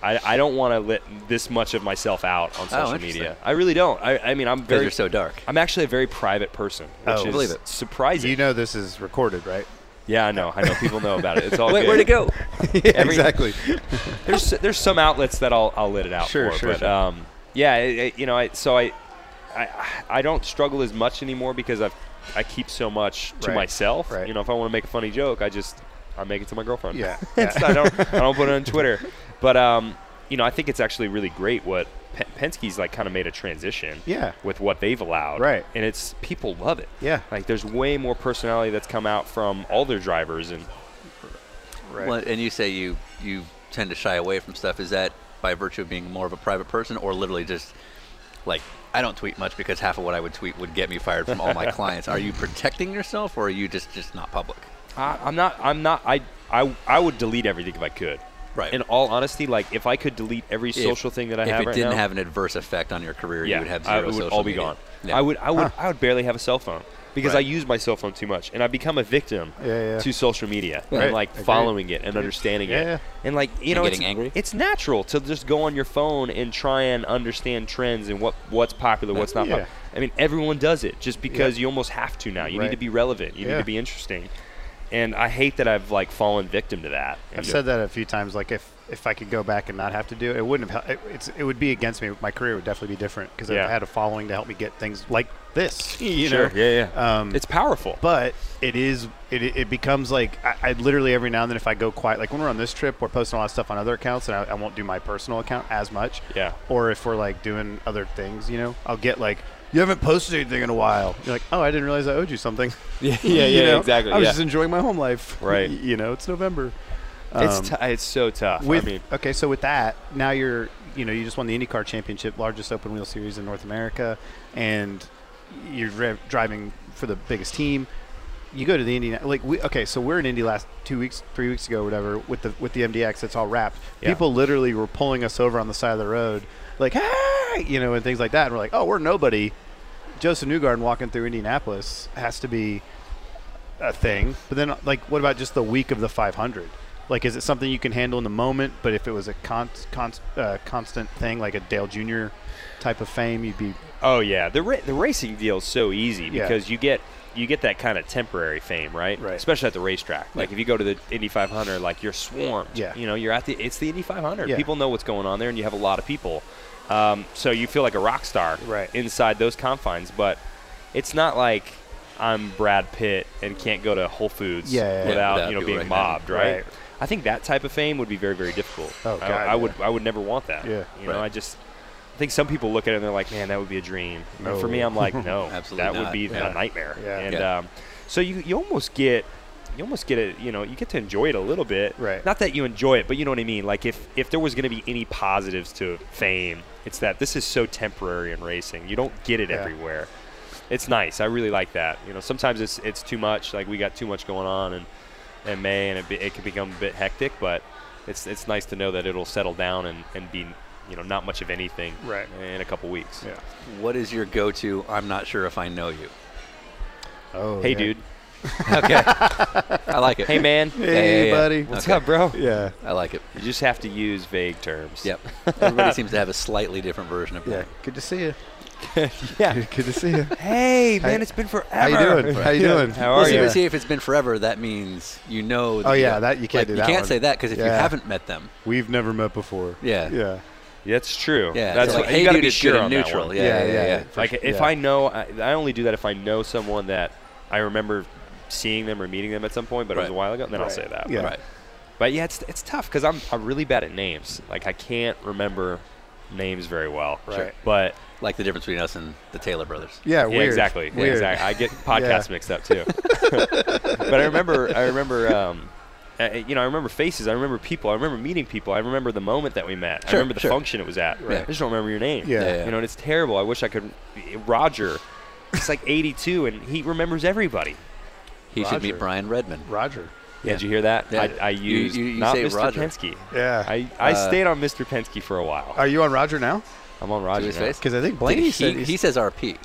Speaker 3: I, I don't want to let this much of myself out on social
Speaker 1: Oh, interesting.
Speaker 3: media. I really don't. I, I mean, I'm
Speaker 1: Because
Speaker 3: very,
Speaker 1: you're so dark.
Speaker 3: I'm actually a very private person, which
Speaker 7: Oh.
Speaker 3: is
Speaker 1: Believe it.
Speaker 3: surprising.
Speaker 7: you know this is recorded, right?
Speaker 3: yeah, I know, I know. People know about it. It's all
Speaker 1: Wait,
Speaker 3: good.
Speaker 1: where'd it go?
Speaker 3: Every-
Speaker 7: exactly.
Speaker 3: There's there's some outlets that I'll I'll let it out
Speaker 7: Sure,
Speaker 3: for,
Speaker 7: sure,
Speaker 3: but
Speaker 7: sure.
Speaker 3: um, yeah, I I- you know, I so I, I I don't struggle as much anymore because I've I keep so much to
Speaker 7: Right,
Speaker 3: myself.
Speaker 7: right.
Speaker 3: You know, if I want to make a funny joke, I just I make it to my girlfriend.
Speaker 7: Yeah,
Speaker 3: It's- I don't I don't put it on Twitter, but um, you know, I think it's actually really great what Pe- Penske's like kind of made a transition.
Speaker 7: Yeah.
Speaker 3: With what they've allowed.
Speaker 7: Right.
Speaker 3: And it's people love it.
Speaker 7: Yeah.
Speaker 3: Like there's way more personality that's come out from all their drivers and
Speaker 7: Right.
Speaker 1: Well, and you say you you tend to shy away from stuff. Is that by virtue of being more of a private person, or literally just like I don't tweet much because half of what I would tweet would get me fired from all my clients? Are you protecting yourself, or are you just just not public?
Speaker 3: I, I'm not. I'm not. I, I. I would delete everything if I could.
Speaker 1: Right.
Speaker 3: In all honesty, like if I could delete every social thing that I
Speaker 1: if
Speaker 3: have
Speaker 1: it
Speaker 3: right
Speaker 1: didn't
Speaker 3: now,
Speaker 1: have an adverse effect on your career,
Speaker 3: yeah,
Speaker 1: you would have
Speaker 3: I
Speaker 1: zero
Speaker 3: would
Speaker 1: social
Speaker 3: all be
Speaker 1: media.
Speaker 3: gone.
Speaker 1: Yeah.
Speaker 3: I would. I would. I would barely have a cell phone. because
Speaker 8: Right.
Speaker 3: I use my cell phone too much, and I become a victim
Speaker 7: Yeah, yeah.
Speaker 3: to social media
Speaker 7: Right.
Speaker 3: and like
Speaker 7: Agreed.
Speaker 3: following it and understanding it,
Speaker 7: Yeah, yeah.
Speaker 3: and like
Speaker 1: And
Speaker 3: you know,
Speaker 1: getting
Speaker 3: it's,
Speaker 1: angry?
Speaker 3: It's natural to just go on your phone and try and understand trends and what what's popular, what's not.
Speaker 7: Yeah.
Speaker 3: popular. I mean, everyone does it just because you almost have to now. You
Speaker 7: Right.
Speaker 3: need to be relevant. You need
Speaker 7: Yeah.
Speaker 3: to be interesting. And I hate that I've like fallen victim to that.
Speaker 7: I've said that a few times. Like if if I could go back and not have to do it, it wouldn't have. hel- It, it's it would be against me. My career would definitely be different because
Speaker 3: Yeah.
Speaker 7: I've had a following to help me get things like this. You
Speaker 3: you sure.
Speaker 7: know.
Speaker 3: Yeah, yeah.
Speaker 7: Um,
Speaker 3: it's powerful.
Speaker 7: But it is it, it becomes like I, I literally every now and then if I go quiet, like when we're on this trip, we're posting a lot of stuff on other accounts, and I, I won't do my personal account as much.
Speaker 3: Yeah.
Speaker 7: Or if we're like doing other things, you know, I'll get like. You haven't posted anything in a while. You're like, oh, I didn't realize I owed you something.
Speaker 1: yeah, yeah,
Speaker 7: You know?
Speaker 1: exactly.
Speaker 7: I was
Speaker 1: yeah.
Speaker 7: just enjoying my home life.
Speaker 3: Right.
Speaker 7: you know, it's November.
Speaker 3: it's
Speaker 7: um,
Speaker 3: t- it's so tough.
Speaker 7: With,
Speaker 3: I mean,
Speaker 7: okay, so with that, now you're you know you just won the IndyCar Championship, largest open wheel series in North America, and you're re- driving for the biggest team. You go to the Indy like we okay, so we're in Indy last two weeks, three weeks ago, whatever, with the with the MDX. It's all wrapped.
Speaker 3: Yeah.
Speaker 7: People literally were pulling us over on the side of the road, like hey, you know, and things like that. And we're like, oh, we're nobody. Joseph Newgarden walking through Indianapolis has to be a thing. But then, like, what about just the week of the 500? Like, is it something you can handle in the moment? But if it was a con- con- uh, constant thing, like a Dale Jr. type of fame, you'd be
Speaker 3: Oh yeah, the ra- the racing deal is so easy
Speaker 7: Yeah.
Speaker 3: because you get you get that kind of temporary fame, right?
Speaker 7: Right.
Speaker 3: Especially at the racetrack. Like if you go to the Indy 500, like you're swarmed.
Speaker 7: Yeah.
Speaker 3: You know, you're at the it's the Indy 500.
Speaker 7: Yeah.
Speaker 3: People know what's going on there, and you have a lot of people. Um, so you feel like a rock star
Speaker 7: Right.
Speaker 3: inside those confines, but it's not like I'm Brad Pitt and can't go to Whole Foods
Speaker 7: Yeah, yeah, yeah.
Speaker 3: without,
Speaker 1: Without
Speaker 3: you know
Speaker 1: people
Speaker 3: being
Speaker 1: recognizing.
Speaker 3: mobbed, right?
Speaker 7: Right.
Speaker 3: I think that type of fame would be very very difficult.
Speaker 7: Oh,
Speaker 3: I-
Speaker 7: God,
Speaker 3: I,
Speaker 7: yeah.
Speaker 3: would I would never want that.
Speaker 7: Yeah.
Speaker 3: You know,
Speaker 1: Right.
Speaker 3: I just I think some people look at it and they're like, man, that would be a dream. And
Speaker 7: No.
Speaker 3: for me, I'm like, no,
Speaker 1: Absolutely
Speaker 3: that would
Speaker 1: not.
Speaker 3: be
Speaker 1: Yeah.
Speaker 3: a nightmare.
Speaker 7: Yeah.
Speaker 3: And
Speaker 1: Yeah.
Speaker 3: Um, so you, you almost get you almost get it. You know, you get to enjoy it a little bit.
Speaker 7: Right.
Speaker 3: Not that you enjoy it, but you know what I mean. Like if if there was going to be any positives to fame, it's that this is so temporary in racing. You don't get it
Speaker 7: Yeah.
Speaker 3: everywhere. It's nice. I really like that. You know, sometimes it's it's too much. Like we got too much going on and in May, and it, be, it can become a bit hectic. But it's it's nice to know that it'll settle down and, and be you know not much of anything
Speaker 7: Right.
Speaker 3: in a couple weeks.
Speaker 7: yeah.
Speaker 1: What is your go-to? I'm not sure if I know you.
Speaker 7: Oh,
Speaker 3: Hey,
Speaker 7: yeah.
Speaker 3: dude.
Speaker 1: Okay, I like it.
Speaker 3: Hey, man.
Speaker 7: Hey,
Speaker 1: yeah, yeah.
Speaker 7: buddy.
Speaker 3: What's
Speaker 1: Okay.
Speaker 3: up, bro?
Speaker 7: Yeah,
Speaker 1: I like it.
Speaker 3: You just have to use vague terms.
Speaker 1: Yep. Everybody seems to have a slightly different version of
Speaker 7: yeah.
Speaker 1: that.
Speaker 7: Good to see you.
Speaker 3: Yeah.
Speaker 7: Good to see you.
Speaker 3: Hey, man,
Speaker 7: Hey.
Speaker 3: it's been forever.
Speaker 7: How you doing? How you doing?
Speaker 3: How are
Speaker 1: Well, see,
Speaker 3: you?
Speaker 1: but see, if it's been forever, that means you know. That
Speaker 7: Oh,
Speaker 1: you
Speaker 7: yeah,
Speaker 1: don't-
Speaker 7: that- you can't
Speaker 1: like,
Speaker 7: do
Speaker 1: you
Speaker 7: that
Speaker 1: can't
Speaker 7: one.
Speaker 1: say that because if you
Speaker 7: Yeah.
Speaker 1: haven't met them,
Speaker 7: We've never met before.
Speaker 1: Yeah.
Speaker 7: Yeah.
Speaker 3: That's true.
Speaker 1: yeah,
Speaker 3: That's
Speaker 1: so like,
Speaker 3: what-
Speaker 1: hey,
Speaker 3: you gotta
Speaker 1: dude,
Speaker 3: be
Speaker 1: it's
Speaker 3: sure
Speaker 1: good
Speaker 3: on
Speaker 1: and
Speaker 3: that
Speaker 1: neutral.
Speaker 3: one.
Speaker 1: Yeah, yeah, yeah.
Speaker 7: for
Speaker 3: Like
Speaker 7: sure.
Speaker 3: if
Speaker 7: Yeah.
Speaker 3: I know, I, I only do that if I know someone that I remember seeing them or meeting them at some point, but it was a
Speaker 1: Right.
Speaker 3: while ago. Then I'll
Speaker 7: Right.
Speaker 3: say that.
Speaker 7: Yeah.
Speaker 1: Right.
Speaker 3: But yeah, it's it's tough because I'm I'm really bad at names. Like I can't remember names very well.
Speaker 7: Right.
Speaker 3: But
Speaker 1: Like the difference between us and the Taylor brothers.
Speaker 7: Yeah.
Speaker 3: yeah,
Speaker 7: Weird.
Speaker 3: exactly. Yeah,
Speaker 7: Weird.
Speaker 3: exactly. I get podcasts
Speaker 7: Yeah.
Speaker 3: mixed up too. but I remember, I remember, um, uh, you know, I remember faces. I remember people. I remember meeting people. I remember the moment that we met. I
Speaker 1: Sure,
Speaker 3: remember the
Speaker 1: sure.
Speaker 3: function it was at.
Speaker 1: Right.
Speaker 3: I just don't remember your name.
Speaker 7: Yeah.
Speaker 1: Yeah, yeah.
Speaker 3: You know, and it's terrible. I wish I could. Roger, it's like 82, and he remembers everybody.
Speaker 1: He should meet
Speaker 7: Roger.
Speaker 1: Brian Redmond.
Speaker 7: Roger.
Speaker 1: Yeah.
Speaker 3: Did you hear that?
Speaker 1: Yeah.
Speaker 3: I, I
Speaker 1: You-
Speaker 3: used
Speaker 1: you- you
Speaker 3: not
Speaker 1: say
Speaker 3: Mr.
Speaker 1: Roger.
Speaker 3: Penske.
Speaker 7: Yeah.
Speaker 3: I, I
Speaker 1: Uh,
Speaker 3: stayed on Mr. Penske for a while.
Speaker 7: are you on Roger now?
Speaker 3: I'm on
Speaker 1: To
Speaker 3: Roger
Speaker 1: his
Speaker 3: now.
Speaker 1: face?
Speaker 7: Because I think
Speaker 1: Did
Speaker 7: Blaney
Speaker 1: he,
Speaker 7: said
Speaker 1: he
Speaker 7: he's-
Speaker 1: says RP.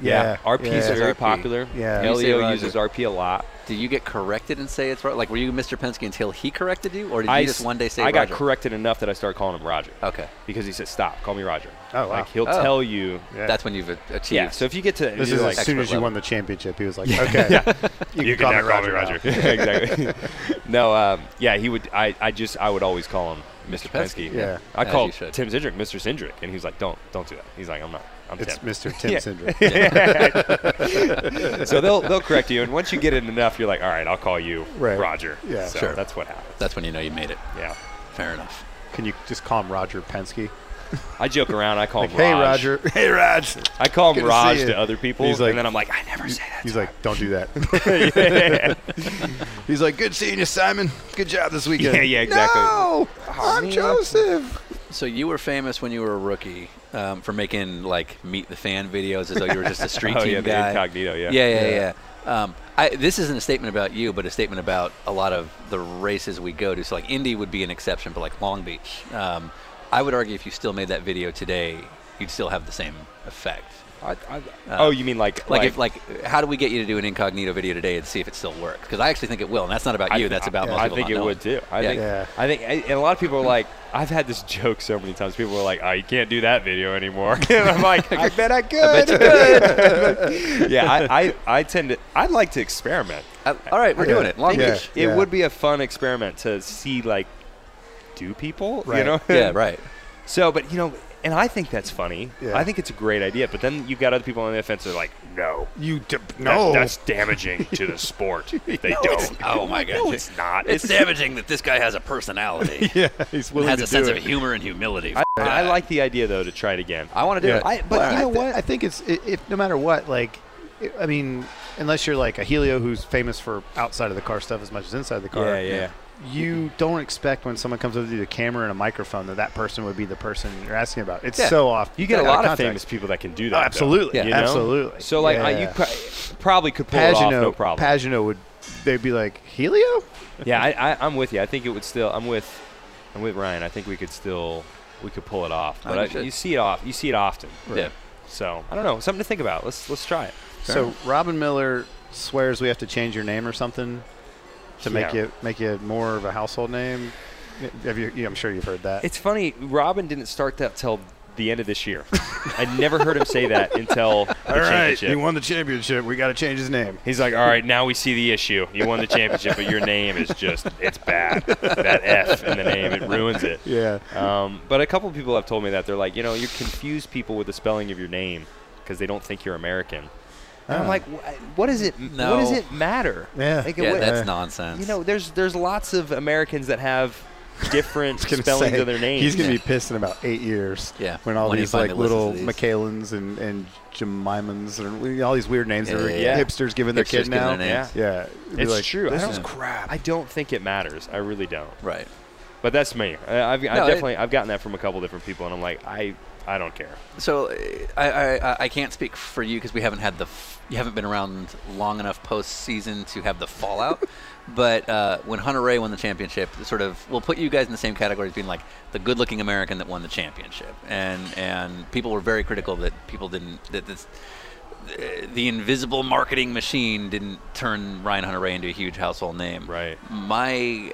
Speaker 3: Yeah. RP is
Speaker 7: yeah.
Speaker 3: very
Speaker 1: RP.
Speaker 3: popular.
Speaker 7: Yeah. You
Speaker 1: say
Speaker 3: Elio
Speaker 1: Roger.
Speaker 3: uses RP a lot.
Speaker 1: Did you get corrected and say it's right? Like, were you Mr. Penske until he corrected you, or did you just
Speaker 3: s-
Speaker 1: one day say
Speaker 3: I got
Speaker 1: Roger?
Speaker 3: corrected enough that I started calling him Roger
Speaker 1: Okay,
Speaker 3: because he said, "Stop, call me Roger."
Speaker 7: Oh, wow.
Speaker 3: Like he'll
Speaker 1: Oh.
Speaker 3: tell you.
Speaker 7: Yeah.
Speaker 1: that's when you've a- achieved.
Speaker 3: Yeah. So if you get to
Speaker 7: This
Speaker 3: you're
Speaker 7: is
Speaker 3: like,
Speaker 7: as soon
Speaker 1: expert
Speaker 7: as you
Speaker 1: level.
Speaker 7: won the championship. He was like, okay, yeah. you,
Speaker 3: you
Speaker 7: can call
Speaker 3: now
Speaker 7: me Roger. now."
Speaker 3: Yeah, exactly. no, um, yeah, he would. I, I just I would always call him Mr.
Speaker 1: Penske.
Speaker 3: Penske.
Speaker 7: Yeah.
Speaker 3: I
Speaker 1: As you
Speaker 3: called
Speaker 1: should.
Speaker 3: Tim Zindrick Mr. Zindrick, and he was like, "Don't don't do that." He's like, "I'm not. I'm
Speaker 7: It's
Speaker 3: Tim."
Speaker 7: Mr. Tim
Speaker 3: Yeah.
Speaker 7: Syndrome.
Speaker 3: so they'll they'll correct you, and once you get it enough, you're like, "All right, I'll call you
Speaker 7: Right.
Speaker 3: Roger."
Speaker 7: Yeah.
Speaker 3: So
Speaker 1: Sure.
Speaker 3: That's what happens.
Speaker 1: that's when you know you made it.
Speaker 3: Yeah.
Speaker 1: Fair enough.
Speaker 7: Can you just call him Roger Penske?
Speaker 3: I joke around. I call him
Speaker 7: hey,
Speaker 3: Raj.
Speaker 7: Roger. Hey, Raj.
Speaker 3: I call him
Speaker 7: Good to see
Speaker 3: Raj
Speaker 7: you.
Speaker 3: to other people,
Speaker 7: He's like-
Speaker 3: and then I'm like, I never say that.
Speaker 7: He's like, don't do that. He's like, good seeing you, Simon. Good job this weekend.
Speaker 3: Yeah, yeah, exactly.
Speaker 7: No, I'm
Speaker 3: man.
Speaker 7: Joseph.
Speaker 1: So you were famous when you were a rookie um, for making like meet the fan videos as though you were just a street
Speaker 3: oh
Speaker 1: team
Speaker 3: yeah, the
Speaker 1: guy.
Speaker 3: incognito. Yeah.
Speaker 1: yeah, yeah, yeah. Um, I, this isn't a statement about you, but a statement about a lot of the races we go to. So like Indy would be an exception, but like Long Beach, um, I would argue if you still made that video today, you'd still have the same effect.
Speaker 3: I, I, oh, you mean like
Speaker 1: Like, if like, how do we get you to do an incognito video today and see if it still works? Because I actually think it will, and that's not about
Speaker 3: I-
Speaker 1: you. that's about most
Speaker 3: I
Speaker 1: people
Speaker 3: think
Speaker 1: not
Speaker 3: it
Speaker 1: knowing.
Speaker 3: would too. I
Speaker 1: Yeah.
Speaker 3: think.
Speaker 7: Yeah.
Speaker 3: I think. And a lot of people are like, I've had this joke so many times. People are like, oh, you can't do that video anymore. and I'm like, I bet I could. yeah, I, I, I tend to. I'd like to experiment.
Speaker 1: Uh, all right, we're
Speaker 7: Yeah.
Speaker 1: doing it. Long
Speaker 7: Yeah.
Speaker 1: Beach.
Speaker 3: It would be a fun experiment to see like, do people? You
Speaker 7: Right.
Speaker 3: know?
Speaker 1: Yeah, right.
Speaker 3: So, but you know, and I think that's funny.
Speaker 7: Yeah.
Speaker 3: I think it's a great idea. But then you've got other people on the offense that are like, no,
Speaker 7: You d-
Speaker 3: that-
Speaker 7: no.
Speaker 3: that's damaging to the sport. If they don't.
Speaker 1: Oh my
Speaker 3: No,
Speaker 1: gosh.
Speaker 3: it's not.
Speaker 1: It's damaging that this guy has a personality.
Speaker 7: yeah, he's willing
Speaker 1: has
Speaker 7: to
Speaker 1: a sense
Speaker 7: do
Speaker 1: of
Speaker 7: it.
Speaker 1: humor and humility.
Speaker 3: I, I like the idea though to try it again.
Speaker 1: I want to do
Speaker 7: Yeah.
Speaker 1: it.
Speaker 3: I, but
Speaker 7: Well,
Speaker 3: you know
Speaker 7: I thi-
Speaker 3: what?
Speaker 7: I think it's i- if no matter what, like, i I mean, unless you're like a Helio who's famous for outside of the car stuff as much as inside the car. You don't expect when someone comes up to you with a camera and a microphone that that person would be the person you're asking about. It's
Speaker 1: Yeah.
Speaker 7: so off.
Speaker 3: You get a
Speaker 7: out
Speaker 3: lot of,
Speaker 7: context.
Speaker 3: famous people that can do
Speaker 7: Oh,
Speaker 3: that. though,
Speaker 7: absolutely,
Speaker 1: Yeah.
Speaker 3: you know?
Speaker 7: absolutely.
Speaker 3: So like, I, you
Speaker 7: Yeah.
Speaker 3: pr- probably could pull it
Speaker 7: Pagano,
Speaker 3: off, no problem.
Speaker 7: Pagano would. They'd be like Helio.
Speaker 3: yeah, I, I, I'm with you. I think it would still. I'm with. I'm with Ryan. I think we could still. We could pull it off.
Speaker 1: I
Speaker 3: But
Speaker 1: think
Speaker 3: I,
Speaker 1: so.
Speaker 3: you see it off. You see it often.
Speaker 1: Yeah.
Speaker 3: So I don't know. Something to think about. Let's let's try it.
Speaker 7: So Robin Miller swears we have to change your name or something to make
Speaker 3: Yeah.
Speaker 7: you make you more of a household name. Have you, yeah, I'm sure you've heard that.
Speaker 3: It's funny. Robin didn't start that till the end of this year. I never heard him say that until the championship.
Speaker 7: won the championship. We got to change his name.
Speaker 3: He's like, all right, now we see the issue. You won the championship, but your name is just, it's bad. That F in the name, it ruins it.
Speaker 7: Yeah.
Speaker 3: Um, but a couple of people have told me that. They're like, you know, you confuse people with the spelling of your name because they don't think you're American. And I'm
Speaker 7: Ah.
Speaker 3: like, "Wh- what does it,
Speaker 1: No.
Speaker 3: what does it matter?
Speaker 7: Yeah.
Speaker 3: Like,
Speaker 1: Yeah,
Speaker 3: what-
Speaker 1: that's nonsense.
Speaker 3: You know, there's, there's lots of Americans that have different
Speaker 7: Gonna
Speaker 3: spellings
Speaker 7: say,
Speaker 3: of their names.
Speaker 7: He's gonna be pissed in about eight years.
Speaker 1: Yeah,
Speaker 7: When all
Speaker 1: when he
Speaker 7: these like
Speaker 1: finally listens
Speaker 7: little
Speaker 1: to these.
Speaker 7: McCalans and and Jemimans and all these weird names
Speaker 1: Yeah,
Speaker 7: that are
Speaker 1: yeah,
Speaker 3: yeah.
Speaker 7: hipsters giving their
Speaker 1: Hipsters
Speaker 7: kid
Speaker 1: giving
Speaker 7: now.
Speaker 1: their names.
Speaker 7: Yeah. It'd be
Speaker 3: It's
Speaker 7: like,
Speaker 3: true. I
Speaker 7: This
Speaker 3: don't-
Speaker 7: is crap.
Speaker 3: I don't think it matters. I really don't.
Speaker 1: Right.
Speaker 3: But that's me. I, I've, I
Speaker 1: No, it-
Speaker 3: definitely I've gotten that from a couple different people, and I'm like, I I don't care.
Speaker 1: So uh, I I, I- I can't speak for you because we haven't had the f- you haven't been around long enough postseason to have the fallout. but uh, when Hunter Ray won the championship, it sort of we'll put you guys in the same category as being like the good-looking American that won the championship, and and people were very critical that people didn't that this. uh, The invisible marketing machine didn't turn Ryan Hunter Ray into a huge household name.
Speaker 3: Right.
Speaker 1: My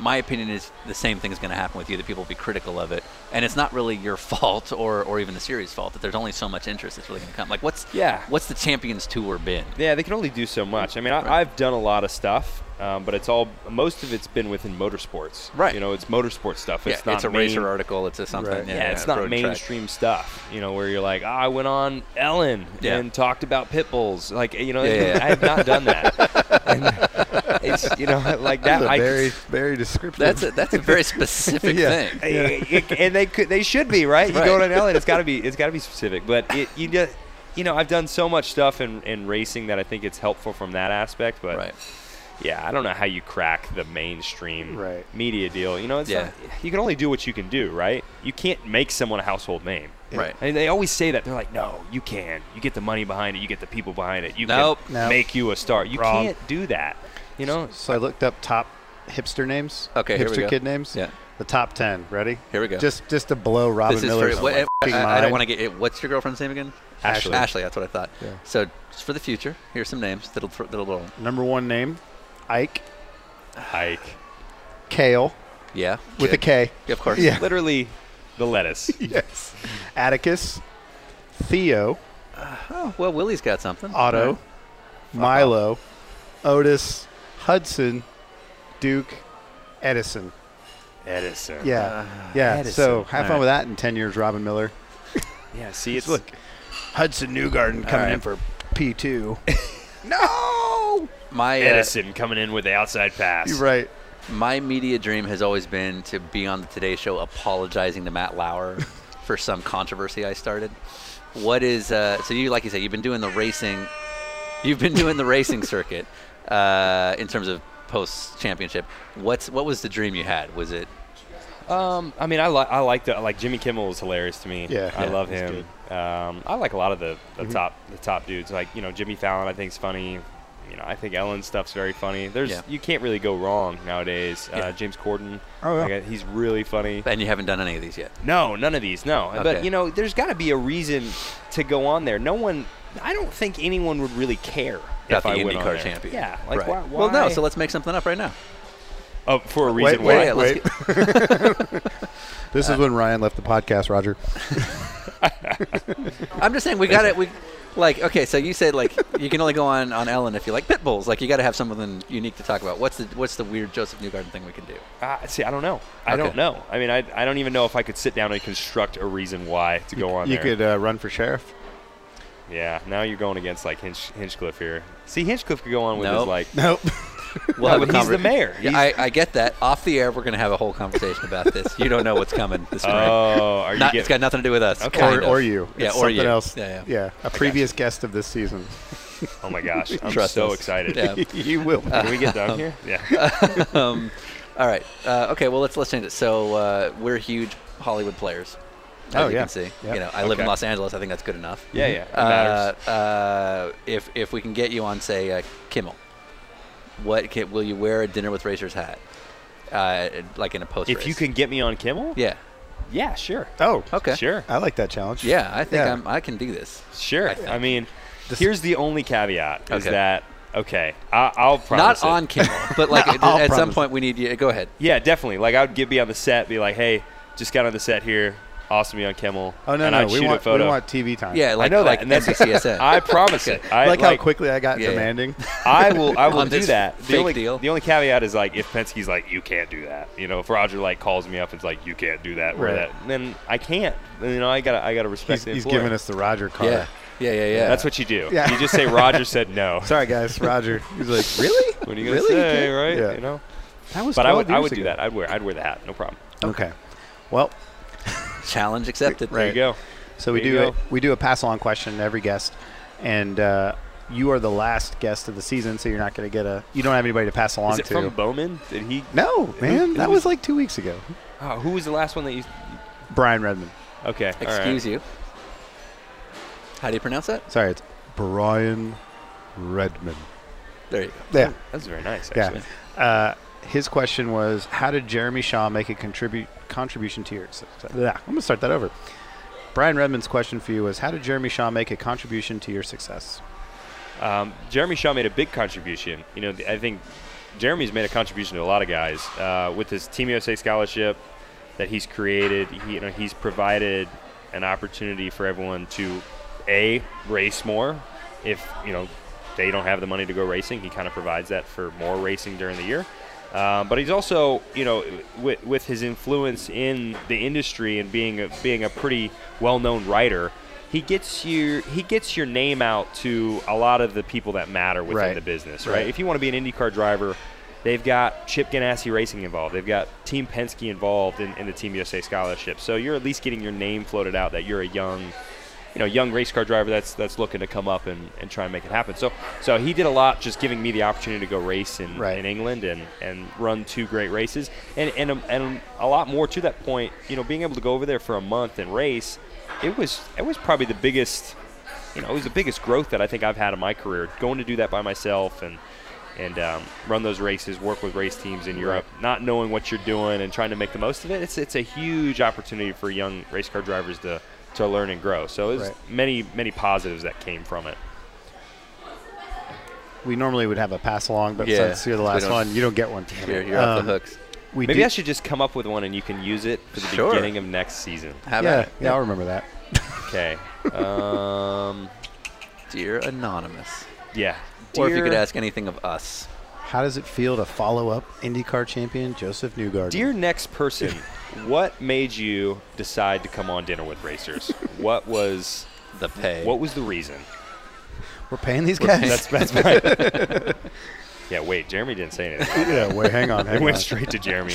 Speaker 1: my opinion is the same thing is going to happen with you that people will be critical of it and it's not really your fault or, or even the series fault that there's only so much interest that's really going to come like what's
Speaker 3: Yeah.
Speaker 1: what's the champions tour been
Speaker 3: Yeah, they can only do so much. I mean, I, I've done a lot of stuff, um, but it's all most of it's been within motorsports.
Speaker 1: Right.
Speaker 3: You know, it's motorsport stuff. It's
Speaker 1: yeah,
Speaker 3: not
Speaker 1: it's a
Speaker 3: main-
Speaker 1: racer article it's a something
Speaker 7: Right.
Speaker 1: yeah,
Speaker 3: Yeah, it's
Speaker 1: a
Speaker 3: not
Speaker 1: road track.
Speaker 3: mainstream stuff. You know, where you're like, oh, I went on Ellen
Speaker 1: Yeah.
Speaker 3: and talked about pit bulls. Like, you know,
Speaker 1: Yeah, yeah, yeah.
Speaker 3: I have not done that. and it's you know like that.
Speaker 7: That's a
Speaker 3: I,
Speaker 7: very very descriptive.
Speaker 1: that's a, that's a very specific thing
Speaker 3: and they could, they should be right. You
Speaker 1: Right.
Speaker 3: go to LA, and it's got to be, it's got to be specific. But it, you just, you know, I've done so much stuff in, in racing that I think it's helpful from that aspect. But
Speaker 1: right
Speaker 3: yeah, I don't know how you crack the mainstream
Speaker 7: Right.
Speaker 3: media deal. You know, it's
Speaker 1: Yeah.
Speaker 3: not- you can only do what you can do, right? You can't make someone a household name.
Speaker 1: right
Speaker 3: And they always say that they're like, no, you can. You get the money behind it. You get the people behind it. You
Speaker 1: Nope.
Speaker 3: can
Speaker 7: Nope.
Speaker 3: make you a star. You
Speaker 7: Wrong.
Speaker 3: can't do that. You know,
Speaker 7: So I looked up top hipster names.
Speaker 1: Okay, here
Speaker 7: Hipster
Speaker 1: we go.
Speaker 7: kid names.
Speaker 1: Yeah.
Speaker 7: The top ten. Ready?
Speaker 1: Here we go.
Speaker 7: Just just to blow Robin
Speaker 1: this is
Speaker 7: Miller's
Speaker 1: for, what, I,
Speaker 7: fucking
Speaker 1: I- I don't
Speaker 7: mind.
Speaker 1: want to get it, what's your girlfriend's name again
Speaker 3: Ashley.
Speaker 1: Ashley that's what I thought
Speaker 7: Yeah.
Speaker 1: so just for the future here's some names that'll thro- that'll roll
Speaker 7: Number one name, Ike
Speaker 3: Ike.
Speaker 7: Kale
Speaker 1: yeah
Speaker 7: with a K.
Speaker 1: yeah, of course
Speaker 7: Yeah.
Speaker 3: Literally, the lettuce.
Speaker 7: Yes. Atticus, Theo,
Speaker 1: oh well Willie's got something
Speaker 7: Otto, Milo, Otis, Hudson, Duke, Edison.
Speaker 3: Edison.
Speaker 7: Yeah. yeah.
Speaker 3: Uh,
Speaker 7: So
Speaker 3: Edison.
Speaker 7: have
Speaker 3: All
Speaker 7: fun
Speaker 3: right.
Speaker 7: with that in ten years, Robin Miller.
Speaker 3: Yeah, see, it's
Speaker 7: look, Hudson Newgarden coming in for P two.
Speaker 3: no
Speaker 1: my uh,
Speaker 3: Edison coming in with the outside pass.
Speaker 7: You're right.
Speaker 1: My media dream has always been to be on the Today Show apologizing to Matt Lauer for some controversy I started. What is uh, so you like you say you've been doing the racing, you've been doing the racing circuit uh, in terms of post championship. What's what was the dream you had? Was it
Speaker 3: Um, I mean, I like I like the like Jimmy Kimmel is hilarious to me.
Speaker 7: Yeah.
Speaker 3: I
Speaker 7: Yeah,
Speaker 3: love
Speaker 7: he's Mm-hmm.
Speaker 3: him. Um, I like a lot of the, the top the top dudes. Like you know Jimmy Fallon, I think is funny. you know, I think Ellen's stuff's very funny. There's
Speaker 1: Yeah.
Speaker 3: you can't really go wrong nowadays.
Speaker 1: Yeah.
Speaker 3: Uh, James Corden,
Speaker 7: Oh, yeah.
Speaker 3: like, uh, he's really funny.
Speaker 1: And you haven't done any of these yet.
Speaker 3: No, none of these. No,
Speaker 1: Okay.
Speaker 3: but you know, there's got to be a reason to go on there. No one, I don't think anyone would really care
Speaker 1: About
Speaker 3: if I
Speaker 1: the
Speaker 3: went on
Speaker 1: IndyCar
Speaker 3: there.
Speaker 1: champion.
Speaker 3: Yeah, like
Speaker 1: right.
Speaker 3: why,
Speaker 1: Well, no.
Speaker 3: why-
Speaker 1: So let's make something up right now.
Speaker 3: Oh, for a reason
Speaker 7: wait,
Speaker 3: why.
Speaker 1: yeah, let's get-
Speaker 7: This
Speaker 3: Uh,
Speaker 7: is when Ryan left the podcast, Roger.
Speaker 1: I'm just saying we got it. We like okay. So you said like you can only go on on Ellen if you like pit bulls. Like you got to have something unique to talk about. What's the what's the weird Joseph Newgarden thing we can do?
Speaker 3: Uh, see, I don't know. I
Speaker 1: Okay.
Speaker 3: don't know. I mean, I, I don't even know if I could sit down and construct a reason why to go on
Speaker 7: you
Speaker 3: there.
Speaker 7: could uh, run for sheriff.
Speaker 3: Yeah, now you're going against like Hinch, Hinchcliffe here. See, Hinchcliffe could go on with his
Speaker 1: Nope.
Speaker 3: like.
Speaker 7: Nope.
Speaker 1: Well,
Speaker 3: but he's the mayor.
Speaker 1: Yeah,
Speaker 3: He's-
Speaker 1: I, I get that. Off the air, we're gonna have a whole conversation about this. You don't know what's coming this spring.
Speaker 3: oh, are you
Speaker 1: Not,
Speaker 3: getting,
Speaker 1: it's got nothing to do with us.
Speaker 3: Okay.
Speaker 7: or,
Speaker 1: kind of.
Speaker 7: or you.
Speaker 1: Yeah,
Speaker 7: It's
Speaker 1: or
Speaker 7: something
Speaker 1: you.
Speaker 7: else.
Speaker 1: Yeah, yeah.
Speaker 7: A previous guest of this season.
Speaker 3: Oh my gosh, I'm
Speaker 1: Trust
Speaker 3: so
Speaker 1: us.
Speaker 3: excited.
Speaker 1: Yeah.
Speaker 7: you will.
Speaker 3: Can we get down here? Yeah.
Speaker 1: um, all right. Uh, okay. Well, let's let's change it. So uh, we're huge Hollywood players. As
Speaker 7: Oh,
Speaker 1: you
Speaker 7: yeah.
Speaker 1: can see.
Speaker 7: Yeah.
Speaker 1: You know, I live in
Speaker 3: Okay.
Speaker 1: Los Angeles. I think that's good enough.
Speaker 3: Yeah, yeah. It
Speaker 1: Uh,
Speaker 3: matters.
Speaker 1: uh, if if we can get you on, say, uh, Kimmel, what can, will you wear a dinner with racers hat, uh, like in a post?
Speaker 3: If you can get me on Kimmel,
Speaker 1: yeah,
Speaker 3: yeah, sure.
Speaker 7: oh,
Speaker 1: okay,
Speaker 3: Sure.
Speaker 7: I like that challenge.
Speaker 1: yeah. I think
Speaker 7: Yeah.
Speaker 1: I'm, I can do this.
Speaker 3: Sure.
Speaker 1: think.
Speaker 3: I, mean, here's the only caveat is
Speaker 1: Okay.
Speaker 3: that, okay, I, I'll promise.
Speaker 1: Not on
Speaker 3: It.
Speaker 1: Kimmel, but like at,
Speaker 7: I'll
Speaker 1: at some
Speaker 7: promise
Speaker 1: point we need you. Go ahead.
Speaker 3: Yeah, definitely. Like, I would get me on the set, be like, hey, just got on the set here. Awesome, me on Kimmel.
Speaker 7: Oh no,
Speaker 3: and
Speaker 7: no,
Speaker 3: I'd
Speaker 7: we
Speaker 3: shoot
Speaker 7: want
Speaker 3: a
Speaker 7: we
Speaker 3: photo.
Speaker 7: want TV time.
Speaker 1: Yeah, like
Speaker 3: I know
Speaker 1: like
Speaker 3: that, and that's
Speaker 1: NBCSN.
Speaker 3: I promise it. I
Speaker 7: like,
Speaker 3: like
Speaker 7: how quickly I got
Speaker 1: Yeah, yeah.
Speaker 7: demanding.
Speaker 3: I will. I will
Speaker 1: On
Speaker 3: do
Speaker 1: this
Speaker 3: that. The
Speaker 1: fake
Speaker 3: only
Speaker 1: deal.
Speaker 3: the only caveat is like if Penske's like you can't do that. You know, if Roger like calls me up and's like you can't do that or
Speaker 7: Right.
Speaker 3: that, then I can't. You know, I gotta I gotta respect
Speaker 7: He's,
Speaker 3: the
Speaker 7: he's
Speaker 3: employer.
Speaker 7: giving us the Roger card.
Speaker 1: yeah, yeah, yeah, yeah.
Speaker 3: That's what you do.
Speaker 7: Yeah.
Speaker 3: You just say Roger said no.
Speaker 7: Sorry guys, Roger. He's like, really?
Speaker 3: What are you gonna
Speaker 7: Really? You
Speaker 3: say,
Speaker 7: can't-
Speaker 3: right?
Speaker 7: Yeah.
Speaker 3: You know.
Speaker 7: That was.
Speaker 3: But I
Speaker 7: 12
Speaker 3: would I
Speaker 7: years
Speaker 3: would do
Speaker 7: ago.
Speaker 3: that. I'd wear I'd wear the hat. No problem.
Speaker 7: Okay. Well,
Speaker 1: challenge accepted.
Speaker 3: There you go.
Speaker 7: So we
Speaker 3: There
Speaker 7: do
Speaker 3: you
Speaker 7: a,
Speaker 3: go.
Speaker 7: we do a pass along question to every guest, and uh, you are the last guest of the season, so you're not going to get a you don't have anybody to pass along
Speaker 3: Is it
Speaker 7: to.
Speaker 3: from Bowman? Did he?
Speaker 7: no, man,
Speaker 3: who
Speaker 7: that
Speaker 3: was-
Speaker 7: was like two weeks ago.
Speaker 3: Oh, who was the last one that you?
Speaker 7: Brian Redmond.
Speaker 3: Okay.
Speaker 1: Excuse you. How do you pronounce that?
Speaker 7: Sorry, it's Brian Redmond.
Speaker 1: There you go.
Speaker 7: Yeah,
Speaker 3: That's very nice.
Speaker 7: yeah.
Speaker 3: Actually.
Speaker 7: Uh, his question was, how did Jeremy Shaw make a contribute contribution to your? success? Blah, I'm gonna start that over. Brian Redmond's question for you was, how did Jeremy Shaw make a contribution to your success?
Speaker 3: Um, Jeremy Shaw made a big contribution. You know, I think Jeremy's made a contribution to a lot of guys uh, with his Team USA scholarship that he's created. He, you know, he's provided an opportunity for everyone to a race more. If you know they don't have the money to go racing, he kind of provides that for more racing during the year. Um, but he's also, you know, with, with his influence in the industry and being a, being a pretty well-known writer, he gets your he gets your name out to a lot of the people that matter within
Speaker 7: Right.
Speaker 3: the business, right?
Speaker 7: Right.
Speaker 3: If you want to be an IndyCar driver, they've got Chip Ganassi Racing involved, they've got Team Penske involved in, in the Team USA scholarship. So you're at least getting your name floated out that you're a young you know, young race car driver that's that's looking to come up and, and try and make it happen. So so he did a lot just giving me the opportunity to go race in,
Speaker 7: Right.
Speaker 3: in England and, and run two great races and and a, and a lot more to that point. You know, being able to go over there for a month and race, it was it was probably the biggest, you know, it was the biggest growth that I think I've had in my career. Going to do that by myself and. And um, run those races, work with race teams in Europe, not knowing what you're doing and trying to make the most of it. It's it's a huge opportunity for young race car drivers to to learn and grow. So there's
Speaker 7: Right.
Speaker 3: many many positives that came from it.
Speaker 7: We normally would have a pass along, but
Speaker 1: Yeah,
Speaker 7: since you're the
Speaker 1: we
Speaker 7: last
Speaker 1: don't-
Speaker 7: one, you don't get one.
Speaker 1: You're, you're off
Speaker 7: Um,
Speaker 1: the hooks.
Speaker 7: We
Speaker 3: Maybe
Speaker 7: do-
Speaker 3: I should just come up with one and you can use it for the
Speaker 1: Sure.
Speaker 3: beginning of next season.
Speaker 1: How about
Speaker 7: Yeah,
Speaker 1: it?
Speaker 7: yeah, I'll remember that.
Speaker 3: Okay. um,
Speaker 1: Dear Anonymous.
Speaker 3: yeah.
Speaker 1: Or if you could
Speaker 3: Dear-
Speaker 1: ask anything of us.
Speaker 7: How does it feel to follow up IndyCar champion Joseph Newgarden?
Speaker 3: Dear next person, what made you decide to come on dinner with racers? what was
Speaker 1: The pay.
Speaker 3: what was the reason?
Speaker 7: we're paying these guys.
Speaker 3: That's that's my Yeah, wait, Jeremy didn't say anything.
Speaker 7: yeah, wait, hang on,
Speaker 3: It
Speaker 7: hang on.
Speaker 3: went straight to Jeremy.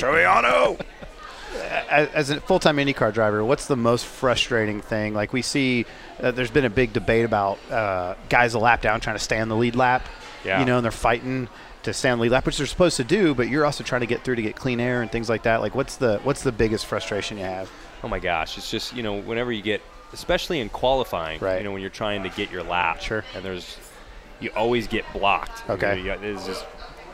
Speaker 7: As, as a full-time IndyCar driver, what's the most frustrating thing? Like we see, uh, there's been a big debate about uh, guys a lap down trying to stay on the lead lap.
Speaker 3: Yeah.
Speaker 7: You know, and they're fighting to stay on the lead lap, which they're supposed to do, but you're also trying to get through to get clean air and things like that. Like, what's the what's the biggest frustration you have?
Speaker 3: Oh my gosh, it's just you know whenever you get, especially in qualifying,
Speaker 7: Right.
Speaker 3: you know when you're trying to get your lap,
Speaker 7: Sure.
Speaker 3: and there's you always get blocked.
Speaker 7: Okay.
Speaker 3: You know, you- there's this,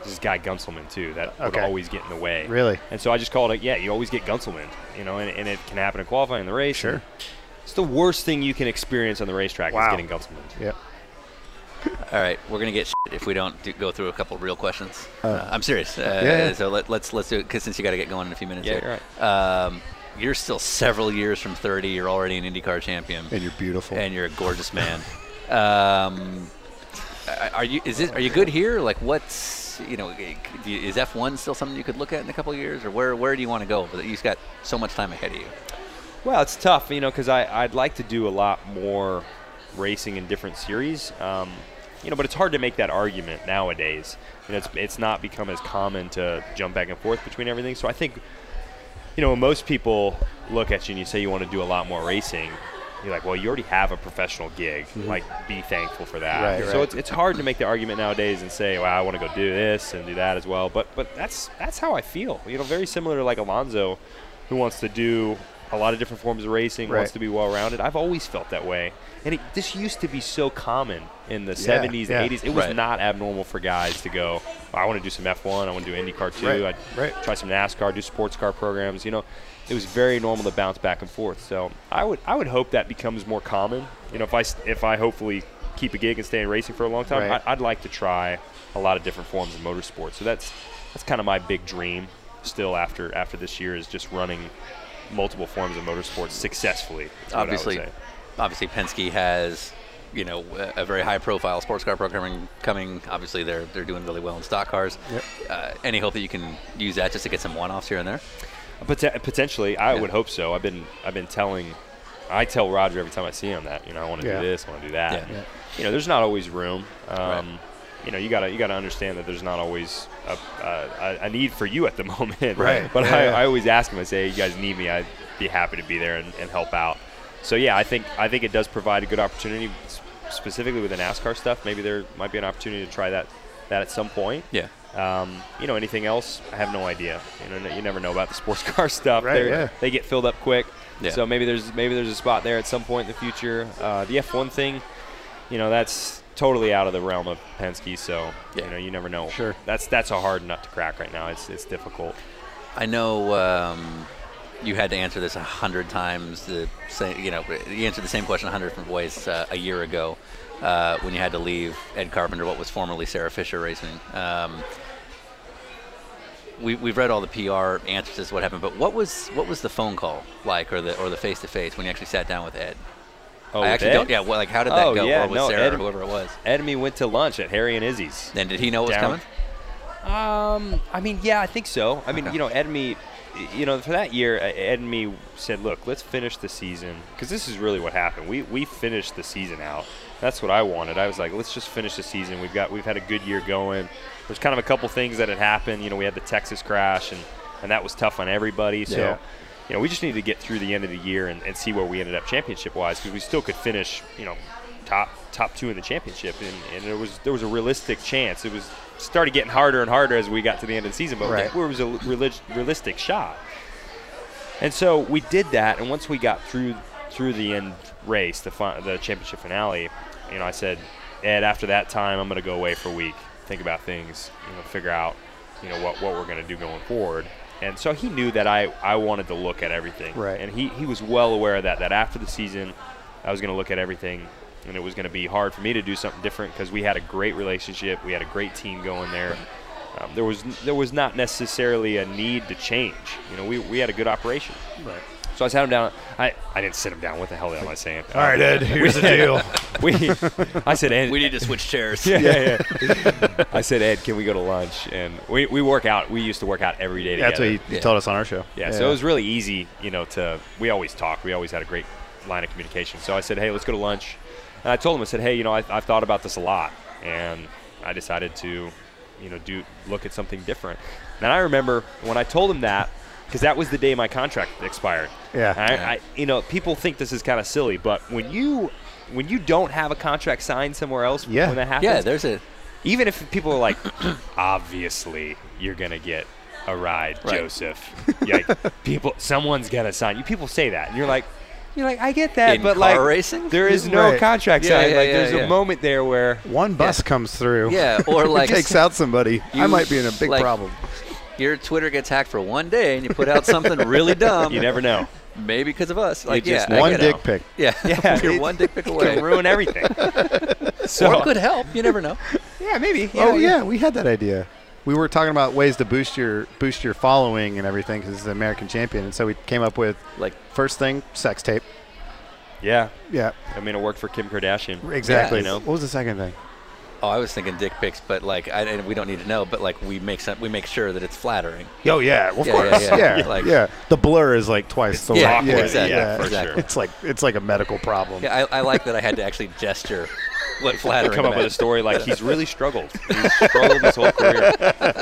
Speaker 3: this guy Gunselman too that would
Speaker 7: Okay.
Speaker 3: always get in the way.
Speaker 7: Really?
Speaker 3: And so I just called it. Yeah, you always get Gunselman. You know, and, and it can happen in qualifying in the race.
Speaker 7: Sure.
Speaker 3: It's the worst thing you can experience on the racetrack
Speaker 7: Wow.
Speaker 3: is getting Gunselman.
Speaker 7: Yep.
Speaker 1: All right, we're gonna get shit if we don't do, go through a couple real questions. Uh, I'm serious. Uh,
Speaker 7: yeah, yeah.
Speaker 1: So let, let's let's do it 'cause since you got to get going in a few minutes.
Speaker 3: Yeah,
Speaker 1: here. Um, you're still several years from 30. You're already an IndyCar champion,
Speaker 7: And you're beautiful.
Speaker 1: and you're a gorgeous man. um, I- are you? Is it? Are you good here? Like, what's you know? i- do you- Is F1 still something you could look at in a couple of years, or where where do you want to go? But you've got so much time ahead of you.
Speaker 3: Well, it's tough, you know, because I'd like to do a lot more racing in different series, um, you know, but it's hard to make that argument nowadays. You know, it's, it's not become as common to jump back and forth between everything. So I think, you know, when most people look at you and you say you want to do a lot more racing, you're like, well, you already have a professional gig. Like, be thankful for that.
Speaker 7: Mm-hmm. Right,
Speaker 3: so
Speaker 7: right.
Speaker 3: It's, it's hard to make the argument nowadays and say, well, I want to go do this and do that as well. But but that's that's how I feel. You know, very similar to like Alonzo, who wants to do a lot of different forms of racing, wants
Speaker 7: Right.
Speaker 3: to be well rounded. I've always felt that way. And it, this used to be so common in the 70s
Speaker 7: yeah.
Speaker 3: and 80s. It was
Speaker 1: Right.
Speaker 3: not abnormal for guys to go, "Oh, I want to do some F1, I want to do IndyCar too.
Speaker 7: Right,
Speaker 3: I'd
Speaker 7: right.
Speaker 3: try some NASCAR, do sports car programs. You know, it was very normal to bounce back and forth. So I would I would hope that becomes more common. You know, if I s- if I hopefully keep a gig and stay in racing for a long time,
Speaker 7: Right.
Speaker 3: I, I'd like to try a lot of different forms of motorsport. So that's that's kind of my big dream still after after this year is just running multiple forms of motorsports successfully. is what I would
Speaker 1: obviously,
Speaker 3: say.
Speaker 1: obviously Penske has you know a- a very high-profile sports car programming coming. Obviously, they're they're doing really well in stock cars. Uh, any hope that you can use that just to get some one-offs here and there?
Speaker 3: Pot- potentially, I
Speaker 1: Yeah.
Speaker 3: would hope so. I've been I've been telling, I tell Roger every time I see him that you know I want to
Speaker 7: Yeah.
Speaker 3: do this, I want to do that.
Speaker 1: Yeah. Yeah.
Speaker 3: You know, there's not always room. Um, You know, you gotta you gotta understand that there's not always a, a, a- a need for you at the moment.
Speaker 7: Right.
Speaker 3: But
Speaker 7: Yeah,
Speaker 3: I,
Speaker 7: yeah.
Speaker 3: I always ask him. I say, you guys need me, I'd be happy to be there and, and help out. So yeah, I think I think it does provide a good opportunity, s- specifically with the NASCAR stuff. Maybe there might be an opportunity to try that that at some point.
Speaker 1: Yeah.
Speaker 3: Um, you know, anything else? I have no idea. You know, you never know about the sports car stuff.
Speaker 7: Right,
Speaker 3: They're-
Speaker 7: yeah.
Speaker 3: They get filled up quick.
Speaker 1: Yeah.
Speaker 3: So maybe there's maybe there's a spot there at some point in the future. Uh, the F1 thing, you know, that's totally out of the realm of Penske. So
Speaker 1: Yeah.
Speaker 3: you know, you never know.
Speaker 7: Sure.
Speaker 3: That's that's a hard nut to crack right now. It's it's difficult.
Speaker 1: I know um, you had to answer this a hundred times. The same, you know, you answered the same question a hundred different ways uh, a year ago uh, when you had to leave Ed Carpenter, what was formerly Sarah Fisher Racing. Um, we, we've read all the PR answers as to what happened, but what was what was the phone call like, or the or the face to face when you actually sat down with Ed?
Speaker 3: Oh,
Speaker 1: I
Speaker 3: with
Speaker 1: actually
Speaker 3: Ed?
Speaker 1: don't. Yeah, well, like how did that
Speaker 3: Oh,
Speaker 1: go?
Speaker 3: yeah,
Speaker 1: or with
Speaker 3: no,
Speaker 1: Sarah,
Speaker 3: Ed-
Speaker 1: or whoever it was.
Speaker 3: Ed and me went to lunch at Harry and Izzy's.
Speaker 1: And did he know what was
Speaker 3: Down.
Speaker 1: coming?
Speaker 3: Um, I mean, yeah, I think so. I mean,
Speaker 1: Okay.
Speaker 3: you know, Ed and me, you know, for that year, uh, Ed and me said, look, let's finish the season because this is really what happened. We we finished the season out. That's what I wanted. I was like, let's just finish the season. We've got we've had a good year going. There's kind of a couple things that had happened. You know, we had the Texas crash and and that was tough on everybody. So.
Speaker 7: Yeah.
Speaker 3: You know, we just needed to get through the end of the year and, and see where we ended up championship wise because we still could finish, you know, top top two in the championship, and, and there was there was a realistic chance. It was started getting harder and harder as we got to the end of the season, but
Speaker 7: Right.
Speaker 3: there was a relig- realistic shot. And so we did that, and once we got through through the end race, the fi- the championship finale, you know, I said, Ed, after that time, I'm going to go away for a week, think about things, you know, figure out, you know, what what we're going to do going forward. And so he knew that I, I wanted to look at everything,
Speaker 7: Right.
Speaker 3: And he, he was well aware of that. That after the season, I was going to look at everything, and it was going to be hard for me to do something different because we had a great relationship, we had a great team going there. Um, there was there was not necessarily a need to change. You know, we, we had a good operation.
Speaker 7: Right.
Speaker 3: So I sat him down. I, I didn't sit him down. What the hell am I saying?
Speaker 7: All right, Ed. Here's the deal.
Speaker 3: we, I said, Ed,
Speaker 1: We need to switch chairs.
Speaker 3: yeah, yeah, yeah. I said, Ed, can we go to lunch? And we, we work out. We used to work out every day together.
Speaker 7: That's what you, you
Speaker 1: Yeah.
Speaker 7: told us on our show.
Speaker 3: Yeah, so it was really easy, you know, to we always talk. We always had a great line of communication. So I said, hey, let's go to lunch. And I told him, I said, hey, you know, I, I've thought about this a lot, and I decided to, you know, do look at something different. And I remember when I told him that, because that was the day my contract expired.
Speaker 7: Yeah.
Speaker 3: And I, I, you know, people think this is kind of silly, but when you when you don't have a contract signed somewhere else
Speaker 7: Yeah.
Speaker 3: when that happens,
Speaker 1: yeah. There's a
Speaker 3: even if people are like, obviously you're gonna get a ride,
Speaker 1: Right.
Speaker 3: Joseph. You're like people, someone's gonna sign you. People say that, and you're like, You're like, I get that,
Speaker 1: In
Speaker 3: but
Speaker 1: car
Speaker 3: like,
Speaker 1: racing?
Speaker 3: there is no
Speaker 7: Right.
Speaker 3: contract
Speaker 1: Yeah,
Speaker 3: signed.
Speaker 1: yeah,
Speaker 3: like,
Speaker 1: yeah,
Speaker 3: there's
Speaker 1: yeah.
Speaker 3: a moment there where
Speaker 7: One bus comes through.
Speaker 1: Yeah, or like
Speaker 7: takes out somebody. I
Speaker 1: You-
Speaker 7: might be in a big
Speaker 1: like-
Speaker 7: problem.
Speaker 1: your Twitter gets hacked for one day and you put out something really dumb.
Speaker 3: you never know.
Speaker 1: Maybe because of us. Like
Speaker 3: just
Speaker 1: yeah, I
Speaker 7: One
Speaker 1: get
Speaker 7: dick
Speaker 1: it.
Speaker 7: pic.
Speaker 1: Yeah,
Speaker 3: Yeah,
Speaker 1: You're
Speaker 3: it-
Speaker 1: one dick pick away.
Speaker 3: Can ruin everything. so
Speaker 1: Or could help. You never know.
Speaker 3: yeah, maybe. Yeah,
Speaker 7: Oh yeah, we had that idea. We were talking about ways to boost your boost your following and everything because it's an American champion, and so we came up with
Speaker 1: Like
Speaker 7: first thing sex tape.
Speaker 3: yeah.
Speaker 7: Yeah,
Speaker 3: I mean, it worked for Kim Kardashian.
Speaker 7: exactly.
Speaker 3: you know.
Speaker 7: What was the second thing?
Speaker 1: Oh, I was thinking dick pics, but like, I, and we don't need to know. But like, we make some, we make sure that it's flattering.
Speaker 7: Oh yeah, well, of
Speaker 1: Yeah, yeah,
Speaker 7: course. Yeah,
Speaker 1: yeah.
Speaker 7: yeah.
Speaker 1: Like-
Speaker 7: The blur is like twice the
Speaker 1: Yeah,
Speaker 7: light.
Speaker 1: exactly, for sure.
Speaker 7: It's like it's like a medical problem.
Speaker 1: Yeah, I, I like that. I had to actually gesture what flattering.
Speaker 3: Come up with a
Speaker 1: meant.
Speaker 3: story like he's really struggled. He's struggled his whole career.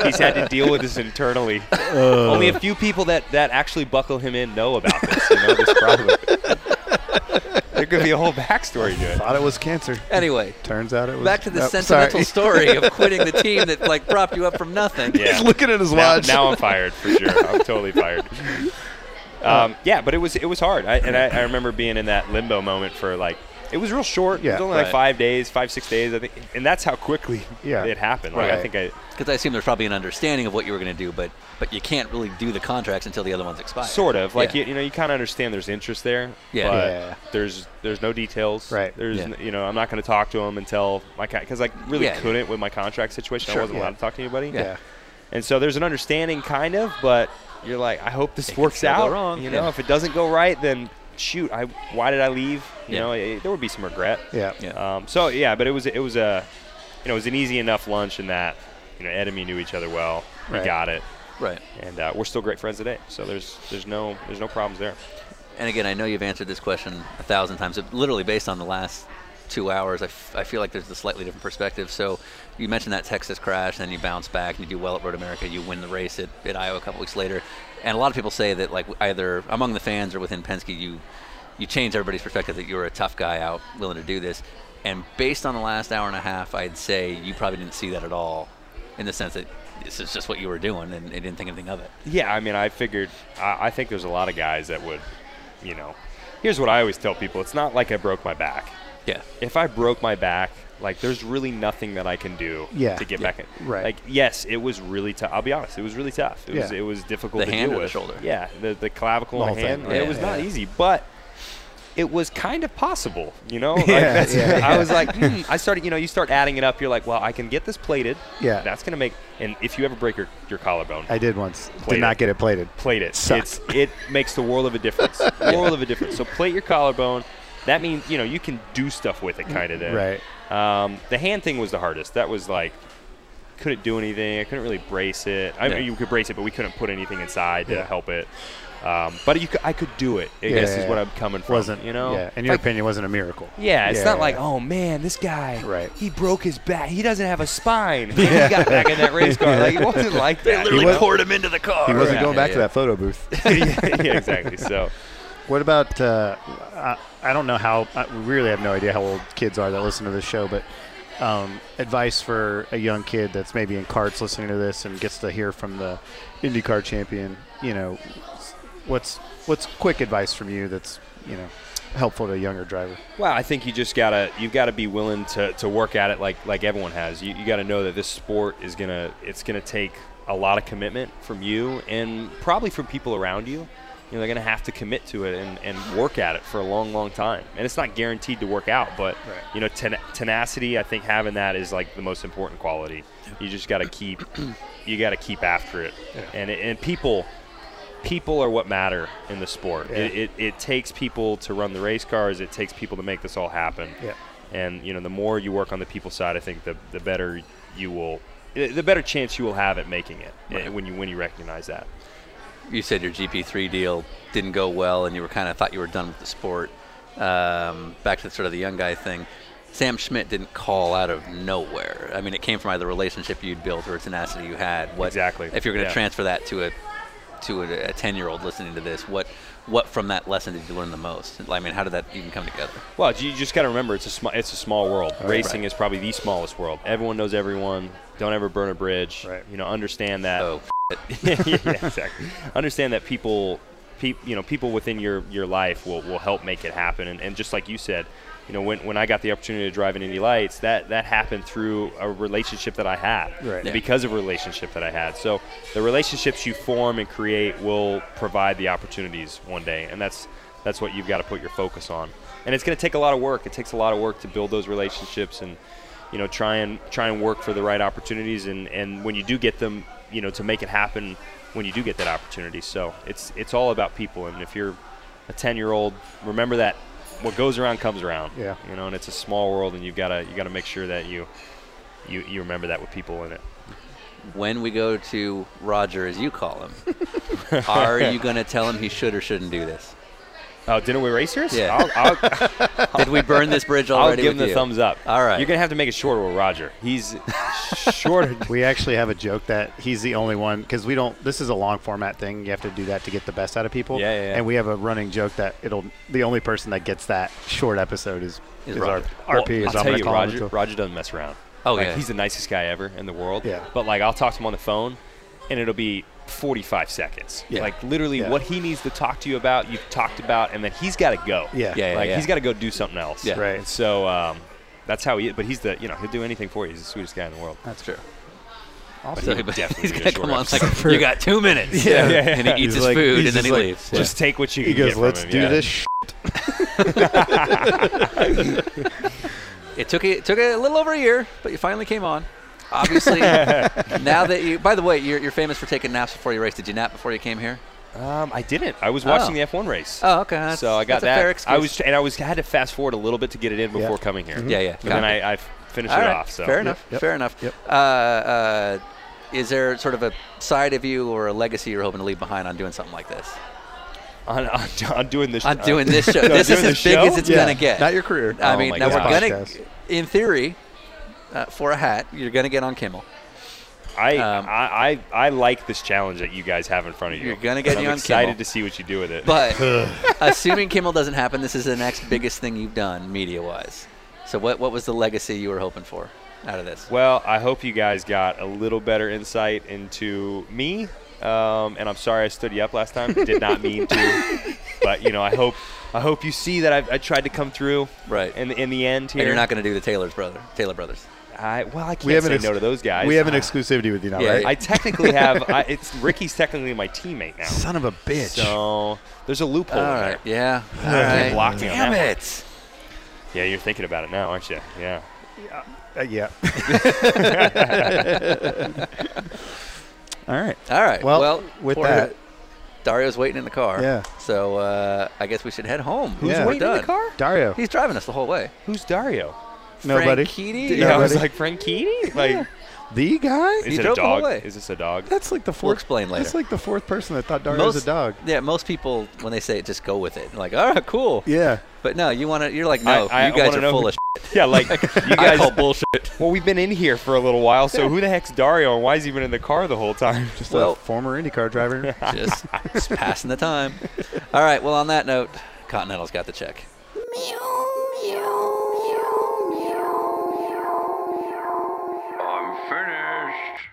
Speaker 3: He's had to deal with this internally. Only a few people that, that actually buckle him in know about this. You know this problem. there could be a whole backstory to it.
Speaker 7: Thought it was cancer.
Speaker 1: Anyway,
Speaker 7: Turns out it was.
Speaker 1: back to the
Speaker 7: nope,
Speaker 1: sentimental
Speaker 7: sorry.
Speaker 1: story of quitting the team that like propped you up from nothing.
Speaker 7: He's looking at his
Speaker 3: now,
Speaker 7: watch.
Speaker 3: now I'm fired for sure. I'm totally fired. Um, yeah, but it was it was hard, I, and I, I remember being in that limbo moment for like it was real short. it
Speaker 7: Yeah.
Speaker 3: was only like
Speaker 1: Right.
Speaker 3: five days, five six days, I think, and that's how quickly
Speaker 7: Yeah.
Speaker 3: it happened. Like I
Speaker 7: Right.
Speaker 3: think I
Speaker 1: Because I assume there's probably an understanding of what you were going to do, but but you can't really do the contracts until the other ones expire.
Speaker 3: sort of like
Speaker 1: Yeah.
Speaker 3: you, you know you kind of understand there's interest there,
Speaker 1: Yeah.
Speaker 3: but
Speaker 7: Yeah.
Speaker 3: there's there's no details.
Speaker 7: Right.
Speaker 3: There's
Speaker 1: Yeah.
Speaker 3: n- you know I'm not going to talk to him until my because I really
Speaker 1: Yeah.
Speaker 3: couldn't with my contract situation. I
Speaker 7: Sure,
Speaker 3: wasn't
Speaker 7: yeah.
Speaker 3: allowed to talk to anybody.
Speaker 1: Yeah.
Speaker 3: And so there's an understanding, kind of, but you're like, I hope this
Speaker 1: It could
Speaker 3: works
Speaker 1: still go
Speaker 3: out.
Speaker 1: wrong,
Speaker 3: You know,
Speaker 1: yeah.
Speaker 3: if it doesn't go right, then shoot, I why did I leave? You
Speaker 1: Yeah.
Speaker 3: know, it, there would be some regret.
Speaker 7: Yeah.
Speaker 1: Yeah.
Speaker 3: Um, so yeah, but it was it was a, you know, it was an easy enough lunch in that, you know, Ed and me knew each other well. We
Speaker 7: Right.
Speaker 3: got it,
Speaker 1: Right.
Speaker 3: and uh, we're still great friends today. So there's there's no there's no problems there.
Speaker 1: And again, I know you've answered this question a thousand times. It- Literally, based on the last two hours, I, f- I feel like there's a slightly different perspective. So you mentioned that Texas crash, and then you bounce back and you do well at Road America. You win the race at, at Iowa a couple weeks later. And a lot of people say that, like, either among the fans or within Penske, you you change everybody's perspective that you were a tough guy out willing to do this. And based on the last hour and a half, I'd say you probably didn't see that at all, in the sense that this is just what you were doing and, and didn't think anything of it.
Speaker 3: Yeah, I mean, I figured, I, I think there's a lot of guys that would, you know, here's what I always tell people: it's not like I broke my back.
Speaker 1: Yeah.
Speaker 3: if I broke my back, like there's really nothing that I can do
Speaker 7: Yeah.
Speaker 3: to get
Speaker 7: Yeah.
Speaker 3: back in.
Speaker 7: Right.
Speaker 3: Like yes, it was really tough. I'll be honest, it was really tough. It was
Speaker 7: Yeah.
Speaker 3: it was difficult
Speaker 1: The
Speaker 3: to
Speaker 1: hand or
Speaker 3: deal
Speaker 1: the
Speaker 3: with.
Speaker 1: shoulder?
Speaker 3: Yeah, the the clavicle
Speaker 7: The
Speaker 3: and
Speaker 7: whole
Speaker 3: hand.
Speaker 7: thing.
Speaker 3: It
Speaker 7: Yeah.
Speaker 3: was not easy, but it was kind of possible, you know. Like,
Speaker 7: Yeah,
Speaker 3: that's-
Speaker 7: yeah.
Speaker 3: I was like, hmm, I started, you know, you start adding it up. You're like, well, I can get this plated.
Speaker 7: Yeah.
Speaker 3: that's gonna make. And if you ever break your, your collarbone,
Speaker 7: I did once.
Speaker 3: Plated.
Speaker 7: Did not get it plated.
Speaker 3: plate it.
Speaker 7: Sucks.
Speaker 3: It's it makes the world of a difference. World of a difference. So plate your collarbone. That means you know you can do stuff with it, kind of. Then
Speaker 7: Right.
Speaker 3: um, the hand thing was the hardest. That was like, couldn't do anything. I couldn't really brace it. I mean,
Speaker 1: Yeah.
Speaker 3: you could brace it, but we couldn't put anything inside to
Speaker 7: Yeah.
Speaker 3: help it. Um, but you could, I could do it. I
Speaker 7: Yeah,
Speaker 3: guess
Speaker 7: yeah,
Speaker 3: is what
Speaker 7: yeah.
Speaker 3: I'm coming from.
Speaker 7: Wasn't
Speaker 3: you know?
Speaker 7: Yeah. In your
Speaker 3: Like,
Speaker 7: opinion, wasn't a miracle.
Speaker 3: yeah, it's
Speaker 7: Yeah,
Speaker 3: not
Speaker 7: yeah,
Speaker 3: like,
Speaker 7: yeah.
Speaker 3: oh man, this guy,
Speaker 7: Right.
Speaker 3: he broke his back. He doesn't have a spine. he got back in that race car. Like it wasn't like that.
Speaker 1: Literally
Speaker 7: was-
Speaker 1: poured him into the car.
Speaker 7: He wasn't
Speaker 1: Yeah.
Speaker 7: going back
Speaker 1: Yeah,
Speaker 7: to that photo booth.
Speaker 3: yeah, yeah, exactly. So
Speaker 7: What about? Uh, I, I don't know how. I really have no idea how old kids are that listen to this show, but um, advice for a young kid that's maybe in carts listening to this and gets to hear from the IndyCar champion. You know, what's what's quick advice from you that's you know helpful to a younger driver?
Speaker 3: Well, I think you just gotta you've gotta be willing to, to work at it like like everyone has. You, you gotta know that this sport is gonna it's gonna take a lot of commitment from you and probably from people around you. You know, they're gonna have to commit to it and, and work at it for a long, long time. And it's not guaranteed to work out, but you know, ten- tenacity. I think having that is like the most important quality. You just gotta keep you gotta keep after it. And and people people are what matter in the sport. It, it, it takes people to run the race cars. It takes people to make this all happen.
Speaker 7: Yeah.
Speaker 3: And you know, the more you work on the people side, I think the the better you will, the better chance you will have at making it eh, when you when you recognize that.
Speaker 1: you said your GP3 deal didn't go well, and you were kind of thought you were done with the sport. Um, back to sort of the young guy thing. Sam Schmidt didn't call out of nowhere. I mean, it came from either relationship you'd built or tenacity you had. What,
Speaker 3: Exactly,
Speaker 1: If you're going to
Speaker 3: yeah.
Speaker 1: transfer that to a to a ten year old listening to this, what what from that lesson did you learn the most? I mean, how did that even come together?
Speaker 3: Well, you just got to remember it's a small it's a small world. Racing
Speaker 1: Right.
Speaker 3: is probably the smallest world. Everyone knows everyone. Don't ever burn a bridge.
Speaker 7: Right.
Speaker 3: You know, understand that.
Speaker 1: Oh,
Speaker 3: yeah, exactly. Understand that people peop, you know, people within your, your life will, will help make it happen. And, and just like you said, you know, when, when I got the opportunity to drive in Indy Lights, that, that happened through a relationship that I had,
Speaker 7: Right. Yeah.
Speaker 3: because of a relationship that I had. So the relationships you form and create will provide the opportunities one day, and that's that's what you've got to put your focus on. And it's going to take a lot of work. It takes a lot of work to build those relationships and you know try and try and work for the right opportunities and and when you do get them, you know, to make it happen when you do get that opportunity. So it's it's all about people, and if you're a 10 year old, remember that what goes around comes around.
Speaker 7: Yeah.
Speaker 3: You know, and it's a small world, and you've got to you got to make sure that you you you remember that with people in it.
Speaker 1: When we go to Roger, as you call him, are you going to tell him he should or shouldn't do this?
Speaker 3: Oh, dinner with racers?
Speaker 1: Yeah.
Speaker 3: I'll, I'll,
Speaker 1: Did we burn this bridge
Speaker 3: I'll
Speaker 1: already?
Speaker 3: give him
Speaker 1: with
Speaker 3: the
Speaker 1: you?
Speaker 3: thumbs up.
Speaker 1: All right.
Speaker 3: You're gonna have to make it shorter with Roger. He's shorter.
Speaker 7: We actually have a joke that he's the only one because we don't. This is a long format thing. You have to do that to get the best out of people.
Speaker 3: Yeah, yeah, yeah.
Speaker 7: And we have a running joke that it'll. The only person that gets that short episode is
Speaker 1: Is
Speaker 7: our
Speaker 1: Roger.
Speaker 3: Well,
Speaker 7: RP.
Speaker 3: I'll
Speaker 7: is I'm
Speaker 3: tell
Speaker 7: gonna
Speaker 3: you,
Speaker 7: call him
Speaker 3: Roger.
Speaker 7: until-
Speaker 3: Roger doesn't mess around.
Speaker 1: Oh,
Speaker 3: like,
Speaker 1: yeah.
Speaker 3: He's the nicest guy ever in the world.
Speaker 7: Yeah.
Speaker 3: But like, I'll talk to him on the phone, and it'll be 45 seconds.
Speaker 7: Yeah.
Speaker 3: Like literally,
Speaker 7: Yeah.
Speaker 3: what he needs to talk to you about, you've talked about, and then he's got to go.
Speaker 7: Yeah.
Speaker 1: Yeah,
Speaker 3: like he's got to go do something else.
Speaker 1: Yeah.
Speaker 7: Right.
Speaker 3: And so um, that's how he. But he's the you know he'll do anything for you. He's the sweetest guy in the world.
Speaker 1: That's true.
Speaker 7: Awesome.
Speaker 1: So
Speaker 3: He would
Speaker 1: he-
Speaker 3: definitely
Speaker 1: he's
Speaker 3: be a
Speaker 1: gonna
Speaker 3: short
Speaker 1: come on it's
Speaker 3: episode.
Speaker 1: like you got two minutes.
Speaker 3: Yeah, yeah, yeah.
Speaker 1: And he eats
Speaker 7: He's
Speaker 1: his
Speaker 7: like-
Speaker 1: food
Speaker 7: he's
Speaker 1: and then
Speaker 7: just
Speaker 1: he
Speaker 7: like,
Speaker 1: leaves.
Speaker 3: Just take what you
Speaker 7: He
Speaker 3: can get
Speaker 7: goes,
Speaker 3: from
Speaker 7: "Let's
Speaker 3: him."
Speaker 7: do
Speaker 3: Yeah.
Speaker 7: this." Sh-.
Speaker 1: It took it took a little over a year, but you finally came on. Obviously, now that you. By the way, you're, you're famous for taking naps before you race. Did you nap before you came here?
Speaker 3: Um, I didn't. I was watching
Speaker 1: Oh.
Speaker 3: the F1 race.
Speaker 1: Oh, okay. That's,
Speaker 3: so I got
Speaker 1: that's
Speaker 3: that.
Speaker 1: A fair excuse. Mm-hmm.
Speaker 3: I was and I was had to fast forward a little bit to get it in before coming here.
Speaker 1: Yeah, yeah.
Speaker 3: And then
Speaker 1: Copy.
Speaker 3: I, I finished
Speaker 1: All
Speaker 3: it
Speaker 1: right,
Speaker 3: off. So
Speaker 1: fair enough.
Speaker 7: Yep.
Speaker 1: Fair enough.
Speaker 7: Yep.
Speaker 1: Uh, uh, is there sort of a side of you or a legacy you're hoping to leave behind on doing something like this?
Speaker 3: On, on, on doing this.
Speaker 1: On
Speaker 3: uh,
Speaker 1: doing this show,
Speaker 3: on
Speaker 1: this is
Speaker 3: doing the
Speaker 1: as big
Speaker 3: show?
Speaker 1: as it's gonna get.
Speaker 7: Not your career.
Speaker 1: I
Speaker 3: Oh
Speaker 1: mean,
Speaker 3: my
Speaker 1: now
Speaker 3: gosh.
Speaker 1: we're gonna,
Speaker 7: Podcast.
Speaker 1: in theory, uh, for a hat, you're gonna get on Kimmel.
Speaker 3: I,
Speaker 1: um,
Speaker 3: I, I I like this challenge that you guys have in front of you.
Speaker 1: You're gonna get
Speaker 3: And
Speaker 1: you
Speaker 3: I'm
Speaker 1: on
Speaker 3: excited
Speaker 1: Kimmel.
Speaker 3: to see what you do with it.
Speaker 1: But assuming Kimmel doesn't happen, this is the next biggest thing you've done media-wise. So what what was the legacy you were hoping for out of this?
Speaker 3: well, I hope you guys got a little better insight into me. Um, and I'm sorry I stood you up last time. Did not mean to. but you know, I hope I hope you see that I, I tried to come through.
Speaker 1: Right.
Speaker 3: In the, in the end here.
Speaker 1: And you're not gonna do the Taylor's brother, Taylor brothers.
Speaker 3: I, well, I can't
Speaker 7: We have
Speaker 3: say
Speaker 7: an ex-
Speaker 3: no to those guys.
Speaker 7: We have an
Speaker 3: Ah.
Speaker 7: exclusivity with you now,
Speaker 1: Yeah,
Speaker 7: right?
Speaker 3: I technically have. I, it's Ricky's technically my teammate now.
Speaker 7: Son of a bitch.
Speaker 3: So there's a loophole.
Speaker 1: All
Speaker 3: in
Speaker 1: right.
Speaker 3: there.
Speaker 1: Yeah. All
Speaker 3: can't
Speaker 1: right.
Speaker 3: block me on
Speaker 1: Damn
Speaker 3: that one.
Speaker 1: it.
Speaker 3: Yeah, you're thinking about it now, aren't you? Yeah.
Speaker 7: Uh, yeah. All right.
Speaker 1: All right.
Speaker 7: Well,
Speaker 1: Well,
Speaker 7: with
Speaker 1: poor-
Speaker 7: that-
Speaker 1: Dario's waiting in the car.
Speaker 7: Yeah.
Speaker 1: So uh, I guess we should head home.
Speaker 7: Who's
Speaker 1: We're
Speaker 7: waiting
Speaker 1: done.
Speaker 7: Dario.
Speaker 1: He's driving us the whole way.
Speaker 3: Who's Dario?
Speaker 7: Nobody.
Speaker 1: Franchitti?
Speaker 3: Yeah, I was
Speaker 7: Nobody.
Speaker 3: like Frankie. Like,
Speaker 7: The guy?
Speaker 3: is
Speaker 1: He
Speaker 3: it a
Speaker 1: drove the whole
Speaker 3: dog?
Speaker 1: way.
Speaker 3: Is this a dog?
Speaker 7: That's like the 4th
Speaker 1: explain
Speaker 7: That's
Speaker 1: later.
Speaker 7: like the fourth person that thought Dario was a dog.
Speaker 1: Yeah, most people when they say it just go with it. Like, all right, cool.
Speaker 7: Yeah.
Speaker 1: But no, you want to. You're like, no,
Speaker 3: I- I
Speaker 1: you guys
Speaker 3: wanna
Speaker 1: are
Speaker 3: know
Speaker 1: full
Speaker 3: who-
Speaker 1: of. Shit.
Speaker 3: Yeah, like you
Speaker 1: I
Speaker 3: guys.
Speaker 1: call bullshit.
Speaker 3: well, we've been in here for a little while, so who the heck's Dario, and why is he been in the car the whole time?
Speaker 7: Just
Speaker 1: Well-
Speaker 7: a former IndyCar driver.
Speaker 1: Just, just passing the time. All right. Well, on that note, Continental's got the check.
Speaker 9: I'm finished.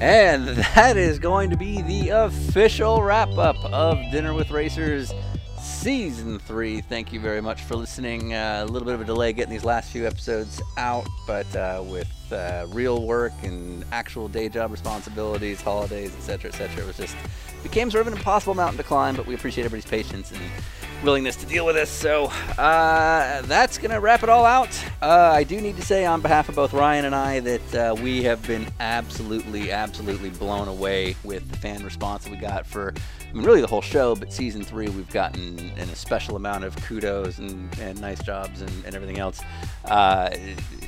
Speaker 1: And that is going to be the official wrap up of Dinner with Racers Season 3. Thank you very much for listening. Uh, a little bit of a delay getting these last few episodes out, but uh, with uh, real work and actual day job responsibilities, holidays, etc., etc., it was just became sort of an impossible mountain to climb, but we appreciate everybody's patience and willingness to deal with us. So uh, that's going to wrap it all out. Uh, I do need to say, on behalf of both Ryan and I, that uh, we have been absolutely, absolutely blown away with the fan response that we got for, I mean, really the whole show, but season three, we've gotten an, a special amount of kudos and, and nice jobs and, and everything else. Uh,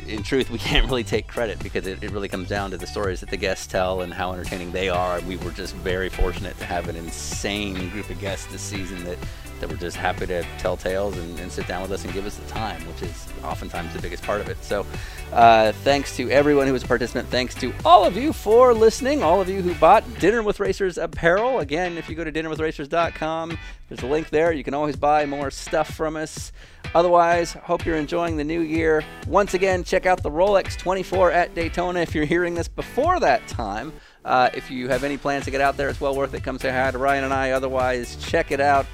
Speaker 1: in truth, we can't really take credit because it, it really comes down to the stories that the guests tell and how entertaining they are. And we were just very fortunate to have an insane group of guests this season that that were just happy to tell tales and, and sit down with us and give us the time, which is oftentimes the biggest part of it. So, uh, thanks to everyone who was a participant. Thanks to all of you for listening, all of you who bought Dinner with Racers apparel. Again, if you go to dinnerwithracers.com, there's a link there. You can always buy more stuff from us. Otherwise, hope you're enjoying the new year. Once again, check out the Rolex 24 at Daytona if you're hearing this before that time. Uh, if you have any plans to get out there, it's well worth it. Come say hi to Ryan and I. Otherwise, check it out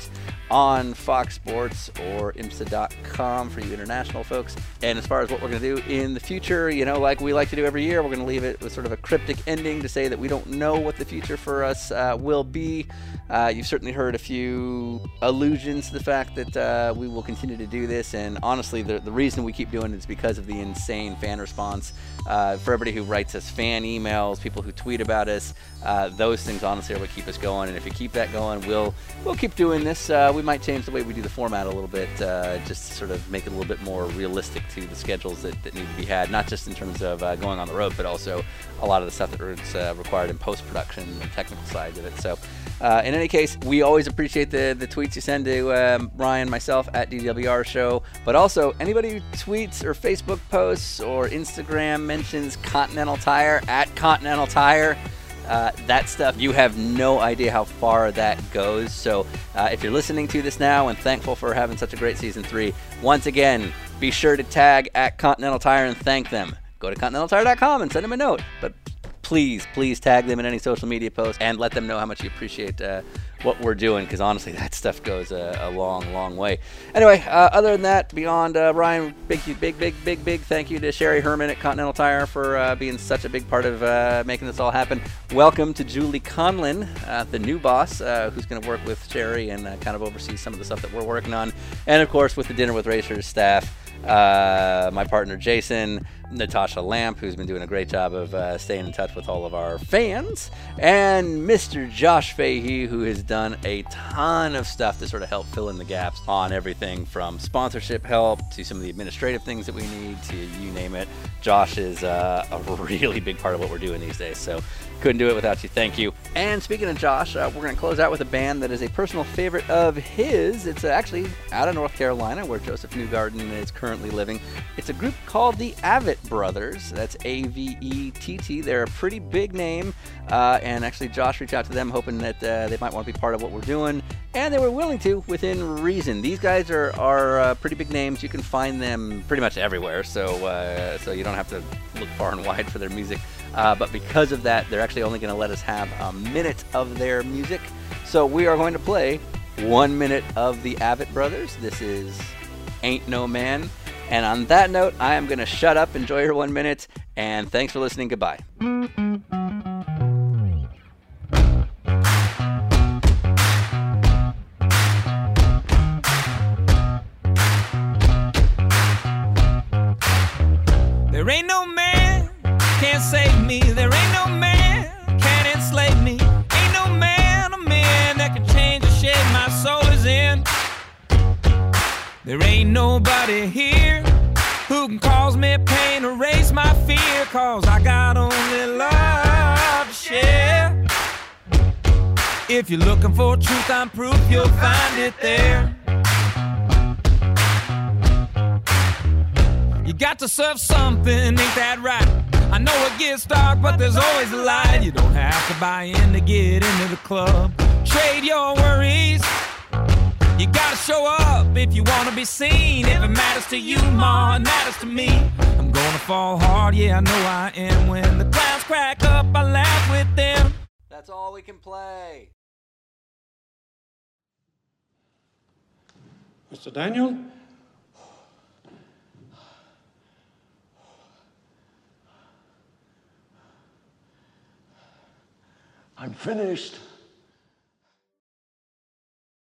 Speaker 1: on Fox Sports or IMSA.com for you international folks. And as far as what we're going to do in the future, you know, like we like to do every year, we're going to leave it with sort of a cryptic ending to say that we don't know what the future for us uh, will be. Uh, you've certainly heard a few allusions to the fact that uh, we will continue to do this. And honestly, the, the reason we keep doing it is because of the insane fan response. Uh, for everybody who writes us fan emails, people who tweet about us, uh, those things honestly are what keep us going. And if you keep that going, we'll we'll keep doing this. Uh, we might change the way we do the format a little bit, uh, just to sort of make it a little bit more realistic to the schedules that, that need to be had, not just in terms of uh, going on the road, but also a lot of the stuff that's uh, required in post production and technical sides of it. So. Uh, in any case, we always appreciate the, the tweets you send to um, Ryan, myself at DWR Show, but also anybody who tweets or Facebook posts or Instagram mentions Continental Tire at Continental Tire. Uh, that stuff, you have no idea how far that goes. So uh, if you're listening to this now and thankful for having such a great season three, once again, be sure to tag at Continental Tire and thank them. Go to continentaltire.com and send them a note. But please, please tag them in any social media post and let them know how much you appreciate uh, what we're doing because honestly, that stuff goes a, a long, long way. Anyway, uh, other than that, beyond uh, Ryan, big, you- big, big, big, big thank you to Sherry Herman at Continental Tire for uh, being such a big part of uh, making this all happen. Welcome to Julie Conlin, uh, the new boss, uh, who's going to work with Sherry and uh, kind of oversee some of the stuff that we're working on. And of course, with the Dinner with Racers staff uh, my partner Jason, Natasha Lamp, who's been doing a great job of uh, staying in touch with all of our fans, and Mr. Josh Fahey, who has done a ton of stuff to sort of help fill in the gaps on everything from sponsorship help to some of the administrative things that we need to you name it. Josh is uh, a really big part of what we're doing these days, so couldn't do it without you. Thank you. And speaking of Josh, uh, we're going to close out with a band that is a personal favorite of his. It's uh, actually out of North Carolina, where Joseph Newgarden is currently living. It's a group called the Avett Brothers. That's A V E T T. They're a pretty big name. Uh, and actually, Josh reached out to them hoping that uh, they might want to be part of what we're doing. And they were willing to within reason. These guys are, are uh, pretty big names. You can find them pretty much everywhere, so, uh, so you don't have to look far and wide for their music. Uh, but because of that, they're actually only going to let us have a minute of their music. So we are going to play one minute of the Avett Brothers. This is Ain't No Man. And on that note, I am going to shut up, enjoy your one minute, and thanks for listening. Goodbye.
Speaker 10: There ain't no man can't save me. There ain't no man can enslave me. Ain't no man, a man that can change the shape my soul is in. There ain't nobody here who can cause me pain or raise my fear. Cause I got only love to share. If you're looking for truth, I'm proof you'll find it there. You got to serve something, ain't that right? I know it gets dark, but there's always a light. You don't have to buy in to get into the club. Trade your worries. You gotta show up if you wanna be seen. If it matters to you, ma, it matters to me. I'm gonna fall hard, yeah, I know I am. When the clouds crack up, I laugh with them.
Speaker 1: That's all we can play.
Speaker 11: Mr. Daniel? I'm finished.